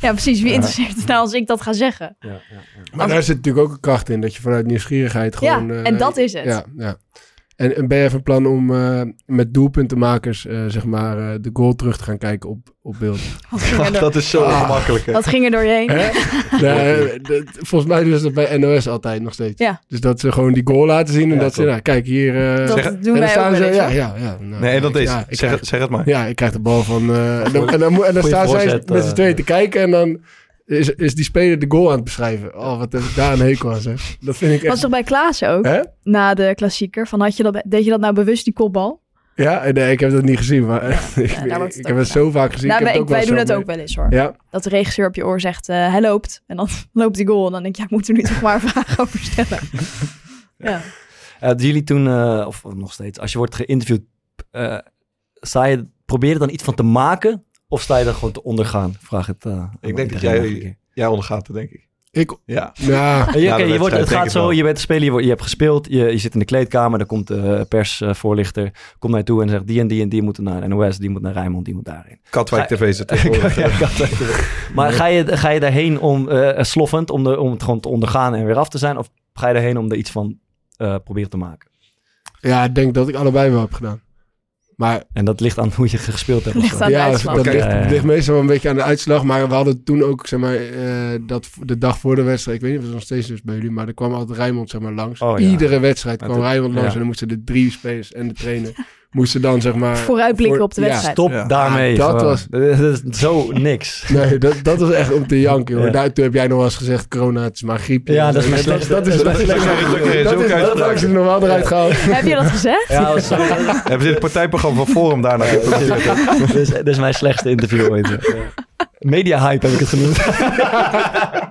Speaker 6: Ja, precies. Wie
Speaker 4: Ja.
Speaker 6: interesseert het nou als ik dat ga zeggen?
Speaker 5: Maar daar zit natuurlijk ook een kracht in, dat je vanuit nieuwsgierigheid
Speaker 6: Ja,
Speaker 5: gewoon... eh,
Speaker 6: en dat is het.
Speaker 5: Ja, ja. En, en ben je van plan om eh, met doelpuntenmakers, eh, zeg maar, eh, de goal terug te gaan kijken op, op beeld?
Speaker 6: Wat ging er door-
Speaker 4: Dat is zo
Speaker 5: Ah.
Speaker 4: ongemakkelijk. hè.
Speaker 6: Wat ging er door je heen?
Speaker 5: Hè? Nee, eh, dat- volgens mij doen ze dat bij NOS altijd nog steeds.
Speaker 6: Ja.
Speaker 5: Dus dat ze gewoon die goal laten zien en
Speaker 4: Ja,
Speaker 5: dat ze,
Speaker 4: klopt.
Speaker 5: nou, kijk hier... eh,
Speaker 6: Dat
Speaker 4: Zeg-
Speaker 6: doen
Speaker 5: en dan
Speaker 6: wij
Speaker 5: staan
Speaker 6: ook
Speaker 5: ze,
Speaker 6: wel eens,
Speaker 5: ja,
Speaker 6: hoor.
Speaker 5: ja, ja. nou,
Speaker 4: Nee, en dan
Speaker 5: kijk,
Speaker 4: deze.
Speaker 5: ja, ik
Speaker 4: zeg,
Speaker 5: krijg-
Speaker 4: het- zeg het maar.
Speaker 5: Ja, ik krijg de bal van. eh, en dan, en dan, moet- en dan
Speaker 1: Goeie
Speaker 5: staan zij
Speaker 1: voorzet,
Speaker 5: met z'n
Speaker 1: eh.
Speaker 5: tweeën te kijken en dan is, is die speler de goal aan het beschrijven. Oh, wat heb ik daar een hekel aan, zeg. Dat vind ik
Speaker 6: Was
Speaker 5: echt.
Speaker 6: toch bij Klaas ook?
Speaker 5: Hè?
Speaker 6: Na de klassieker. Van had je dat, deed je dat nou bewust, die kopbal?
Speaker 5: Ja, eh, nee, ik heb dat niet gezien, maar ik,
Speaker 6: daar wordt het
Speaker 5: ik
Speaker 6: ook
Speaker 5: heb het zo vaak gezien.
Speaker 6: nou,
Speaker 5: ik
Speaker 6: wij,
Speaker 5: heb het
Speaker 6: wij
Speaker 5: ook
Speaker 6: doen
Speaker 5: wel
Speaker 6: dat
Speaker 5: eens zo
Speaker 6: ook wel eens hoor.
Speaker 5: mee. Ja,
Speaker 6: Dat de regisseur op je oor zegt, eh, hij loopt. En dan loopt die goal. En dan denk je, ja, ik moet er nu toch maar vragen over stellen. ja.
Speaker 1: Eh, doen jullie toen, eh, of nog steeds, als je wordt geïnterviewd, eh sta je, probeer je dan iets van te maken? Of sta je dan gewoon te ondergaan? Vraag het. eh, aan
Speaker 4: Ik denk dat
Speaker 1: iedereen nog een
Speaker 4: jij,
Speaker 1: keer.
Speaker 4: jij ondergaat, denk ik.
Speaker 5: ik,
Speaker 4: Ja.
Speaker 5: ja,
Speaker 1: Ja, oké,
Speaker 4: de
Speaker 1: je wordt,
Speaker 4: wedstrijd
Speaker 1: het
Speaker 4: denk
Speaker 1: gaat
Speaker 4: ik
Speaker 1: zo,
Speaker 4: wel.
Speaker 1: je bent speler, je, wordt- je hebt gespeeld, je, je zit in de kleedkamer, dan komt de persvoorlichter, komt naar je toe en zegt die en die en die moeten naar NOS, die moet naar Rijnmond, die moet daarin.
Speaker 4: Katwijk TV zit tegenwoordig. eh.
Speaker 1: Ja, kan het even. maar ga je, ga je daarheen om, eh, sloffend, om, de, om het gewoon te ondergaan en weer af te zijn? Of ga je daarheen om er iets van eh, proberen te maken?
Speaker 5: ja, ik denk dat ik allebei wel heb gedaan. Maar
Speaker 1: En dat ligt aan hoe je gespeeld hebt. of
Speaker 6: Ligt
Speaker 1: zo.
Speaker 6: aan- de
Speaker 5: ja,
Speaker 6: uitslag.
Speaker 5: dat
Speaker 1: Oké.
Speaker 5: ligt,
Speaker 1: Ja, ja, ja.
Speaker 5: ligt meestal wel een beetje aan de uitslag. Maar we hadden toen ook, zeg maar, eh, dat v- de dag voor de wedstrijd. Ik weet niet of het nog steeds is bij jullie, maar er kwam altijd Rijnmond zeg maar, langs.
Speaker 1: Oh, ja.
Speaker 5: Iedere wedstrijd
Speaker 1: Maar
Speaker 5: kwam
Speaker 1: dit-
Speaker 5: Rijnmond langs
Speaker 1: ja.
Speaker 5: en dan moesten de drie spelers en de trainer moesten dan zeg maar...
Speaker 6: Vooruitblikken op de wedstrijd.
Speaker 1: Stop daarmee.
Speaker 5: dat
Speaker 1: gewoon.
Speaker 5: was-
Speaker 1: Dat is zo niks.
Speaker 5: Nee, dat, dat was echt op de jank, joh.
Speaker 1: Ja.
Speaker 5: Daar, toen heb jij nog wel eens gezegd, corona, het is maar griep.
Speaker 1: Ja, dat is mijn slechtste.
Speaker 5: Dat, is mijn slechtste.
Speaker 4: Dat is ook
Speaker 5: Dat is-
Speaker 4: uitspraak.
Speaker 5: Dat heb ik er normaal eruit gehaald.
Speaker 6: Heb je dat gezegd?
Speaker 1: Ja, dat is, dat
Speaker 4: Hebben ze dit partijprogramma van Forum daarna gepubliceerd?
Speaker 1: is, dat is mijn slechtste interview ooit. Ja. Media hype heb ik het genoemd.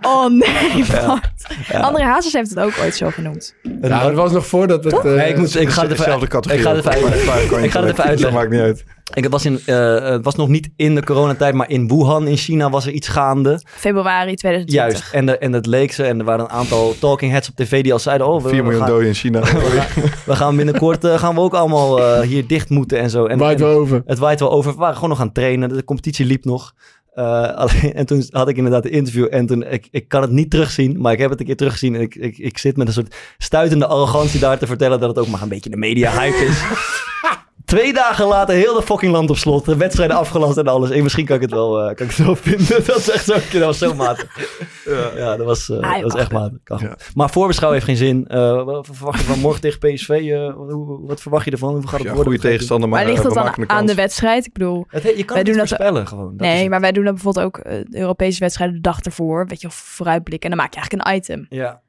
Speaker 6: Oh nee, Bart. André Hazes heeft het ook ooit zo genoemd.
Speaker 5: Ja, dat was nog voordat het... eh,
Speaker 1: Nee, ik, moet, ik ga het even
Speaker 4: Zelfde Dus categorie.
Speaker 1: Ik ga het even
Speaker 4: Maar
Speaker 1: uitleggen.
Speaker 4: daar kan je
Speaker 1: Ik ga het
Speaker 4: niet
Speaker 1: even
Speaker 4: uit. Dat
Speaker 1: uitleggen.
Speaker 4: maakt niet uit.
Speaker 1: Ik, het, was in, eh, het was nog niet in de coronatijd, maar in Wuhan in China was er iets gaande.
Speaker 6: Februari 2020.
Speaker 1: Juist. En, de, en dat leek ze. En er waren een aantal talking heads op tv die al zeiden... Oh, we,
Speaker 4: 4
Speaker 1: we
Speaker 4: miljoen
Speaker 1: gaan,
Speaker 4: doden in China.
Speaker 1: we gaan binnenkort eh, gaan we ook allemaal eh, hier dicht moeten en zo. En,
Speaker 5: waait
Speaker 1: en
Speaker 5: wel over.
Speaker 1: het waait wel over. We waren gewoon nog aan het trainen. De competitie liep nog. Eh, alleen, en toen had ik inderdaad een interview. En toen, ik, ik kan het niet terugzien, maar ik heb het een keer teruggezien. En ik, ik, ik zit met een soort stuitende arrogantie daar te vertellen dat het ook maar een beetje de media-hype is. Twee dagen later, heel de fucking land op slot. De wedstrijden afgelast en alles. En misschien kan ik het wel, eh, kan ik het wel vinden. Dat is echt zo, dat was zo matig. Ja, dat, was, eh,
Speaker 6: Ah, je
Speaker 1: dat was echt
Speaker 6: kan.
Speaker 1: matig. Kan. Maar voorbeschouwen heeft geen zin. Eh, wat verwacht je van morgen tegen PSV? Eh, hoe, wat verwacht je ervan? Hoe gaat het
Speaker 4: Ja,
Speaker 1: worden?
Speaker 4: goede tegenstander, maar,
Speaker 6: Maar ligt
Speaker 4: eh,
Speaker 6: dat
Speaker 4: we maken
Speaker 6: dan aan
Speaker 4: kans.
Speaker 6: de wedstrijd? Ik bedoel,
Speaker 1: Het, he- je kan
Speaker 6: Wij
Speaker 1: het niet
Speaker 6: doen dat-
Speaker 1: voorspellen gewoon. Dat is
Speaker 6: nee,
Speaker 1: het.
Speaker 6: maar wij doen dat bijvoorbeeld ook eh, de Europese wedstrijden de dag ervoor. Weet je, of vooruitblikken. En dan maak je eigenlijk een item.
Speaker 1: Ja.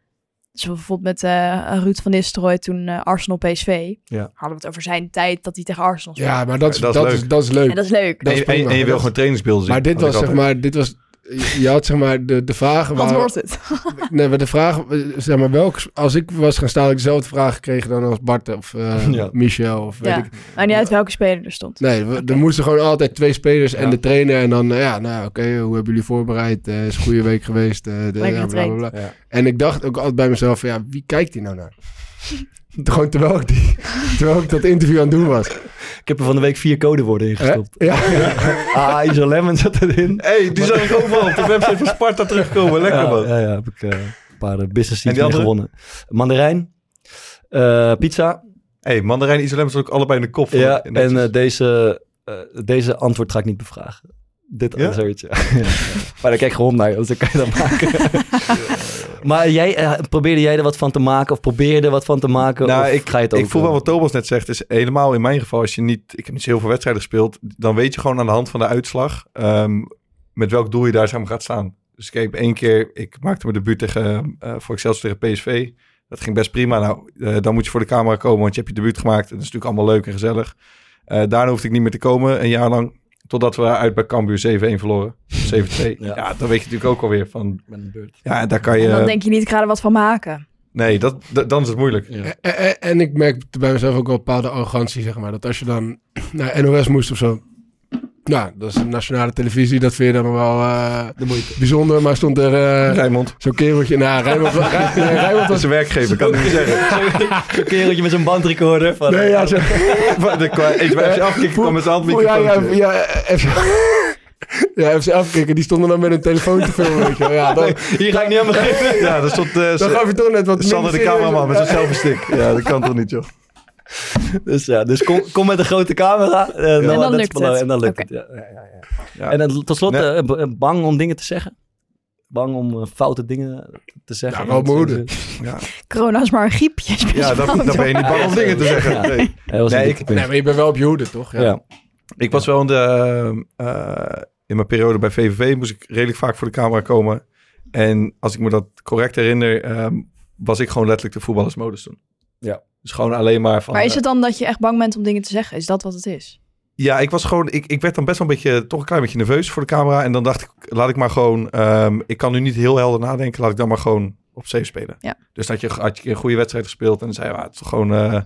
Speaker 6: Dus bijvoorbeeld met eh, Ruud van Nistelrooy toen eh, Arsenal PSV.
Speaker 1: Ja.
Speaker 6: Hadden we het over zijn tijd dat hij tegen Arsenal speelde.
Speaker 5: Ja, maar dat is,
Speaker 4: Dat
Speaker 5: dat,
Speaker 4: is
Speaker 5: is,
Speaker 4: leuk.
Speaker 5: dat is leuk.
Speaker 6: En dat is leuk.
Speaker 5: Dat is
Speaker 4: En, en-
Speaker 5: prima.
Speaker 4: en je wil
Speaker 5: Dat-
Speaker 4: gewoon trainingsbeelden zien.
Speaker 5: Maar dit
Speaker 4: Had ik
Speaker 5: was zeg
Speaker 4: altijd.
Speaker 5: maar, dit was... Je had zeg maar de, de vragen...
Speaker 6: Wat
Speaker 5: waren-
Speaker 6: wordt het?
Speaker 5: Nee, maar de vraag, eh, zeg maar, welke, als ik was gaan staan, had ik dezelfde vraag gekregen dan als Bart of eh,
Speaker 1: Ja.
Speaker 5: Michel of weet
Speaker 6: Ja.
Speaker 5: ik.
Speaker 6: Maar niet uit welke speler er stond.
Speaker 5: Nee, we-
Speaker 6: Oké.
Speaker 5: er moesten gewoon altijd twee spelers en
Speaker 1: Ja.
Speaker 5: de trainer. En dan, eh, ja, nou oké, hoe hebben jullie voorbereid? Eh, is een goede week geweest. eh, de,
Speaker 6: Lekker
Speaker 5: ja, bla, bla,
Speaker 6: getraind.
Speaker 5: bla.
Speaker 1: Ja.
Speaker 5: En ik dacht ook altijd bij mezelf, van, ja, wie kijkt hier nou naar? gewoon terwijl ik, die, terwijl ik dat interview aan het doen was.
Speaker 1: Ik heb er van de week vier codewoorden in
Speaker 5: Hè?
Speaker 1: gestopt.
Speaker 5: Ja,
Speaker 1: Ah, Iso Lemon zat erin.
Speaker 4: hey, die zag ik overal op de website van Sparta terugkomen. Lekker
Speaker 1: ja,
Speaker 4: man.
Speaker 1: ja, ja, heb ik eh, een paar eh, business
Speaker 4: En
Speaker 1: seats
Speaker 4: die
Speaker 1: mee
Speaker 4: andere?
Speaker 1: gewonnen. Mandarijn, eh, pizza.
Speaker 4: hey, Mandarijn en Isolem zat ook allebei in de kop. van-
Speaker 1: Ja, en
Speaker 4: netjes.
Speaker 1: eh, deze, eh, deze antwoord ga ik niet bevragen. Dit
Speaker 4: Ja?
Speaker 1: zoiets, ja. Ja, ja. Maar daar kijk gewoon naar, want dan kan je dat maken. maar jij, eh, probeerde jij er wat van te maken? Of probeerde wat van te maken?
Speaker 4: Nou,
Speaker 1: of ga je het ook...
Speaker 4: Ik voel
Speaker 1: eh,
Speaker 4: wel wat Thomas net zegt. Is helemaal in mijn geval, als je niet. Ik heb niet zo heel veel wedstrijden gespeeld. Dan weet je gewoon aan de hand van de uitslag. ehm, met welk doel je daar samen gaat staan. Dus ik heb één keer. Ik maakte mijn debuut tegen. eh voor Excelsior tegen PSV. Dat ging best prima. Nou, eh, dan moet je voor de camera komen. Want je hebt je debuut gemaakt. En dat is natuurlijk allemaal leuk en gezellig. Eh, daarna hoefde ik niet meer te komen. Een jaar lang. Totdat we uit bij Cambuur 7-1 verloren. 7-2.
Speaker 1: Ja.
Speaker 4: Ja. dan weet je natuurlijk ook alweer van.
Speaker 1: Ik ben aan de beurt.
Speaker 4: Ja, daar kan je.
Speaker 6: En dan
Speaker 5: eh,
Speaker 6: denk je niet, ik ga er wat van maken.
Speaker 4: Nee, dat, dat- dan is het moeilijk.
Speaker 5: En, en- Eh, en ik merk bij mezelf ook wel een bepaalde arrogantie, zeg maar. Dat als je dan naar NOS moest of zo. Nou, dat is een nationale televisie. Dat vind je dan nog wel eh, bijzonder. Maar stond er eh,
Speaker 4: Rijmond.
Speaker 5: zo'n kereltje... Nou, Rijnmond, Rij- nee, Rijnmond
Speaker 4: Dat
Speaker 5: was...
Speaker 4: is een werkgever, kan ik niet zeggen.
Speaker 1: Zo'n kereltje met zo'n bandrecorder. Van,
Speaker 5: Nee, ja, zo,
Speaker 4: Van de kwa- eens bij FC Afkikken kwam met zijn
Speaker 5: oh, ja, ja,
Speaker 4: handmicrofoontje.
Speaker 5: ja, eh, FC ja, FC Afkikken, die stonden dan met hun telefoon te filmen, weet je wel. Ja, dan,
Speaker 1: Hier ga ik niet aan beginnen.
Speaker 4: Ja, daar stond eh,
Speaker 5: dan gaf je toch net wat
Speaker 4: Sander de
Speaker 5: minder serieus
Speaker 4: cameraman
Speaker 5: op.
Speaker 4: met zijn selfie stick. Ja, dat kan toch niet, joh.
Speaker 1: Dus ja, dus kom, kom met een grote camera. eh, dan,
Speaker 6: dan
Speaker 1: dat is
Speaker 6: lukt
Speaker 1: belangrijk,
Speaker 6: het.
Speaker 1: En dan lukt
Speaker 6: Oké.
Speaker 1: het, ja. Ja, ja, ja.
Speaker 4: Ja.
Speaker 1: En dan, tot slot,
Speaker 4: Nee.
Speaker 1: eh, b- eh, bang om dingen te zeggen? Bang om eh, foute dingen te zeggen?
Speaker 5: Ja, wel moedig.
Speaker 6: Corona is maar een griepje. is best
Speaker 4: Ja,
Speaker 6: wel
Speaker 4: dan, dan ben je niet bang om dingen te zeggen.
Speaker 1: Ja.
Speaker 4: Nee.
Speaker 1: Hij was
Speaker 4: Nee,
Speaker 1: een
Speaker 4: ik-
Speaker 1: dikke
Speaker 5: Nee,
Speaker 1: punt.
Speaker 5: maar je bent wel op je hoede, toch? Ja.
Speaker 1: Ja.
Speaker 4: Ik was wel in de... eh, in mijn periode bij VVV moest ik redelijk vaak voor de camera komen. En als ik me dat correct herinner, eh, was ik gewoon letterlijk de voetballersmodus toen.
Speaker 1: Ja.
Speaker 4: Dus gewoon alleen maar van...
Speaker 6: Maar is het dan dat je echt bang bent om dingen te zeggen? Is dat wat het is?
Speaker 4: Ja, ik was gewoon, ik, ik werd dan best wel een beetje, toch een klein beetje nerveus voor de camera. En dan dacht ik, laat ik maar gewoon, ehm, ik kan nu niet heel helder nadenken, laat ik dan maar gewoon op safe spelen.
Speaker 6: Ja.
Speaker 4: Dus dat je, had je een goede wedstrijd gespeeld en dan zei je, ah, het, is gewoon, eh,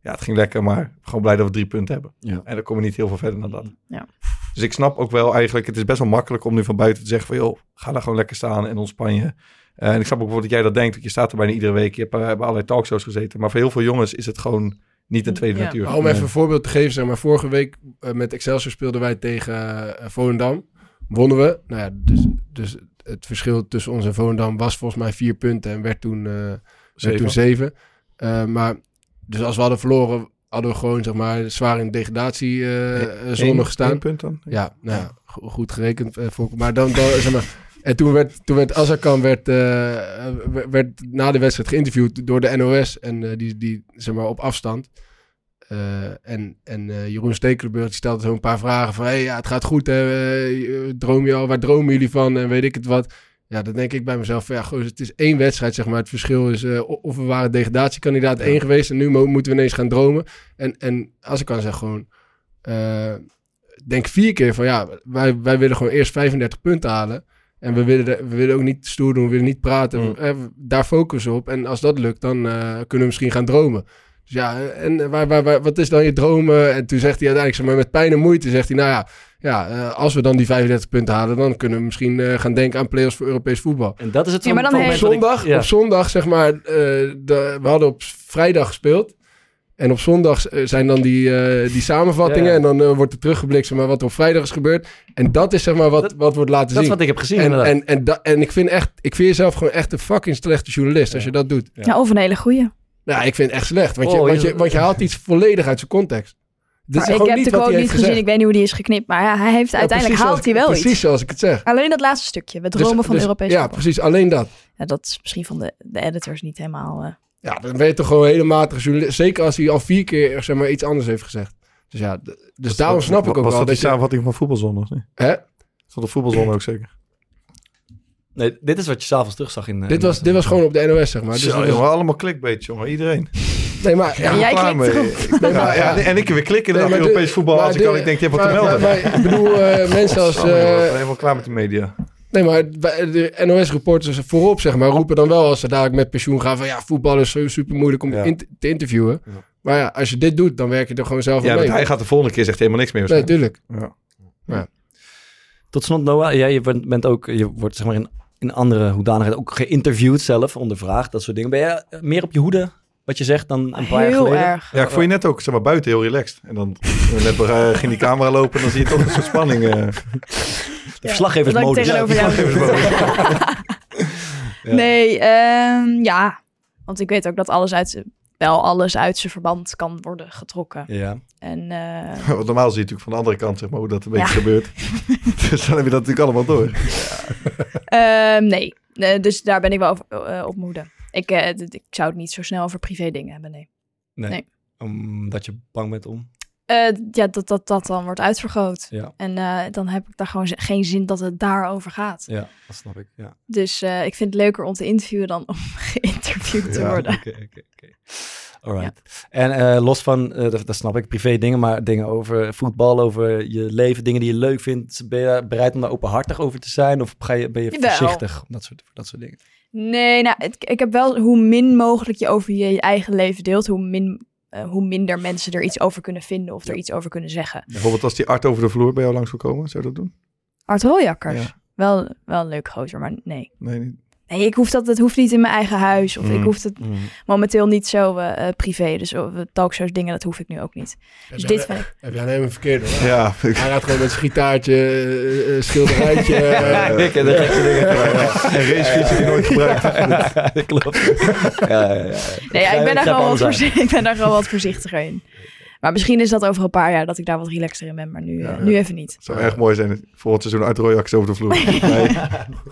Speaker 4: ja, het ging lekker, maar gewoon blij dat we drie punten hebben.
Speaker 1: Ja.
Speaker 4: En dan kom je niet heel veel verder dan dat.
Speaker 6: Ja.
Speaker 4: Dus ik snap ook wel eigenlijk, het is best wel makkelijk om nu van buiten te zeggen van, joh, ga daar gewoon lekker staan en ontspan je. Eh, en ik snap ook bijvoorbeeld dat jij dat denkt, want je staat er bijna iedere week. Je hebt eh, bij allerlei talkshows gezeten. Maar voor heel veel jongens is het gewoon niet een tweede
Speaker 6: Ja.
Speaker 4: natuur.
Speaker 5: Maar om even een voorbeeld te geven, zeg maar, vorige week eh, met Excelsior speelden wij tegen eh, Volendam. Wonnen we. Nou ja, dus, dus het verschil tussen ons en Volendam was volgens mij vier punten en werd toen eh, werd
Speaker 4: Zeven.
Speaker 5: toen zeven. Eh, maar dus als we hadden verloren, hadden we gewoon zeg maar zwaar in degradatie eh, eh, zone
Speaker 4: Eén-
Speaker 5: gestaan.
Speaker 4: één punt dan?
Speaker 5: Ja, nou ja, go- goed gerekend. eh, Volker. Maar dan, dan zeg maar. En toen werd, toen werd Azarkan werd, eh, eh, werd na de wedstrijd geïnterviewd door de NOS. En eh, die, die, zeg maar, op afstand. Eh, eh, en en eh, Jeroen Stekelenburg die stelde zo een paar vragen van... Hey, ja, het gaat goed, hè? Eh, droom je al, waar dromen jullie van? En weet ik het wat. Ja, dan denk ik bij mezelf, ja, goh, het is één wedstrijd, zeg maar. Het verschil is eh, o- of we waren degradatiekandidaat één geweest... en nu mo- moeten we ineens gaan dromen. En, en als ik kan zeggen gewoon... eh, denk vier keer van ja, wij, wij willen gewoon eerst 35 punten halen. En we willen, de- we willen ook niet stoer doen, we willen niet praten.
Speaker 13: Mm.
Speaker 5: Eh, daar focussen we op. En als dat lukt, dan eh, kunnen we misschien gaan dromen. Dus ja, en eh, waar, waar, waar- wat is dan je dromen? En toen zegt hij uiteindelijk, zeg maar met pijn en moeite, zegt hij, nou ja, ja eh, als we dan die 35 punten halen, dan kunnen we misschien eh, gaan denken aan play-offs voor Europees voetbal.
Speaker 1: En dat is het
Speaker 6: Ja, maar dan
Speaker 5: op
Speaker 6: heeft-
Speaker 5: zondag,
Speaker 1: Ja.
Speaker 5: op zondag zeg maar, eh, de- we hadden op vrijdag gespeeld. En op zondag eh, zijn dan die, eh, die samenvattingen.
Speaker 1: Ja, ja.
Speaker 5: En dan eh, wordt er teruggeblikt zeg maar, wat er op vrijdag is gebeurd. En dat is zeg maar wat, wat wordt laten
Speaker 1: dat is
Speaker 5: zien.
Speaker 1: wat ik heb gezien,
Speaker 5: En, en,
Speaker 1: inderdaad.
Speaker 5: en, da- en ik vind echt, ik vind jezelf gewoon echt een fucking slechte journalist als je dat doet.
Speaker 6: Ja, of een hele goeie.
Speaker 5: Nou, ik vind het echt slecht. Want je,
Speaker 1: Oh,
Speaker 5: want
Speaker 1: je-
Speaker 5: je, want je haalt iets volledig uit zijn context. Dit
Speaker 6: Maar
Speaker 5: is
Speaker 6: ik
Speaker 5: gewoon
Speaker 6: heb de
Speaker 5: niet wat
Speaker 6: quote
Speaker 5: hij heeft
Speaker 6: niet gezien.
Speaker 5: gezegd.
Speaker 6: Ik weet niet hoe die is geknipt. Maar ja, hij heeft
Speaker 5: Ja,
Speaker 6: uiteindelijk
Speaker 5: precies zoals-
Speaker 6: haalt hij wel
Speaker 5: Precies
Speaker 6: iets.
Speaker 5: zoals ik het zeg.
Speaker 6: Alleen dat laatste stukje. We
Speaker 5: Dus-
Speaker 6: dromen van
Speaker 5: dus-
Speaker 6: Europees
Speaker 5: Ja,
Speaker 6: voetbal.
Speaker 5: precies. Alleen dat.
Speaker 6: Ja, dat is misschien van de, de editors niet helemaal... eh,
Speaker 5: Ja, dan ben je toch gewoon een hele matige journalist. Zeker als hij al vier keer zeg maar, iets anders heeft gezegd. Dus ja, d- dus daarom snap ik
Speaker 4: was
Speaker 5: ook wel
Speaker 4: dat die
Speaker 5: dat je...
Speaker 4: samenvatting van voetbalzondag? of niet?
Speaker 5: Hè?
Speaker 4: Was dat de voetbalzondag ook zeker?
Speaker 1: Nee, dit is wat je s'avonds terug zag in... eh,
Speaker 5: Dit was, dit was gewoon op de NOS, zeg maar. Dus
Speaker 4: Zo,
Speaker 5: dat was-
Speaker 4: jongen, allemaal clickbait, jongen. Iedereen.
Speaker 5: nee, maar... Ja,
Speaker 4: Ik ben
Speaker 6: jij
Speaker 4: klaar
Speaker 6: klikt
Speaker 4: mee.
Speaker 6: erop.
Speaker 4: Ik ben-
Speaker 5: Nee,
Speaker 4: ja,
Speaker 5: maar-
Speaker 4: ja, en ik weer klikken
Speaker 5: Nee,
Speaker 4: naar
Speaker 5: maar
Speaker 4: Europees
Speaker 5: de-
Speaker 4: voetbal als
Speaker 5: maar
Speaker 4: ik kan.
Speaker 5: de-
Speaker 4: Ik denk, je hebt wat te
Speaker 5: maar-
Speaker 4: melden.
Speaker 5: maar- maar Ik bedoel, eh, mensen als...
Speaker 4: Sorry, jongen, ik
Speaker 5: eh,
Speaker 4: ben helemaal klaar met de media.
Speaker 5: Nee, maar bij- de NOS-reporters voorop, zeg maar, roepen dan wel als ze dadelijk met pensioen gaan van ja, voetbal is zo super moeilijk om
Speaker 4: Ja.
Speaker 5: in te- te interviewen. Maar ja, als je dit doet, dan werk je er gewoon zelf aan
Speaker 4: Ja, want
Speaker 5: mee.
Speaker 4: hij gaat de volgende keer zegt helemaal niks meer.
Speaker 5: Nee,
Speaker 4: waarschijnlijk.
Speaker 5: tuurlijk.
Speaker 4: Ja.
Speaker 1: Tot slot, Noah. Jij je bent, bent ook, je wordt zeg maar in, in andere hoedanigheid ook geïnterviewd zelf, ondervraagd, dat soort dingen. Ben jij eh, meer op je hoede, wat je zegt, dan een paar jaar
Speaker 6: Heel
Speaker 1: geleden?
Speaker 6: erg.
Speaker 4: Ja, ik vond je net ook zeg maar, buiten heel relaxed. En dan net, eh, ging die camera lopen en dan zie je toch een soort spanning. eh.
Speaker 1: De verslaggeversmodus.
Speaker 6: dat ik tegenover jou
Speaker 1: Ja, de
Speaker 4: Ja.
Speaker 6: Nee, ehm, ja. Want ik weet ook dat alles uit, z'n- wel alles uit zijn verband kan worden getrokken.
Speaker 4: Ja.
Speaker 6: En eh,
Speaker 4: Want normaal zie je natuurlijk van de andere kant zeg maar, hoe dat een beetje
Speaker 6: Ja.
Speaker 4: gebeurt. dus dan heb je dat natuurlijk allemaal door.
Speaker 6: Ehm, nee, Eh, dus daar ben ik wel over, eh, op moede. Ik, eh, d- ik zou het niet zo snel over privé dingen hebben, nee.
Speaker 1: Nee.
Speaker 6: Nee.
Speaker 1: Omdat je bang bent om.
Speaker 6: Eh, ja, dat, dat dat dan wordt uitvergroot.
Speaker 1: Ja.
Speaker 6: En eh, dan heb ik daar gewoon z- geen zin dat het daarover gaat.
Speaker 1: Ja, dat snap ik. Ja.
Speaker 6: Dus eh, ik vind het leuker om te interviewen dan om geïnterviewd te
Speaker 1: Ja,
Speaker 6: worden.
Speaker 1: Oké, oké, oké. Alright. En eh, los van, eh, dat, dat snap ik, privé dingen, maar dingen over voetbal, over je leven, dingen die je leuk vindt. Ben je bereid om daar openhartig over te zijn? Of ga je, ben je
Speaker 6: Jawel.
Speaker 1: voorzichtig? om Dat soort, dat soort dingen.
Speaker 6: Nee, nou, het- ik heb wel hoe min mogelijk je over je eigen leven deelt, hoe, min, eh, hoe minder mensen er iets over kunnen vinden of er iets over kunnen zeggen.
Speaker 4: Bijvoorbeeld als die Art over de vloer bij jou langs wil komen, zou je dat doen?
Speaker 6: Art Royakkers.
Speaker 4: Ja.
Speaker 6: Wel, wel een leuk gozer, maar nee.
Speaker 4: Nee, niet.
Speaker 6: Nee, ik hoef dat, het hoeft niet in mijn eigen huis. Of ik
Speaker 4: Mm,
Speaker 6: hoef het
Speaker 4: mm.
Speaker 6: momenteel niet zo eh, eh, privé. Dus eh, talkshows, dingen, dat hoef ik nu ook niet. Dus
Speaker 5: jij-
Speaker 6: dit vind ik...
Speaker 5: Heb jij nou helemaal verkeerd hoor.
Speaker 4: Ja,
Speaker 5: Hij gaat gewoon met zijn gitaartje, eh, eh, schilderijtje.
Speaker 1: Ja,
Speaker 5: eh,
Speaker 1: ik ken de gekste dingen.
Speaker 4: Een racefiets die je nooit gebruikt.
Speaker 1: Ja, dat klopt. Ja, ja, ja.
Speaker 6: Nee, ja,
Speaker 1: Ga-
Speaker 6: ik, ben daar
Speaker 1: ga
Speaker 6: gewoon wat
Speaker 1: anders aan.
Speaker 6: voorzichtig, ik ben daar gewoon wat voorzichtiger in. Maar misschien is dat over een paar jaar dat ik daar wat relaxter in ben. Maar nu, eh,
Speaker 4: ja.
Speaker 6: nu even niet.
Speaker 4: zou erg mooi zijn. Volgend seizoen Art Royax over de vloer.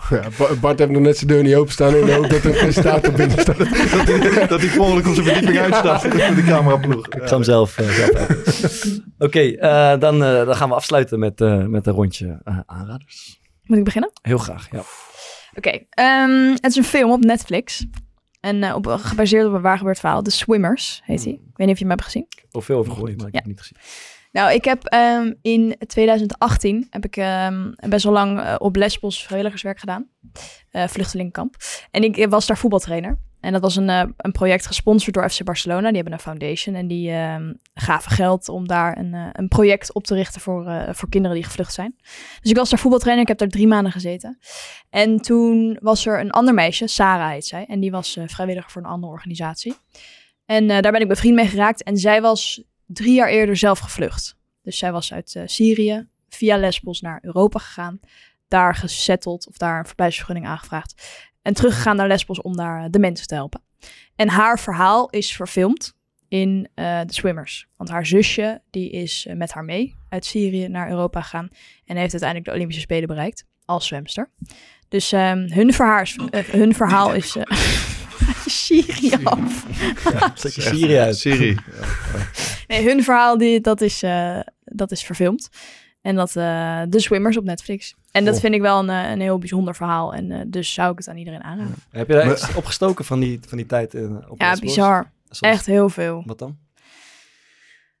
Speaker 5: ja, Ba- Bart heeft nog net zijn deur niet openstaan in de hoop dat er een presentator binnen staat.
Speaker 4: dat, die, dat die per ongeluk op zijn verdieping uitstapt. Met de cameraploeg.
Speaker 1: Ik zal hem zelf. eh, zelf uit. Oké, eh, dan, eh, dan gaan we afsluiten met, eh, met een rondje eh, aanraders.
Speaker 6: Moet ik beginnen?
Speaker 1: Heel graag, ja.
Speaker 6: Oké, ehm, het is een film op Netflix. En eh, op, gebaseerd op een waar gebeurd verhaal. The Swimmers heet hij. Ik weet niet of je hem hebt gezien.
Speaker 1: Of veel over gehoord, maar ik heb het niet gezien.
Speaker 6: Nou, ik heb ehm, in 2018 heb ik ehm, best wel lang eh, op Lesbos vrijwilligerswerk gedaan. Eh vluchtelingenkamp. En ik eh, was daar voetbaltrainer. En dat was een, eh, een project gesponsord door FC Barcelona. Die hebben een foundation en die ehm, gaven geld om daar een, eh, een project op te richten voor, eh, voor kinderen die gevlucht zijn. Dus ik was daar voetbaltrainer. Ik heb daar drie maanden gezeten. En toen was er een ander meisje, Sarah heet zij. En die was eh, vrijwilliger voor een andere organisatie. En eh, daar ben ik bevriend mee geraakt. En zij was drie jaar eerder zelf gevlucht. Dus zij was uit eh, Syrië via Lesbos naar Europa gegaan. Daar gezetteld of daar een verblijfsvergunning aangevraagd. En teruggegaan naar Lesbos om daar eh, de mensen te helpen. En haar verhaal is verfilmd in eh The Swimmers. Want haar zusje die is eh, met haar mee uit Syrië naar Europa gegaan. En heeft uiteindelijk de Olympische Spelen bereikt als zwemster. Dus ehm, hun, verhaars, eh, hun verhaal is... eh, Uit je Syrië af.
Speaker 1: Stukje Syrië uit.
Speaker 4: Syrië.
Speaker 6: Nee, hun verhaal die, dat, is, eh, dat is verfilmd. En dat eh de Swimmers op Netflix. En dat
Speaker 1: Oh.
Speaker 6: vind ik wel een, eh, een heel bijzonder verhaal. En eh, dus zou ik het aan iedereen aanraden.
Speaker 1: Heb je daar
Speaker 4: Maar-
Speaker 1: iets opgestoken van die, van die tijd? In, op
Speaker 6: Ja,
Speaker 1: Westbos?
Speaker 6: bizar.
Speaker 1: Zoals-
Speaker 6: Echt heel veel.
Speaker 1: Wat dan?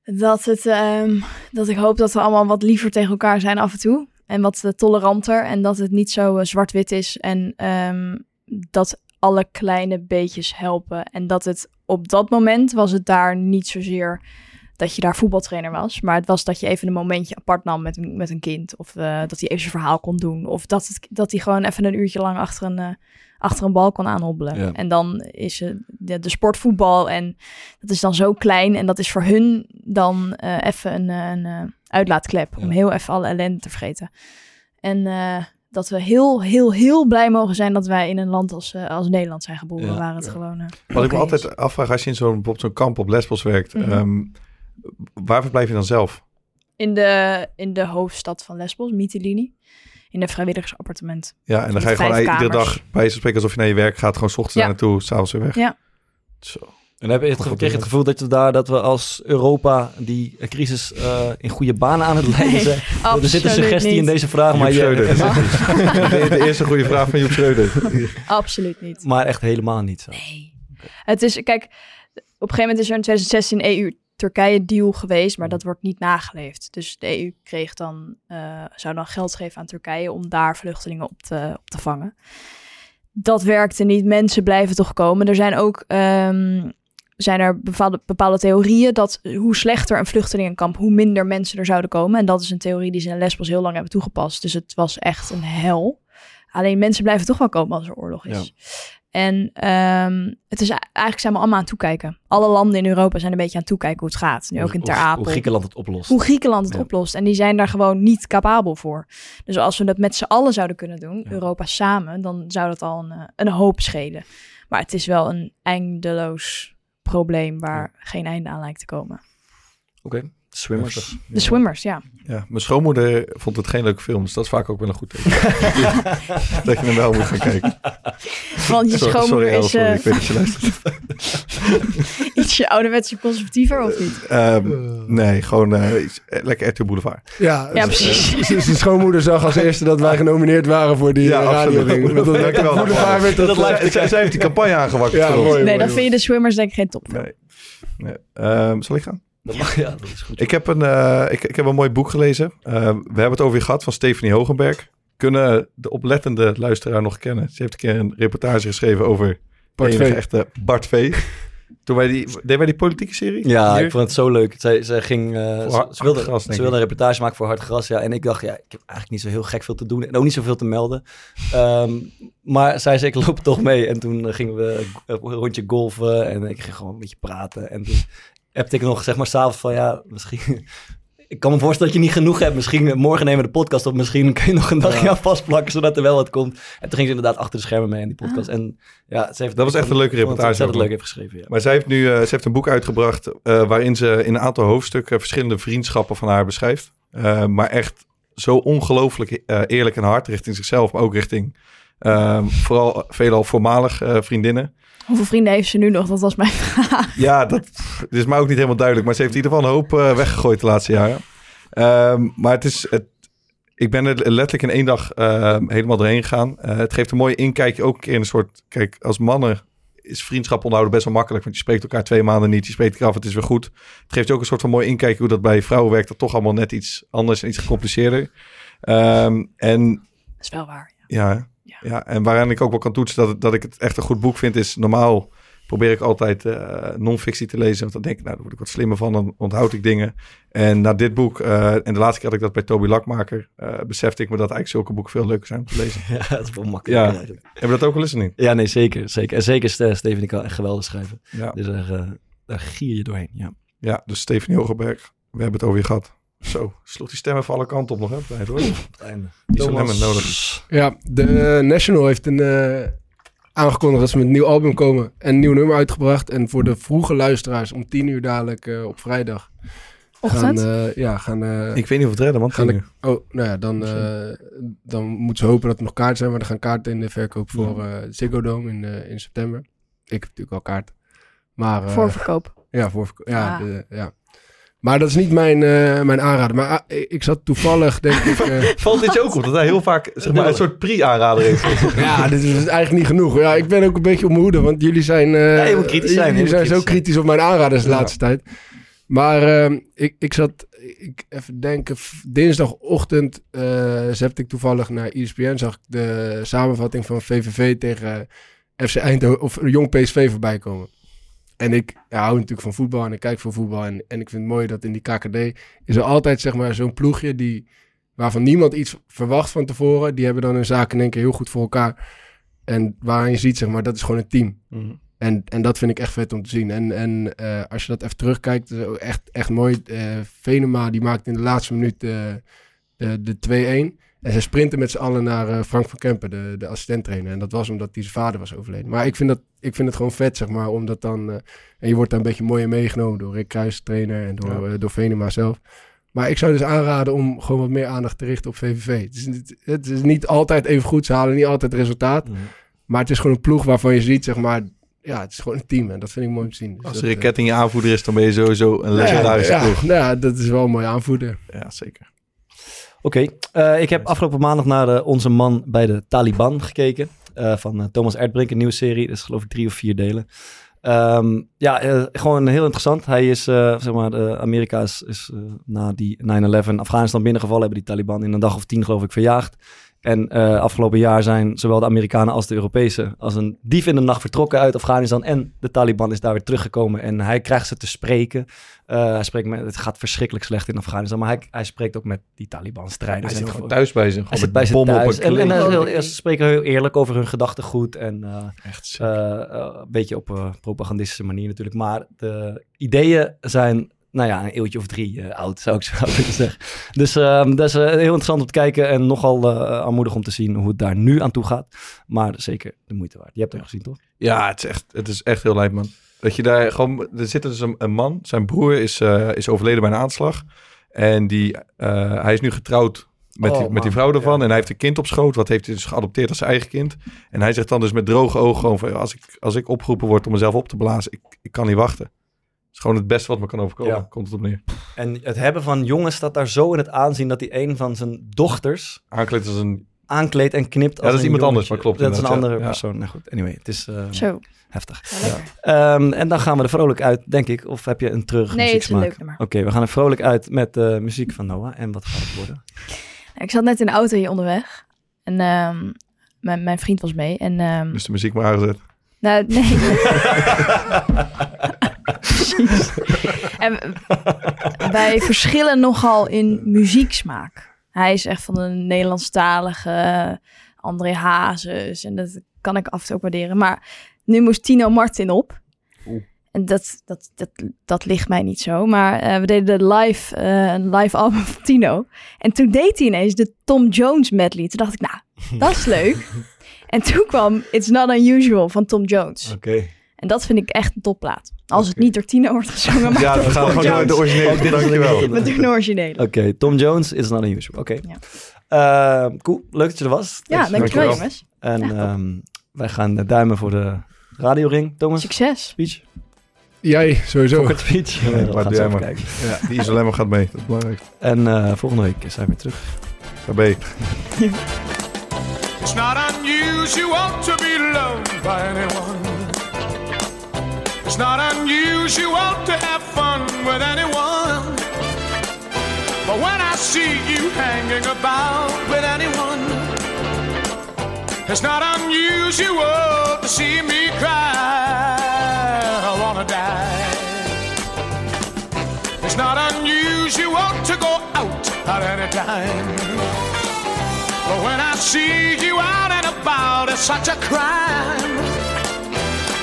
Speaker 6: Dat, het, ehm, dat ik hoop dat we allemaal wat liever tegen elkaar zijn af en toe. En wat eh, toleranter. En dat het niet zo eh, zwart-wit is. En ehm, dat alle kleine beetjes helpen. En dat het op dat moment was het daar niet zozeer dat je daar voetbaltrainer was. Maar het was dat je even een momentje apart nam met een, met een kind. Of eh, dat hij even zijn verhaal kon doen. Of dat, het, dat hij gewoon even een uurtje lang achter een, eh, achter een bal kon aanhobbelen.
Speaker 1: Ja.
Speaker 6: En dan is eh, de, de sportvoetbal en dat is dan zo klein. En dat is voor hun dan eh, even een, eh, een eh, uitlaatklep. Om heel even alle ellende te vergeten. En eh, dat we heel, heel, heel blij mogen zijn dat wij in een land als, eh, als Nederland zijn geboren.
Speaker 4: Ja.
Speaker 6: Waar het gewoon... eh,
Speaker 4: Wat ik
Speaker 6: oké
Speaker 4: me
Speaker 6: is.
Speaker 4: altijd afvraag, als je in zo'n, bijvoorbeeld zo'n kamp op Lesbos werkt,
Speaker 6: Mhm.
Speaker 4: ehm, waar verblijf je dan zelf?
Speaker 6: In de, in de hoofdstad van Lesbos, Mytilini. In een vrijwilligersappartement.
Speaker 4: Ja, en dan
Speaker 6: Met
Speaker 4: ga je gewoon
Speaker 6: vijf
Speaker 4: iedere dag,
Speaker 6: kamers.
Speaker 4: bij wijze van spreken, alsof je naar je werk gaat, gewoon 's ochtends
Speaker 6: Ja.
Speaker 4: daar naartoe, s'avonds weer weg.
Speaker 6: Ja.
Speaker 4: Zo.
Speaker 1: En heb je het, gevoel- kreeg je het gevoel dat we daar dat we als Europa die eh, crisis eh, in goede banen aan het leiden
Speaker 6: Nee,
Speaker 1: zijn? er zit een
Speaker 6: absoluut
Speaker 1: suggestie
Speaker 6: niet.
Speaker 1: in deze vraag,
Speaker 4: Joep
Speaker 1: maar
Speaker 4: Schreuder.
Speaker 1: je,
Speaker 4: Dat is de eerste goede vraag van Joep Schreuder.
Speaker 6: Absoluut niet.
Speaker 1: maar echt helemaal niet. Zo.
Speaker 6: Het is, kijk, op een gegeven moment is er in 2016 een EU-Turkije-deal geweest, maar dat wordt niet nageleefd. Dus de EU kreeg dan, eh, zou dan geld geven aan Turkije om daar vluchtelingen op te, op te vangen. Dat werkte niet. Mensen blijven toch komen. Er zijn ook ehm, zijn er bepaalde, bepaalde theorieën dat hoe slechter een vluchtelingenkamp, hoe minder mensen er zouden komen. En dat is een theorie die ze in Lesbos heel lang hebben toegepast. Dus het was echt een hel. Alleen mensen blijven toch wel komen als er oorlog is. En ehm, het is, eigenlijk zijn we allemaal aan het toekijken. Alle landen in Europa zijn een beetje aan het toekijken hoe het gaat. Nu ook in
Speaker 1: Hoe-
Speaker 6: Ter Apel.
Speaker 1: Hoe Griekenland het oplost.
Speaker 6: Hoe Griekenland het
Speaker 1: Ja.
Speaker 6: oplost. En die zijn daar gewoon niet capabel voor. Dus als we dat met z'n allen zouden kunnen doen, Europa samen, dan zou dat al een, eh, een hoop schelen. Maar het is wel een eindeloos probleem waar geen einde aan lijkt te komen.
Speaker 1: Oké, de swimmers.
Speaker 6: De Swimmers, ja.
Speaker 4: Ja, mijn schoonmoeder vond het geen leuke film, dus dat is vaak ook wel een goed teken. dat je hem wel moet gaan kijken.
Speaker 6: Want je
Speaker 4: Sorry-
Speaker 6: schoonmoeder
Speaker 4: sorry, El, sorry,
Speaker 6: is eh,
Speaker 4: ik weet dat je luistert.
Speaker 6: ietsje ouderwetse conservatiever, of niet?
Speaker 4: Ehm, nee, gewoon eh, iets- eh, lekker RTL Boulevard.
Speaker 5: Ja,
Speaker 6: Ja,
Speaker 5: dus,
Speaker 6: precies.
Speaker 5: eh, z- zijn schoonmoeder zag als eerste dat wij genomineerd waren voor die
Speaker 4: Ja,
Speaker 5: ja, radio
Speaker 4: absoluut.
Speaker 5: ding. Dat, dat,
Speaker 4: Lekker wel.
Speaker 5: dat, werd dat,
Speaker 4: Dat
Speaker 5: eh,
Speaker 4: lijkt, zij, zij heeft die campagne aangewakkerd
Speaker 5: Ja,
Speaker 4: voor ons.
Speaker 5: mooi.
Speaker 6: Nee, dan vind je de Swimmers denk ik geen top.
Speaker 4: Nee. nee. Ehm, zal ik gaan?
Speaker 1: Dat mag, ja, dat is goed.
Speaker 4: Ik heb, een, eh, ik, ik heb een mooi boek gelezen. Eh, we hebben het over je gehad van Stephanie Hogenberg. Kunnen de oplettende luisteraar nog kennen? Ze heeft een keer een reportage geschreven over
Speaker 5: Bart
Speaker 4: enige
Speaker 5: Vee.
Speaker 4: echte Bart V. Toen wij die, deden wij die politieke serie?
Speaker 1: Ja,
Speaker 4: Hier?
Speaker 1: ik vond het zo leuk. Zij, zij ging, eh, ze,
Speaker 4: Hard
Speaker 1: ze wilde,
Speaker 4: Gras,
Speaker 1: ze
Speaker 4: denk
Speaker 1: wilde
Speaker 4: ik.
Speaker 1: een reportage maken voor Hard Gras. Ja. En ik dacht, ja, ik heb eigenlijk niet zo heel gek veel te doen. En ook niet zoveel te melden. Ehm, maar zij zei, ik loop toch mee. En toen eh, gingen we een rondje golven. En ik ging gewoon een beetje praten. En toen appte ik nog, zeg maar, s'avonds van, ja, misschien... Ik kan me voorstellen dat je niet genoeg hebt. Misschien eh, morgen nemen we de podcast op. Misschien kun je nog een dagje aan vastplakken, zodat er wel wat komt. En toen ging ze inderdaad achter de schermen mee in die podcast. En ja, ze heeft...
Speaker 4: Dat was echt een leuke
Speaker 1: ik vond het
Speaker 4: reportage
Speaker 1: ontzettend
Speaker 4: ook.
Speaker 1: leuk heeft geschreven, ja.
Speaker 4: Maar zij heeft nu eh, ze heeft een boek uitgebracht eh, waarin ze in een aantal hoofdstukken verschillende vriendschappen van haar beschrijft. Eh, maar echt zo ongelooflijk eh, eerlijk en hard richting zichzelf, maar ook richting eh, vooral veelal voormalig eh, vriendinnen.
Speaker 6: Hoeveel vrienden heeft ze nu nog? Dat was mijn vraag.
Speaker 4: Ja, dat pff, het is mij ook niet helemaal duidelijk. Maar ze heeft in ieder geval een hoop eh, weggegooid de laatste jaren. Ehm, maar het is... Het, ik ben er letterlijk in één dag ehm, helemaal doorheen gegaan. Eh, het geeft een mooi inkijkje ook een keer in een soort... Kijk, als mannen is vriendschap onderhouden best wel makkelijk. Want je spreekt elkaar twee maanden niet. Je spreekt elkaar af, het is weer goed. Het geeft je ook een soort van mooi inkijkje hoe dat bij vrouwen werkt. Dat toch allemaal net iets anders en iets gecompliceerder. Ehm, en
Speaker 6: Dat is wel waar. ja.
Speaker 4: ja, hè? ja. en waaraan ik ook wel kan toetsen dat, het- dat ik het echt een goed boek vind, is normaal probeer ik altijd eh non-fictie te lezen. Want dan denk ik, nou, daar word ik wat slimmer van, dan onthoud ik dingen. En na dit boek, eh, en de laatste keer had ik dat bij Toby Lakmaker, eh, besefte ik me dat eigenlijk zulke boeken veel leuker zijn om te lezen.
Speaker 1: Ja, dat is wel makkelijk
Speaker 4: ja,
Speaker 1: eigenlijk.
Speaker 4: hebben we dat ook wel eens niet?
Speaker 1: Ja, nee, zeker. zeker. En zeker Ste- Stephanie kan echt geweldig schrijven.
Speaker 4: Ja.
Speaker 1: Dus daar, eh, daar gier je doorheen, ja.
Speaker 4: ja, dus Stephanie Hogeberg, we hebben het over je gehad. Zo, sloeg die stemmen van alle kanten op nog, hè? op het eind, hoor.
Speaker 1: Op het einde.
Speaker 4: Die is wel helemaal nodig.
Speaker 5: Ja, de National heeft een, eh, aangekondigd dat ze met een nieuw album komen en een nieuw nummer uitgebracht. En voor de vroege luisteraars om 10 uur dadelijk eh, op vrijdag.
Speaker 6: Ochtend?
Speaker 5: Gaan, eh, ja, gaan. eh,
Speaker 4: Ik weet niet of we het redden, man.
Speaker 5: Gaan
Speaker 4: tien
Speaker 5: de-
Speaker 4: uur.
Speaker 5: oh, nou ja, dan, eh, dan moeten ze hopen dat er nog kaarten zijn. Maar er gaan kaarten in de verkoop voor eh Ziggo Dome in, eh, in september. Ik heb natuurlijk al kaart. Maar, eh,
Speaker 6: Voorverkoop.
Speaker 5: Ja, voorverkoop. Ja,
Speaker 6: Ah.
Speaker 5: de- ja. Maar dat is niet mijn, eh, mijn aanrader. Maar ah, ik ik zat toevallig, denk ik... eh,
Speaker 4: Valt dit je ook op? Dat hij heel vaak zeg maar, een soort pre-aanrader heeft.
Speaker 5: Ja, dit is eigenlijk niet genoeg. Ja, ik ben ook een beetje op mijn hoede, want jullie zijn... eh,
Speaker 4: Ja, je moet kritisch zijn,
Speaker 5: Jullie
Speaker 4: je moet
Speaker 5: zijn
Speaker 4: kritisch
Speaker 5: zo
Speaker 4: zijn.
Speaker 5: kritisch op mijn aanraders de
Speaker 4: Ja.
Speaker 5: laatste tijd. Maar ehm, ik, ik zat... Ik even denken, v- dinsdagochtend eh zette ik toevallig naar E ESPN... zag ik de samenvatting van VVV tegen FC Eindhoven... of eh, Jong PSV voorbij komen. En ik ja, hou natuurlijk van voetbal en ik kijk voor voetbal. En, en ik vind het mooi dat in die KKD is er altijd zeg maar, zo'n ploegje die, waarvan niemand iets verwacht van tevoren. Die hebben dan hun zaken in één keer heel goed voor elkaar. En waaraan je ziet, zeg maar, dat is gewoon een team.
Speaker 4: Mhm.
Speaker 5: En, en dat vind ik echt vet om te zien. En, en eh, als je dat even terugkijkt, is ook echt, echt mooi. Eh, Venema die maakt in de laatste minuut eh, de, de 2-1. En ze sprinten met z'n allen naar eh, Frank van Kempen, de, de assistent-trainer. En dat was omdat hij zijn vader was overleden. Maar ik vind, dat, ik vind het gewoon vet, zeg maar, omdat dan... eh, en je wordt daar een beetje mooi in meegenomen door Rick Kruijs, trainer, en door, eh, door Venema zelf. Maar ik zou dus aanraden om gewoon wat meer aandacht te richten op VVV. Het is, niet- het is niet altijd even goed, ze halen niet altijd resultaat. Maar het is gewoon een ploeg waarvan je ziet, zeg maar... Ja, het is gewoon een team en dat vind ik mooi om te zien. Dus
Speaker 4: Als
Speaker 5: dat,
Speaker 4: er
Speaker 5: eh,
Speaker 4: een ketting in je aanvoerder is, dan ben je sowieso een
Speaker 5: ja,
Speaker 4: legendarische
Speaker 5: ja,
Speaker 4: ploeg.
Speaker 5: nou ja, dat is wel een mooie aanvoerder.
Speaker 4: Ja, zeker.
Speaker 1: Oké, eh, ik heb afgelopen maandag naar eh, Onze Man bij de Taliban gekeken. eh, van eh, Thomas Erdbrink, een nieuwe serie. Dat is geloof ik drie of vier delen. Ehm, ja, eh, gewoon heel interessant. Hij is, eh, zeg maar, eh, Amerika is, is eh, na die 9-11 Afghanistan binnengevallen. Hebben die Taliban in een dag of tien geloof ik verjaagd. En eh, afgelopen jaar zijn zowel de Amerikanen als de Europese als een dief in de nacht vertrokken uit Afghanistan. En de Taliban is daar weer teruggekomen. En hij krijgt ze te spreken. Eh, hij spreekt met, het gaat verschrikkelijk slecht in Afghanistan. Maar hij, hij spreekt ook met die Taliban-strijders.
Speaker 4: Hij
Speaker 1: En
Speaker 4: zit gewoon
Speaker 1: over-
Speaker 4: thuis bij ze,
Speaker 1: Hij
Speaker 4: gewoon
Speaker 1: zit
Speaker 4: met
Speaker 1: bij ze
Speaker 4: bommen op
Speaker 1: thuis.
Speaker 4: een
Speaker 1: En, en
Speaker 4: kling.
Speaker 1: hij is heel- ja, ze spreken heel eerlijk over hun gedachtegoed. En eh,
Speaker 4: Echt
Speaker 1: eh, eh, een beetje op eh, propagandistische manier natuurlijk. Maar de ideeën zijn, nou ja, een eeuwtje of drie eh, oud, zou ik zo willen zeggen. Dus ehm, dat is eh, heel interessant om te kijken. En nogal eh aanmoedig om te zien hoe het daar nu aan toe gaat. Maar zeker de moeite waard. Je hebt hem gezien, toch?
Speaker 4: Ja, het is echt, het is echt heel lijp, man. Dat je daar gewoon... Er zit dus een, een man, zijn broer is, eh, is overleden bij een aanslag. En die, eh, hij is nu getrouwd met,
Speaker 5: Oh,
Speaker 4: die, met die
Speaker 5: man.
Speaker 4: vrouw daarvan. En hij heeft een kind op schoot. Wat heeft hij dus geadopteerd als zijn eigen kind. En hij zegt dan dus met droge ogen gewoon van... Als ik, als ik opgeroepen word om mezelf op te blazen, ik, ik kan niet wachten. Het is gewoon het beste wat me kan overkomen,
Speaker 1: Ja.
Speaker 4: komt het op neer.
Speaker 1: En het hebben van jongens staat daar zo in het aanzien dat hij een van zijn dochters
Speaker 4: Aankleed als een...
Speaker 1: aankleedt en knipt.
Speaker 4: Ja,
Speaker 1: als
Speaker 4: dat is
Speaker 1: een
Speaker 4: iemand anders,
Speaker 1: jongetje.
Speaker 4: maar klopt
Speaker 1: Dat is een
Speaker 4: inderdaad,
Speaker 1: andere
Speaker 4: ja. Ja.
Speaker 1: persoon. Nou goed, anyway, het is eh,
Speaker 6: Zo.
Speaker 1: heftig.
Speaker 6: lekker.
Speaker 1: Ehm, en dan gaan we er vrolijk uit, denk ik. Of heb je een treurig
Speaker 6: Nee, het is een
Speaker 1: muzieksmaak?
Speaker 6: leuk nummer.
Speaker 1: Oké, we gaan er vrolijk uit met eh, muziek van Noah. En wat gaat het worden?
Speaker 6: Ik zat net in de auto hier onderweg. En ehm, mijn, mijn vriend was mee. En, ehm,
Speaker 4: Dus de muziek maar aangezet.
Speaker 6: Nou, nee. Precies. En wij verschillen nogal in muzieksmaak. Hij is echt van een Nederlandstalige André Hazes. En dat kan ik af en toe ook waarderen. Maar nu moest Tino Martin op. En dat, dat, dat, dat ligt mij niet zo. Maar eh, we deden de live, eh, een live album van Tino. En toen deed hij ineens de Tom Jones medley. Toen dacht ik, nou, dat is leuk. en toen kwam It's Not Unusual van Tom Jones.
Speaker 1: Oké.
Speaker 6: En dat vind ik echt een topplaat. Als het niet door Tino wordt gezongen, maar
Speaker 4: Ja,
Speaker 6: door
Speaker 4: we gaan
Speaker 6: Tom
Speaker 4: gewoon
Speaker 6: Jones.
Speaker 4: door de originele. Dankjewel.
Speaker 6: We doen de originele.
Speaker 1: Oké, Tom Jones is not unusual. Oké. Ehm, cool, leuk dat je er was.
Speaker 6: Ja, dankjewel jongens.
Speaker 1: En ehm, wij gaan de duimen voor de radioring. Thomas?
Speaker 6: Succes.
Speaker 1: Speech?
Speaker 5: Jij sowieso.
Speaker 1: Kort speech.
Speaker 4: Ja,
Speaker 1: we
Speaker 4: maar
Speaker 1: gaan
Speaker 4: doe jij
Speaker 1: zo even
Speaker 4: maar.
Speaker 1: kijken.
Speaker 4: Ja, die is alleen maar gaat mee. Dat is belangrijk.
Speaker 1: En eh, volgende week zijn we weer terug.
Speaker 4: Daarbij.
Speaker 13: It's not unusual to be loved by anyone. It's not unusual to have fun with anyone. But when I see you hanging about with anyone, it's not unusual to see me cry. I wanna die. It's not unusual to go out at any time. But when I see you out and about, it's such a crime.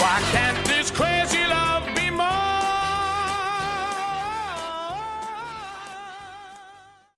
Speaker 13: Why can't this crazy